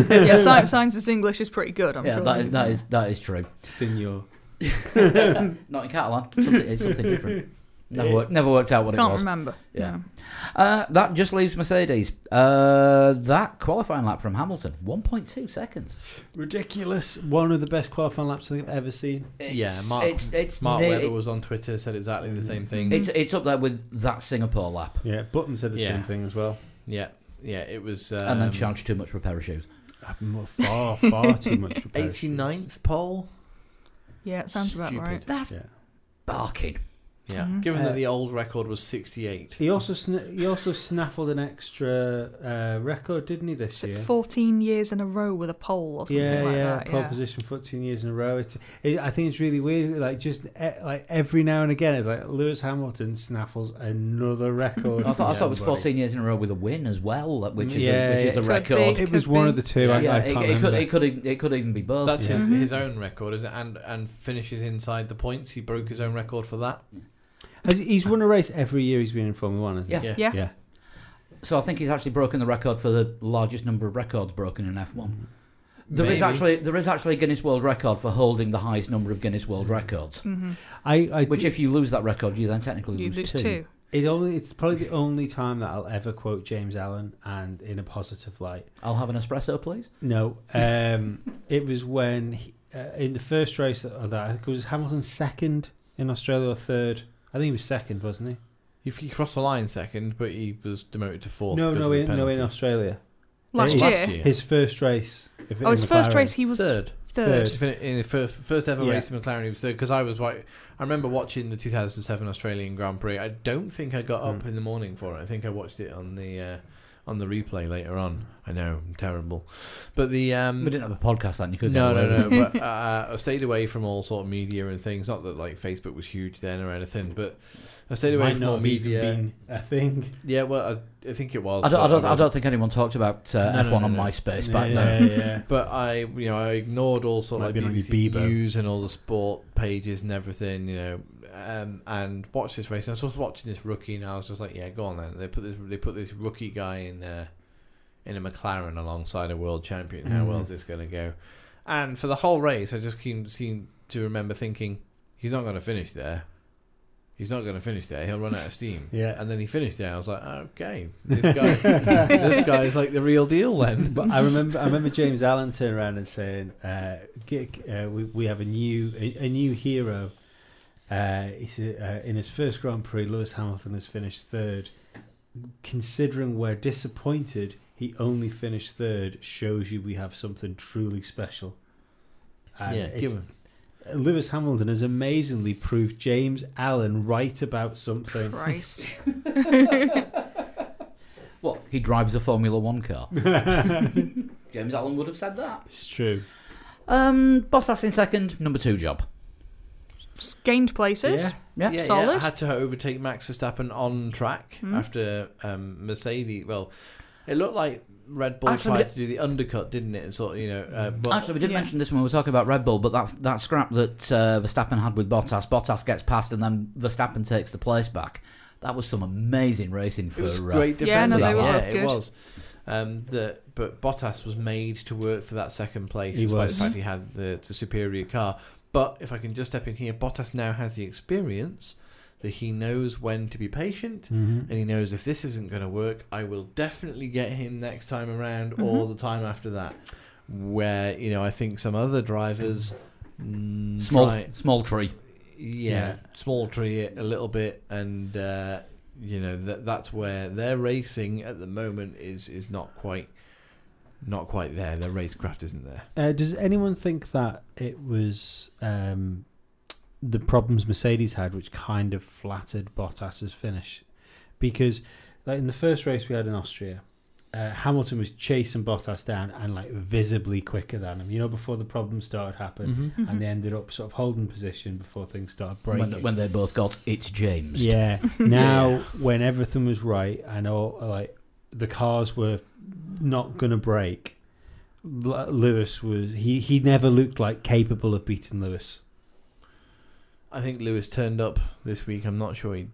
yeah, science, science's English is pretty good. I'm yeah, sure. that is, that is that is true. Senor. [LAUGHS] Not in Catalan. Something, it's something different. Never Yeah. worked. Never worked out what it Can't was. remember. Yeah. Uh, that just leaves Mercedes. Uh, that qualifying lap from Hamilton, one point two seconds. Ridiculous. One of the best qualifying laps I think I've ever seen. Yeah, Mark- It's it's Mark near- Webber was on Twitter, said exactly the same thing. it's it's up there with that Singapore lap, Yeah, Button said the Yeah. same thing as well. Mm-hmm. Yeah, yeah, it was. Um, and then charged too much for a pair of shoes. Uh, Far, far too much. for Perez. 89th pole. Yeah, it sounds about Stupid. right. That's Yeah. barking. Yeah, Mhm. given Uh, that the old record was 68. He also sn- he also snaffled an extra uh, record, didn't he, this Is it year? 14 years in a row with a pole or something yeah, like yeah, that. pole Yeah. position 14 years in a row. It's, it, I think it's really weird. Like just eh, like every now and again, it's like Lewis Hamilton snaffles another record. [LAUGHS] I thought I Yeah, thought it was buddy. 14 years in a row with a win as well, which is Yeah, a, which is a Could record. be. It was one of the two. I, yeah, I it, can't it could remember. it could e- it could even be both. That's yeah. his, Mhm. his own record, isn't it? And and finishes inside the points. He broke his own record for that. Has- he's won a race every year. He's been in Formula One, hasn't Yeah. he? Yeah. yeah. so I think he's actually broken the record for the largest number of records broken in Mm. F1. There is Maybe. actually there is actually a Guinness World Record for holding the highest number of Guinness World Records. Mhm. I, I Which, if you lose that record, you then technically You lose, lose two. two. it only it's probably the only time that I'll ever quote James Allen and in a positive light. I'll have an espresso, please. No, um, [LAUGHS] it was when he, uh, in the first race that, of that I think it was Hamilton second in Australia or third. I think he was second, wasn't he? He, he crossed the line second, but he was demoted to fourth. no, because no, of the in, no, in penalty. Australia. Last Last year. His first race. if- Oh, in his first McLaren. race, he was third. third. To fin- in the first, first ever Yeah. race in McLaren, he was third because I was like, I remember watching the 2007 Australian Grand Prix. I don't think I got up Hmm. in the morning for it. I think I watched it on the uh, on the replay later on. I know, I'm terrible, but the um, We didn't have a podcast then. You could no, no, [LAUGHS] no. but [LAUGHS] uh, I stayed away from all sort of media and things. Not that like Facebook was huge then or anything, but I stayed away Might from not all have even media. been a thing. Yeah, well, I, I think it was. I don't, I, but don't, I don't think anyone talked about uh, No, no, F1 no, on no. MySpace yeah, back then. yeah, yeah. [LAUGHS] But I, you know, I ignored all sort Might of be like on your BBC Bebo. news and all the sport pages and everything, you know, um, and watched this race. And I was just watching this rookie, and I was just like, yeah, go on then. They put this, they put this rookie guy in, uh, in a McLaren alongside a world champion. How Mhm. well's this going to go? And for the whole race, I just keep seem to remember thinking, he's not going to finish there. He's not going to finish there. He'll run out of steam. [LAUGHS] Yeah. And then he finished there. I was like, okay, this [LAUGHS] guy, this guy is like the real deal then. but I remember, I remember James Allen turning around and saying, uh, "Gig, uh, we, we have a new, a, a new hero." Uh, he said, uh, in his first Grand Prix, Lewis Hamilton has finished third. Considering we're disappointed, he only finished third. Shows you we have something truly special. And yeah, it's- give him. Lewis Hamilton has amazingly proved James Allen right about something. Christ. What? He drives a Formula One car. James Allen would have said that. It's true. Um, Bottas in second, number two job. S- Gained places. Yeah. Yeah. yeah, Solid. Yeah, had to overtake Max Verstappen on track Mhm. after um, Mercedes. Well, it looked like Red Bull Actually, we tried to do the undercut, didn't it? And sort of, you know, uh, but Actually, we didn't Yeah. mention this when we were talking about Red Bull, but that that scrap that uh, Verstappen had with Bottas, Bottas gets past, and then Verstappen takes the place back. That was some amazing racing for. it was uh, great Yeah, defending. no, they Yeah, were both it good. was. Um, the, but Bottas was made to work for that second place, He despite was. the fact he had the, the superior car. But if I can just step in here, Bottas now has the experience that he knows when to be patient. and he knows if this isn't going to work, I will definitely get him next time around or the time after that. Where you know, I think some other drivers, mm, small try- small tree. yeah, Yeah. small tree it a little bit, and uh, you know that that's where their racing at the moment is is not quite. Not quite there. Their racecraft isn't there. Uh, does anyone think that it was um, the problems Mercedes had, which kind of flattered Bottas's finish, because like in the first race we had in Austria, uh, Hamilton was chasing Bottas down and like visibly quicker than him. You know, before the problems started happening, Mm-hmm. and they ended up sort of holding position before things started breaking. When, when they both got it's James. Yeah. Now, when everything was right and all like the cars were not gonna break, L- Lewis was he he never looked like capable of beating Lewis. I think Lewis turned up this week. I'm not sure he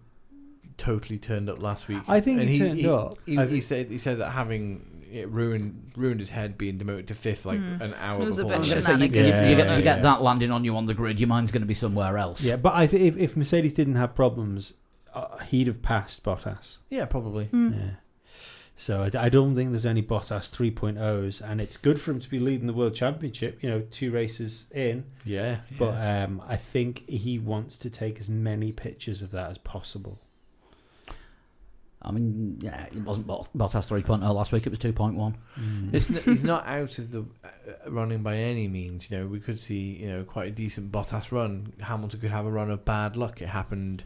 totally turned up last week. I think he turned up. He, I he think- said he said that having it ruined ruined his head being demoted to fifth like Mm. an hour It was a before. bit I was Oh, the gonna race. say, you, Yeah, you get, you yeah, get yeah. that landing on you on the grid, your mind's going to be somewhere else. Yeah, but I think if, if Mercedes didn't have problems, uh, he'd have passed Bottas. Yeah, probably. Mm. Yeah. So I, I don't think there's any Bottas 3.0s, and it's good for him to be leading the World Championship. You know, two races in, Yeah, but um, I think he wants to take as many pictures of that as possible. I mean, yeah, it wasn't Bot- Bottas 3.0 last week, it was 2.1. Mm. It's n- he's not out of the uh, running by any means. You know, we could see you know quite a decent Bottas run. Hamilton could have a run of bad luck. It happened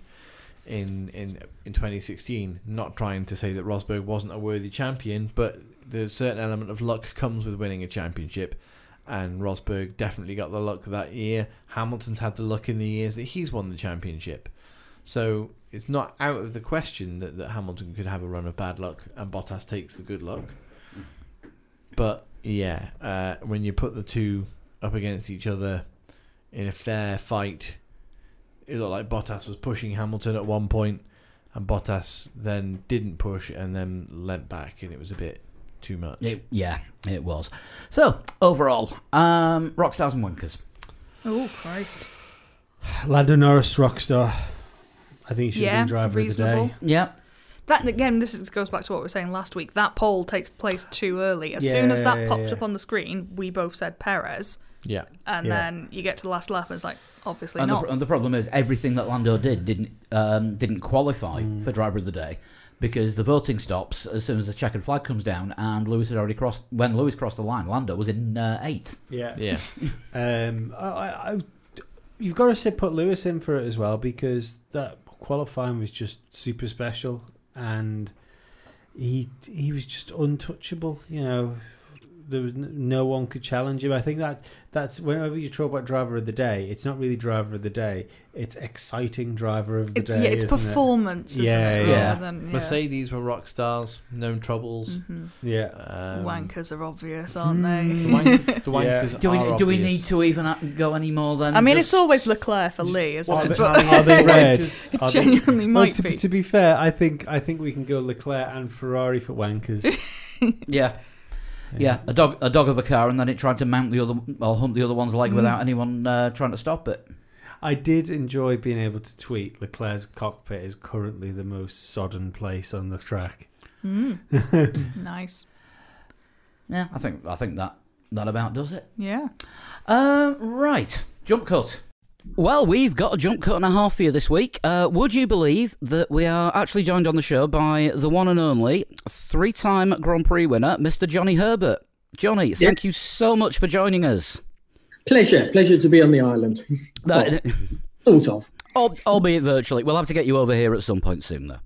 in in in 2016. Not trying to say that Rosberg wasn't a worthy champion, but the certain element of luck comes with winning a championship. And Rosberg definitely got the luck that year. Hamilton's had the luck in the years that he's won the championship. So it's not out of the question that, that Hamilton could have a run of bad luck and Bottas takes the good luck. But yeah, uh, when you put the two up against each other in a fair fight, it looked like Bottas was pushing Hamilton at one point, and Bottas then didn't push and then leant back, and it was a bit too much. It, yeah, it was. So, overall, um, Rockstars and Winkers. Oh Christ! Lando Norris, rockstar. I think he should Yeah, have been driver of the reasonable. day. Yeah. That again, this is, goes back to what we were saying last week. That poll takes place too early. As soon as that Yeah, popped yeah. up on the screen, we both said Perez, Yeah, and Yeah. then you get to the last lap, and it's like obviously And the, not. pr- and the problem is, everything that Lando did didn't um, didn't qualify for driver of the day because the voting stops as soon as the checkered flag comes down, and Lewis had already crossed. When Lewis crossed the line, Lando was in uh, eighth. Yeah. yeah, Um, I, I, I- you've got to say put Lewis in for it as well because that qualifying was just super special, and he he was just untouchable. You know, there was n- no one could challenge him. I think that that's whenever you talk about driver of the day, it's not really driver of the day. It's exciting driver of the It- day. yeah, it's isn't performance, isn't Yeah, it? [LAUGHS] yeah. Rather than, yeah. Mercedes were rock stars, known troubles. Mhm. It? [LAUGHS] Yeah. Mm. Um, Wankers are obvious, aren't The, they? [LAUGHS] Mm. wank- the [LAUGHS] Yeah. wankers Do we are do we obvious. need to even a- go any more than? I mean, just- it's always Leclerc for Lee, isn't What's it? it- But [LAUGHS] are they [LAUGHS] red? Wankers- Are it they- genuinely Well, might to, be. to be fair, I think I think we can go Leclerc and Ferrari for wankers. [LAUGHS] yeah. Yeah, a dog, a dog of a car, and then it tried to mount the other, well, hunt the other one's leg Mm. without anyone uh, trying to stop it. I did enjoy being able to tweet Leclerc's cockpit is currently the most sodden place on the track. [LAUGHS] Mm. nice. Yeah, I think, I think that that about does it. Yeah. Um, right, jump cut. Well, we've got a jump cut and a half for you this week. Uh, would you believe that we are actually joined on the show by the one and only three-time Grand Prix winner, Mr. Johnny Herbert? Johnny, thank you so much for joining us. Pleasure, pleasure to be on the island. [LAUGHS] Uh, Sort of. [LAUGHS] Al- albeit virtually. We'll have to get you over here at some point soon, though.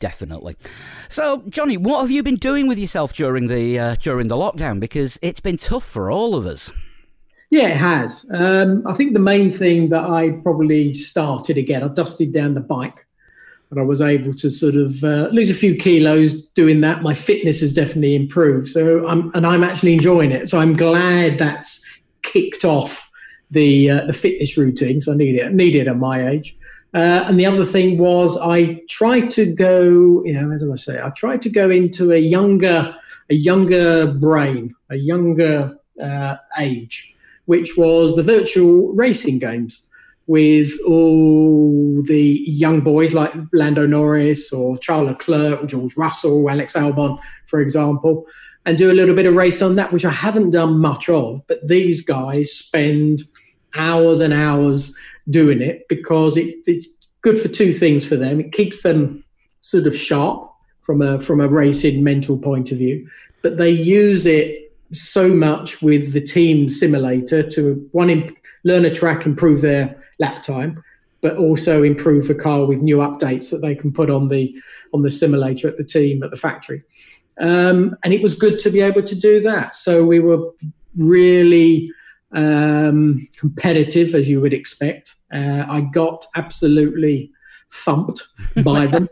Definitely. So, Johnny, what have you been doing with yourself during the uh, during the lockdown? Because it's been tough for all of us. Yeah, it has. Um, I think the main thing that I probably started again, I dusted down the bike and I was able to sort of uh, lose a few kilos doing that. My fitness has definitely improved. So I'm, and I'm actually enjoying it. So I'm glad that's kicked off the, uh, the fitness routine. So I need it, need it at my age. Uh, and the other thing was I tried to go, you know, how do I say? I tried to go into a younger, a younger brain, a younger uh, age which was the virtual racing games with all the young boys like Lando Norris or Charles Leclerc, George Russell, Alex Albon, for example, and do a little bit of race on that, which I haven't done much of. But these guys spend hours and hours doing it because it, it's good for two things for them. It keeps them sort of sharp from a from a racing mental point of view, but they use it so much with the team simulator to one imp- learn a track, improve their lap time, but also improve the car with new updates that they can put on the on the simulator at the team at the factory. Um, and it was good to be able to do that. So we were really um, competitive, as you would expect. Uh, I got absolutely thumped by them,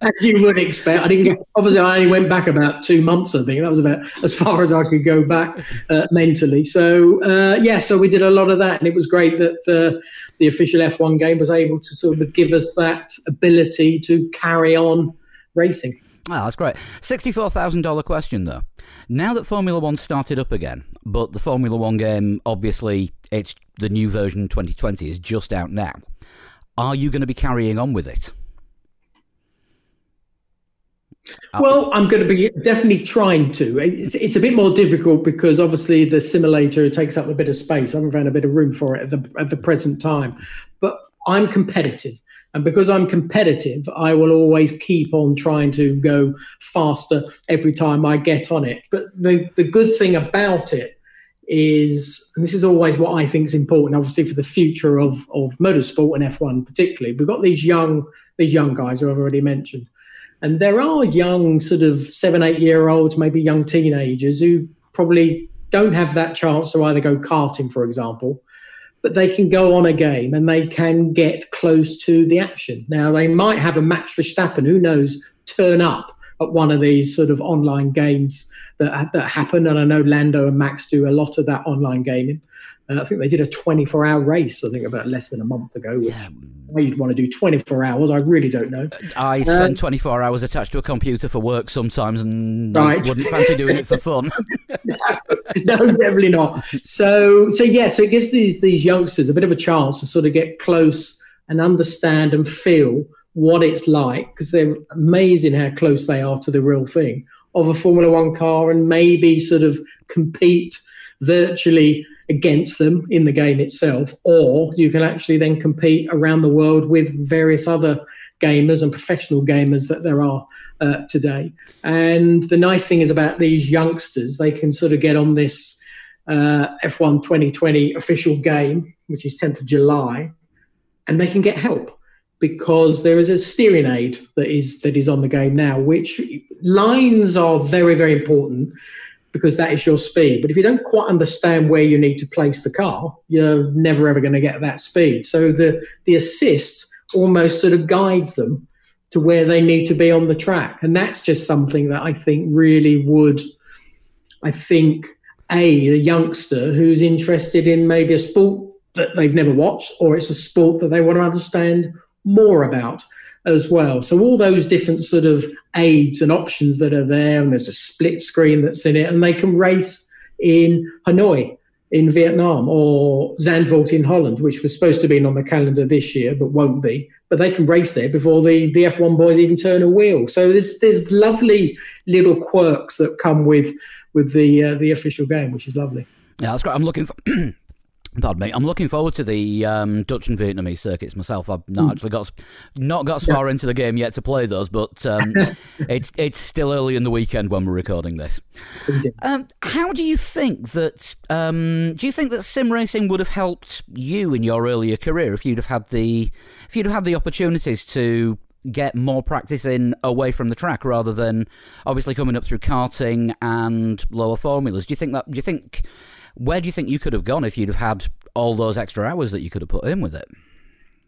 as you would expect. I didn't get, obviously, I only went back about two months, I think. That was about as far as I could go back uh, mentally. So, uh, yeah, so we did a lot of that, and it was great that the, the official F1 game was able to sort of give us that ability to carry on racing. Ah, that's great. Sixty-four thousand dollar question though. Now that Formula One started up again, but the Formula One game, obviously, it's the new version twenty twenty is just out now. Are you going to be carrying on with it? Well, I'm going to be definitely trying to. It's, it's a bit more difficult because obviously the simulator takes up a bit of space. I haven't found a bit of room for it at the at the present time, but I'm competitive. And because I'm competitive, I will always keep on trying to go faster every time I get on it. But the, the good thing about it is, and this is always what I think is important, obviously for the future of, of motorsport and F1 particularly, we've got these young these young guys who I've already mentioned. And there are young sort of seven, eight year olds, maybe young teenagers who probably don't have that chance to either go karting, for example, but they can go on a game and they can get close to the action. Now they might have a match Verstappen, who knows, turn up at one of these sort of online games that that happen. And I know Lando and Max do a lot of that online gaming. Uh, I think they did a 24-hour race. I think about less than a month ago. Which Yeah. why you'd want to do 24 hours? I really don't know. I spend twenty-four hours attached to a computer for work sometimes, and Right. I wouldn't fancy doing it for fun. [LAUGHS] no, definitely not. So, so yeah, so it gives these these youngsters a bit of a chance to sort of get close and understand and feel what it's like because they're amazing how close they are to the real thing of a Formula One car and maybe sort of compete virtually against them in the game itself, or you can actually then compete around the world with various other gamers and professional gamers that there are uh, today. And the nice thing is about these youngsters, they can sort of get on this uh, F1 2020 official game, which is 10th of July, and they can get help because there is a steering aid that is that is on the game now which lines are very very important because that is your speed. But if you don't quite understand where you need to place the car, you're never ever going to get that speed. So the the assist almost sort of guides them to where they need to be on the track, and that's just something that I think really would, I think, a a youngster who's interested in maybe a sport that they've never watched, or it's a sport that they want to understand more about as well. So all those different sort of aids and options that are there, and there's a split screen that's in it, and they can race in Hanoi in Vietnam or Zandvoort in Holland, which was supposed to be on the calendar this year but won't be. But they can race there before the, the F1 boys even turn a wheel. So there's there's lovely little quirks that come with with the uh, the official game, which is lovely. Yeah, that's great. I'm looking for. [CLEARS THROAT] Pardon me. I'm looking forward to the um, Dutch and Vietnamese circuits myself. I've not actually got not got as far into the game yet to play those, but um, it's it's still early in the weekend when we're recording this. Um, how do you think that? Um, do you think that sim racing would have helped you in your earlier career if you'd have had the if you'd have had the opportunities to get more practice in away from the track rather than obviously coming up through karting and lower formulas? Do you think that? Do you think where do you think you could have gone if you'd have had all those extra hours that you could have put in with it?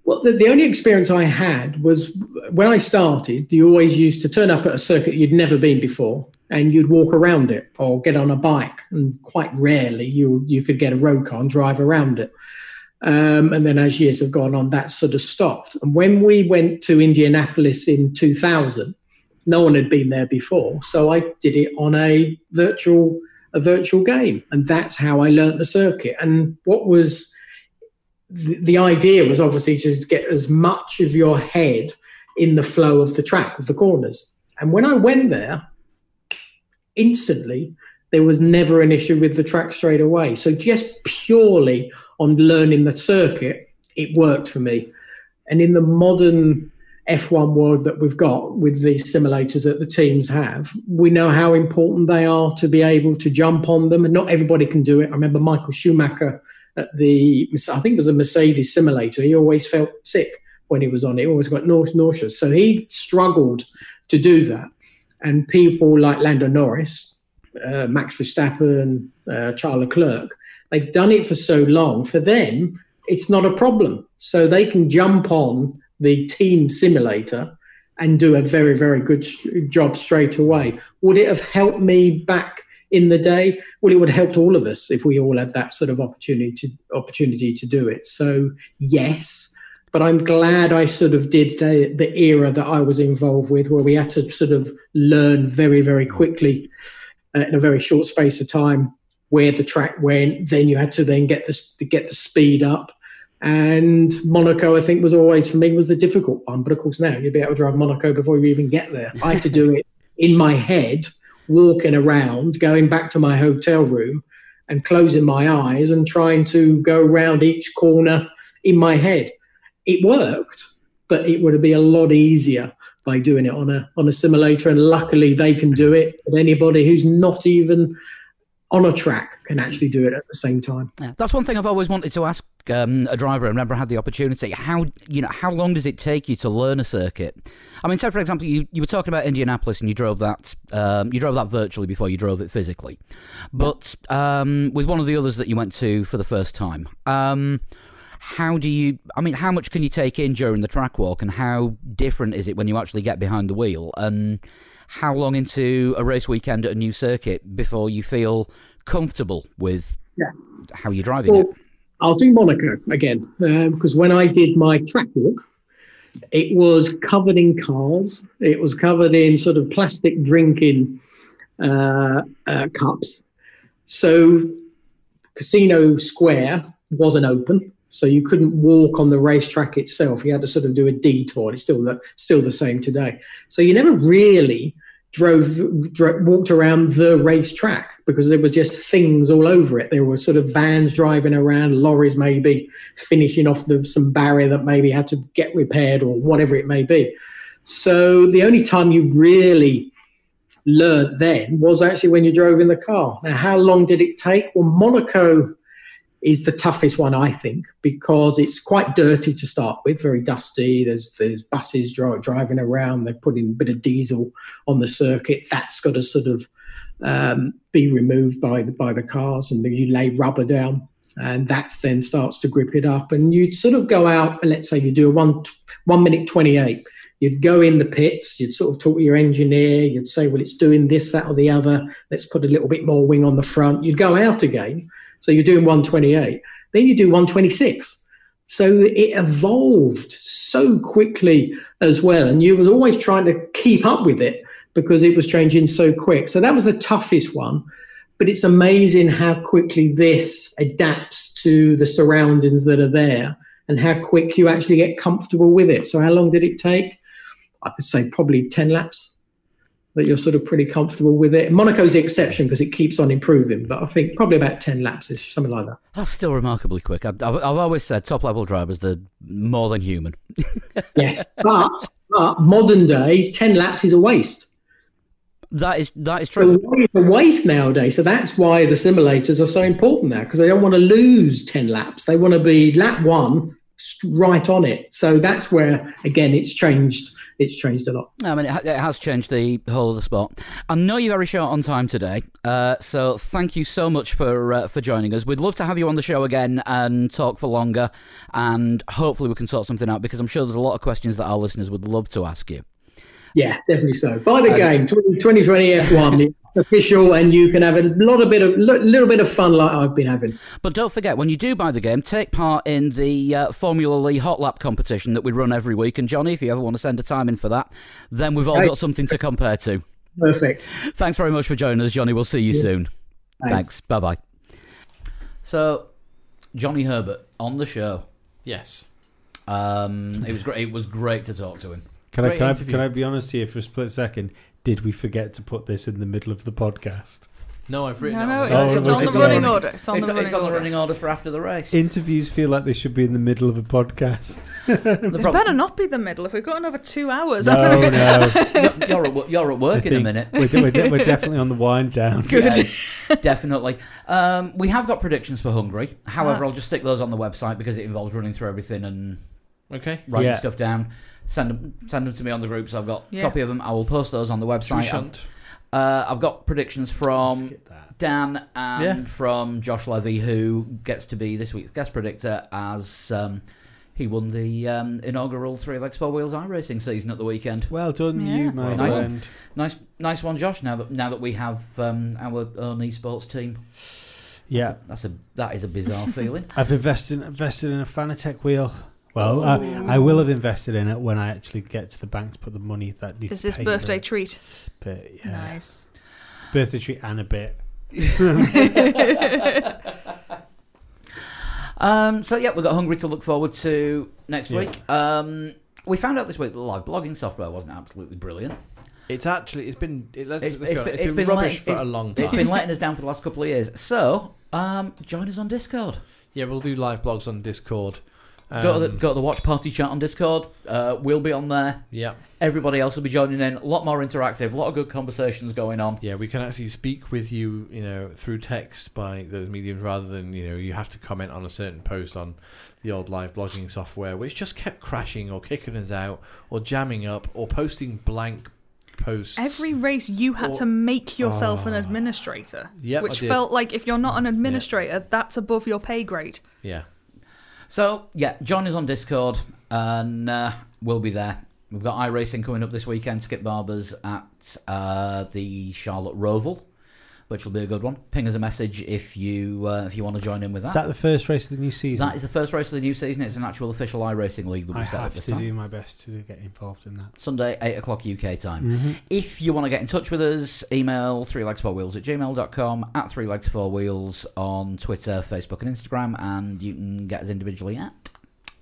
Well, the, the only experience I had was when I started, you always used to turn up at a circuit you'd never been before and you'd walk around it or get on a bike. And quite rarely you, you could get a road car and drive around it. Um, and then as years have gone on, that sort of stopped. And when we went to Indianapolis in 2000, no one had been there before. So I did it on a virtual, a virtual game. And that's how I learnt the circuit. And what was, the the idea was obviously to get as much of your head in the flow of the track of the corners. And when I went there, instantly there was never an issue with the track straight away. So just purely on learning the circuit, it worked for me. And in the modern F1 world that we've got with the simulators that the teams have, we know how important they are to be able to jump on them. And not everybody can do it. I remember Michael Schumacher at the I think it was the Mercedes simulator. He always felt sick when he was on it. He always got nause- nauseous. So he struggled to do that. And people like Lando Norris, uh, Max Verstappen, uh, Charles Leclerc, they've done it for so long. For them, it's not a problem. So they can jump on the team simulator and do a very, very good sh- job straight away. Would it have helped me back in the day? Well, it would have helped all of us if we all had that sort of opportunity to, opportunity to do it. So yes, but I'm glad I sort of did the the era that I was involved with, where we had to sort of learn very, very quickly uh, in a very short space of time where the track went. Then you had to then get the get the speed up. And Monaco, I think, was always for me was the difficult one. But of course, now you'd be able to drive Monaco before you even get there. I had to do it in my head, walking around, going back to my hotel room, and closing my eyes and trying to go around each corner in my head. It worked, but it would be a lot easier by doing it on a on a simulator. And luckily, they can do it. But anybody who's not even on a track can actually do it at the same time. Yeah. That's one thing I've always wanted to ask um, a driver. I remember I had the opportunity. How you know how long does it take you to learn a circuit? I mean, say for example, you, you were talking about Indianapolis and you drove that um, you drove that virtually before you drove it physically, but um, with one of the others that you went to for the first time. Um, how do you? I mean, how much can you take in during the track walk, and how different is it when you actually get behind the wheel? And how long into a race weekend at a new circuit before you feel comfortable with Yeah. how you're driving it? Well, I'll do Monaco again because when I did my track walk, it was covered in cars. It was covered in sort of plastic drinking uh, uh, cups. So Casino Square wasn't open, so you couldn't walk on the racetrack itself. You had to sort of do a detour. It's still the still the same today. So you never really drove, dro- walked around the racetrack because there were just things all over it. There were sort of vans driving around, lorries maybe finishing off the, some barrier that maybe had to get repaired or whatever it may be. So the only time you really learnt then was actually when you drove in the car. Now, how long did it take? Well, Monaco is the toughest one, I think, because it's quite dirty to start with, very dusty. There's there's buses dri- driving around. They're putting a bit of diesel on the circuit. That's got to sort of um, be removed by the by the cars, and then you lay rubber down, and that then starts to grip it up. And you sort of go out, and let's say you do a one one minute twenty eight. You'd go in the pits. You'd sort of talk to your engineer. You'd say, "Well, it's doing this, that, or the other. Let's put a little bit more wing on the front." You'd go out again. So you're doing 128. Then you do 126. So it evolved so quickly as well. And you was always trying to keep up with it because it was changing so quick. So that was the toughest one. But it's amazing how quickly this adapts to the surroundings that are there and how quick you actually get comfortable with it. So how long did it take? I could say probably 10 laps that you're sort of pretty comfortable with it. Monaco's the exception because it keeps on improving, but I think probably about 10 laps is something like that. That's still remarkably quick. I've, I've, I've always said top level drivers they're more than human. Yes. But, but modern day, 10 laps is a waste. That is that is So true. It's a waste nowadays. So that's why the simulators are so important now because they don't want to lose 10 laps. They want to be lap one right on it. So that's where, again, it's changed. It's changed a lot. I mean, it, ha- it has changed the whole of the sport. I know you're very short on time today, uh, so thank you so much for uh, for joining us. We'd love to have you on the show again and talk for longer, and hopefully we can sort something out because I'm sure there's a lot of questions that our listeners would love to ask you. Yeah, definitely so. Buy the game, 20, 2020 F1, it's official, and you can have a lot of bit of lo- little bit of fun like I've been having. But don't forget, when you do buy the game, take part in the uh, Formula Lee Hot Lap competition that we run every week. And Johnny, if you ever want to send a time in for that, then we've all Right. got something to compare to. Perfect. Thanks very much for joining us, Johnny. We'll see you soon. Thanks. Bye bye. So, Johnny Herbert on the show. Yes. Um, it was great. It was great to talk to him. Can I, Great can, I, interview. can I be honest here for a split second? Did we forget to put this in the middle of the podcast? No, I've written I it know, on it's, the- Oh, it's, on it's on the the running running- order. It's on it's, the running it's on the order. running order for after the race. Interviews feel like they should be in the middle of a podcast. The It problem- better not be the middle. If we've got another two hours, [LAUGHS] [LAUGHS] No, I'm gonna- [LAUGHS] no. you're, at, wo- you're at I work in a think minute. We're, de- we're, de- we're definitely on the wind down. Good. definitely. Um, we have got predictions for Hungary. However, Ah. I'll just stick those on the website because it involves running through everything and Okay. writing Yeah. stuff down. Send them, send them to me on the group. So I've got a Yeah. copy of them. I will post those on the Shall we website. shunt? Uh, I've got predictions from Skip that. Dan and Yeah. from Josh Levy, who gets to be this week's guest predictor as um, he won the um, inaugural three legs four wheels iRacing season at the weekend. Well done, Yeah. you, my Nice one. friend. Nice, nice one, Josh. Now that now that we have um, our own esports team, Yeah, that's a that is a bizarre [LAUGHS] feeling. I've invested invested in a Fanatec wheel. Well, I, Oh. I will have invested in it when I actually get to the bank to put the money that needs. Is to this pay birthday For it. treat? But, yeah. [LAUGHS] Nice. Birthday treat and a bit. [LAUGHS] Um, so yeah, we've got Hungary to look forward to next Yeah. week. Um, we found out this week that the live blogging software wasn't absolutely brilliant. It's actually it's been it, let's, It's- let's it's go. been- it's it's been, been rubbish like- for a long time. It's been letting us down for the last couple of years. So um, join us on Discord. yeah, we'll do live blogs on Discord. Um, Go, to the, go to the watch party chat on Discord. Uh, we'll be on there. yeah, Everybody else will be joining in. A lot more interactive. A lot of good conversations going on. yeah, we can actually speak with you, you know, through text by those mediums rather than you know you have to comment on a certain post on the old live blogging software, which just kept crashing or kicking us out or jamming up or posting blank posts. Every race, you had Or- to make yourself an Ah. administrator, Yep, I which did. felt like if you're not an administrator, that's above your pay grade. yeah, So yeah, join us on Discord, and uh, we'll be there. We've got iRacing coming up this weekend. Skip Barbers at uh, the Charlotte Roval, which will be a good one. Ping us a message if you uh, if you want to join in with Is that. that the first race of the new season? that is the first race of the new season. It's an actual official iRacing league that I we've set have up to this time. do my best to get involved in that. Sunday, 8 o'clock UK time. If you want to get in touch with us, email 3legs4wheels at gmail.com, at 3legs4wheels on Twitter, Facebook, and Instagram, and you can get us individually at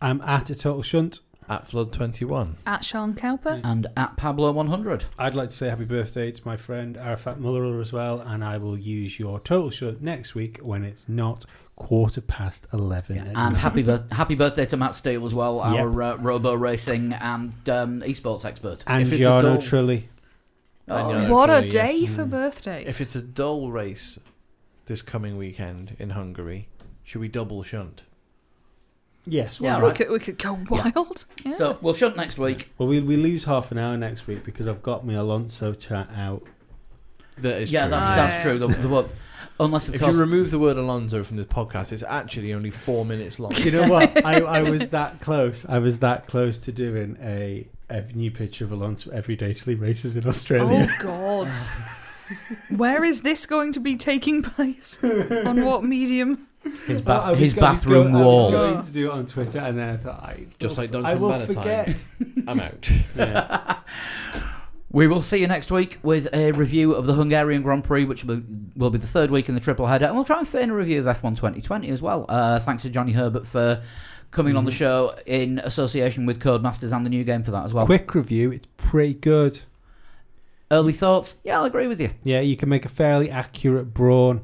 I'm at a total shunt. at flood twenty one. At Sean Cowper, and at Pablo100. I'd like to say happy birthday to my friend Arafat Muller as well, and I will use your total shunt next week when it's not quarter past eleven. at And night. happy bir- happy birthday to Matt Steele as well, Yep. our uh, robo racing and um, esports expert. and if it's a Giorno dull- Trulli. Oh, Yeah, what a actually, day yes. for Mm. birthdays! If it's a dull race this coming weekend in Hungary, should we double shunt? Yes. Yeah, why we right. could we could go wild. Yeah. So we'll shunt next week. Well, we, we lose half an hour next week because I've got my Alonso chat out. That is yeah, true. that's, Ah, that's yeah. true. The, the, wo- unless, of If course, you remove the word Alonso from this podcast, it's actually only four [LAUGHS] minutes long. Do you know what? I, [LAUGHS] I was that close. I was that close to doing a, a new picture of Alonso every day till he races in oh Australia. [LAUGHS] God, where is this going to be taking place? On what medium? his, Well, bath, Oh, I was his going to bathroom go- wall. I was going to do it on Twitter, and then I thought, I Just like I Duncan will Bannatyne. forget. I'm out. [LAUGHS] yeah. We will see you next week with a review of the Hungarian Grand Prix, which will will be the third week in the triple header. And we'll try and fit in a review of F1 2020 as well. Uh, thanks to Johnny Herbert for coming on the Mm-hmm. show in association with Codemasters and the new game for that as well. Quick review. It's pretty good. Early thoughts? Yeah, I'll agree with you. Yeah, you can make a fairly accurate brawn.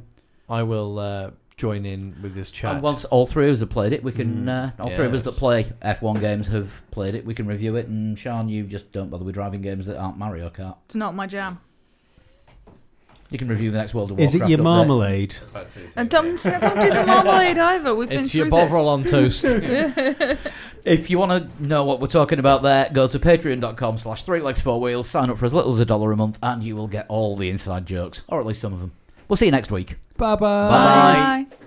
I will uh, join in with this chat. And once all three of us have played it, we can, Mm-hmm. uh, all three of us Yes. that play F1 games have played it, we can review it. And Sean, you just don't bother with driving games that aren't Mario Kart. It's not my jam. You can review the next World of Is Warcraft. it your update. marmalade? And Uh, don't, say- don't do the marmalade either. We've been it's through this. your Bovril [LAUGHS] on toast. If you want to know what we're talking about there, go to patreon.com slash three legs four wheels, sign up for as little as a dollar a month, and you will get all the inside jokes, or at least some of them. We'll see you next week. Bye-bye. Bye. Bye.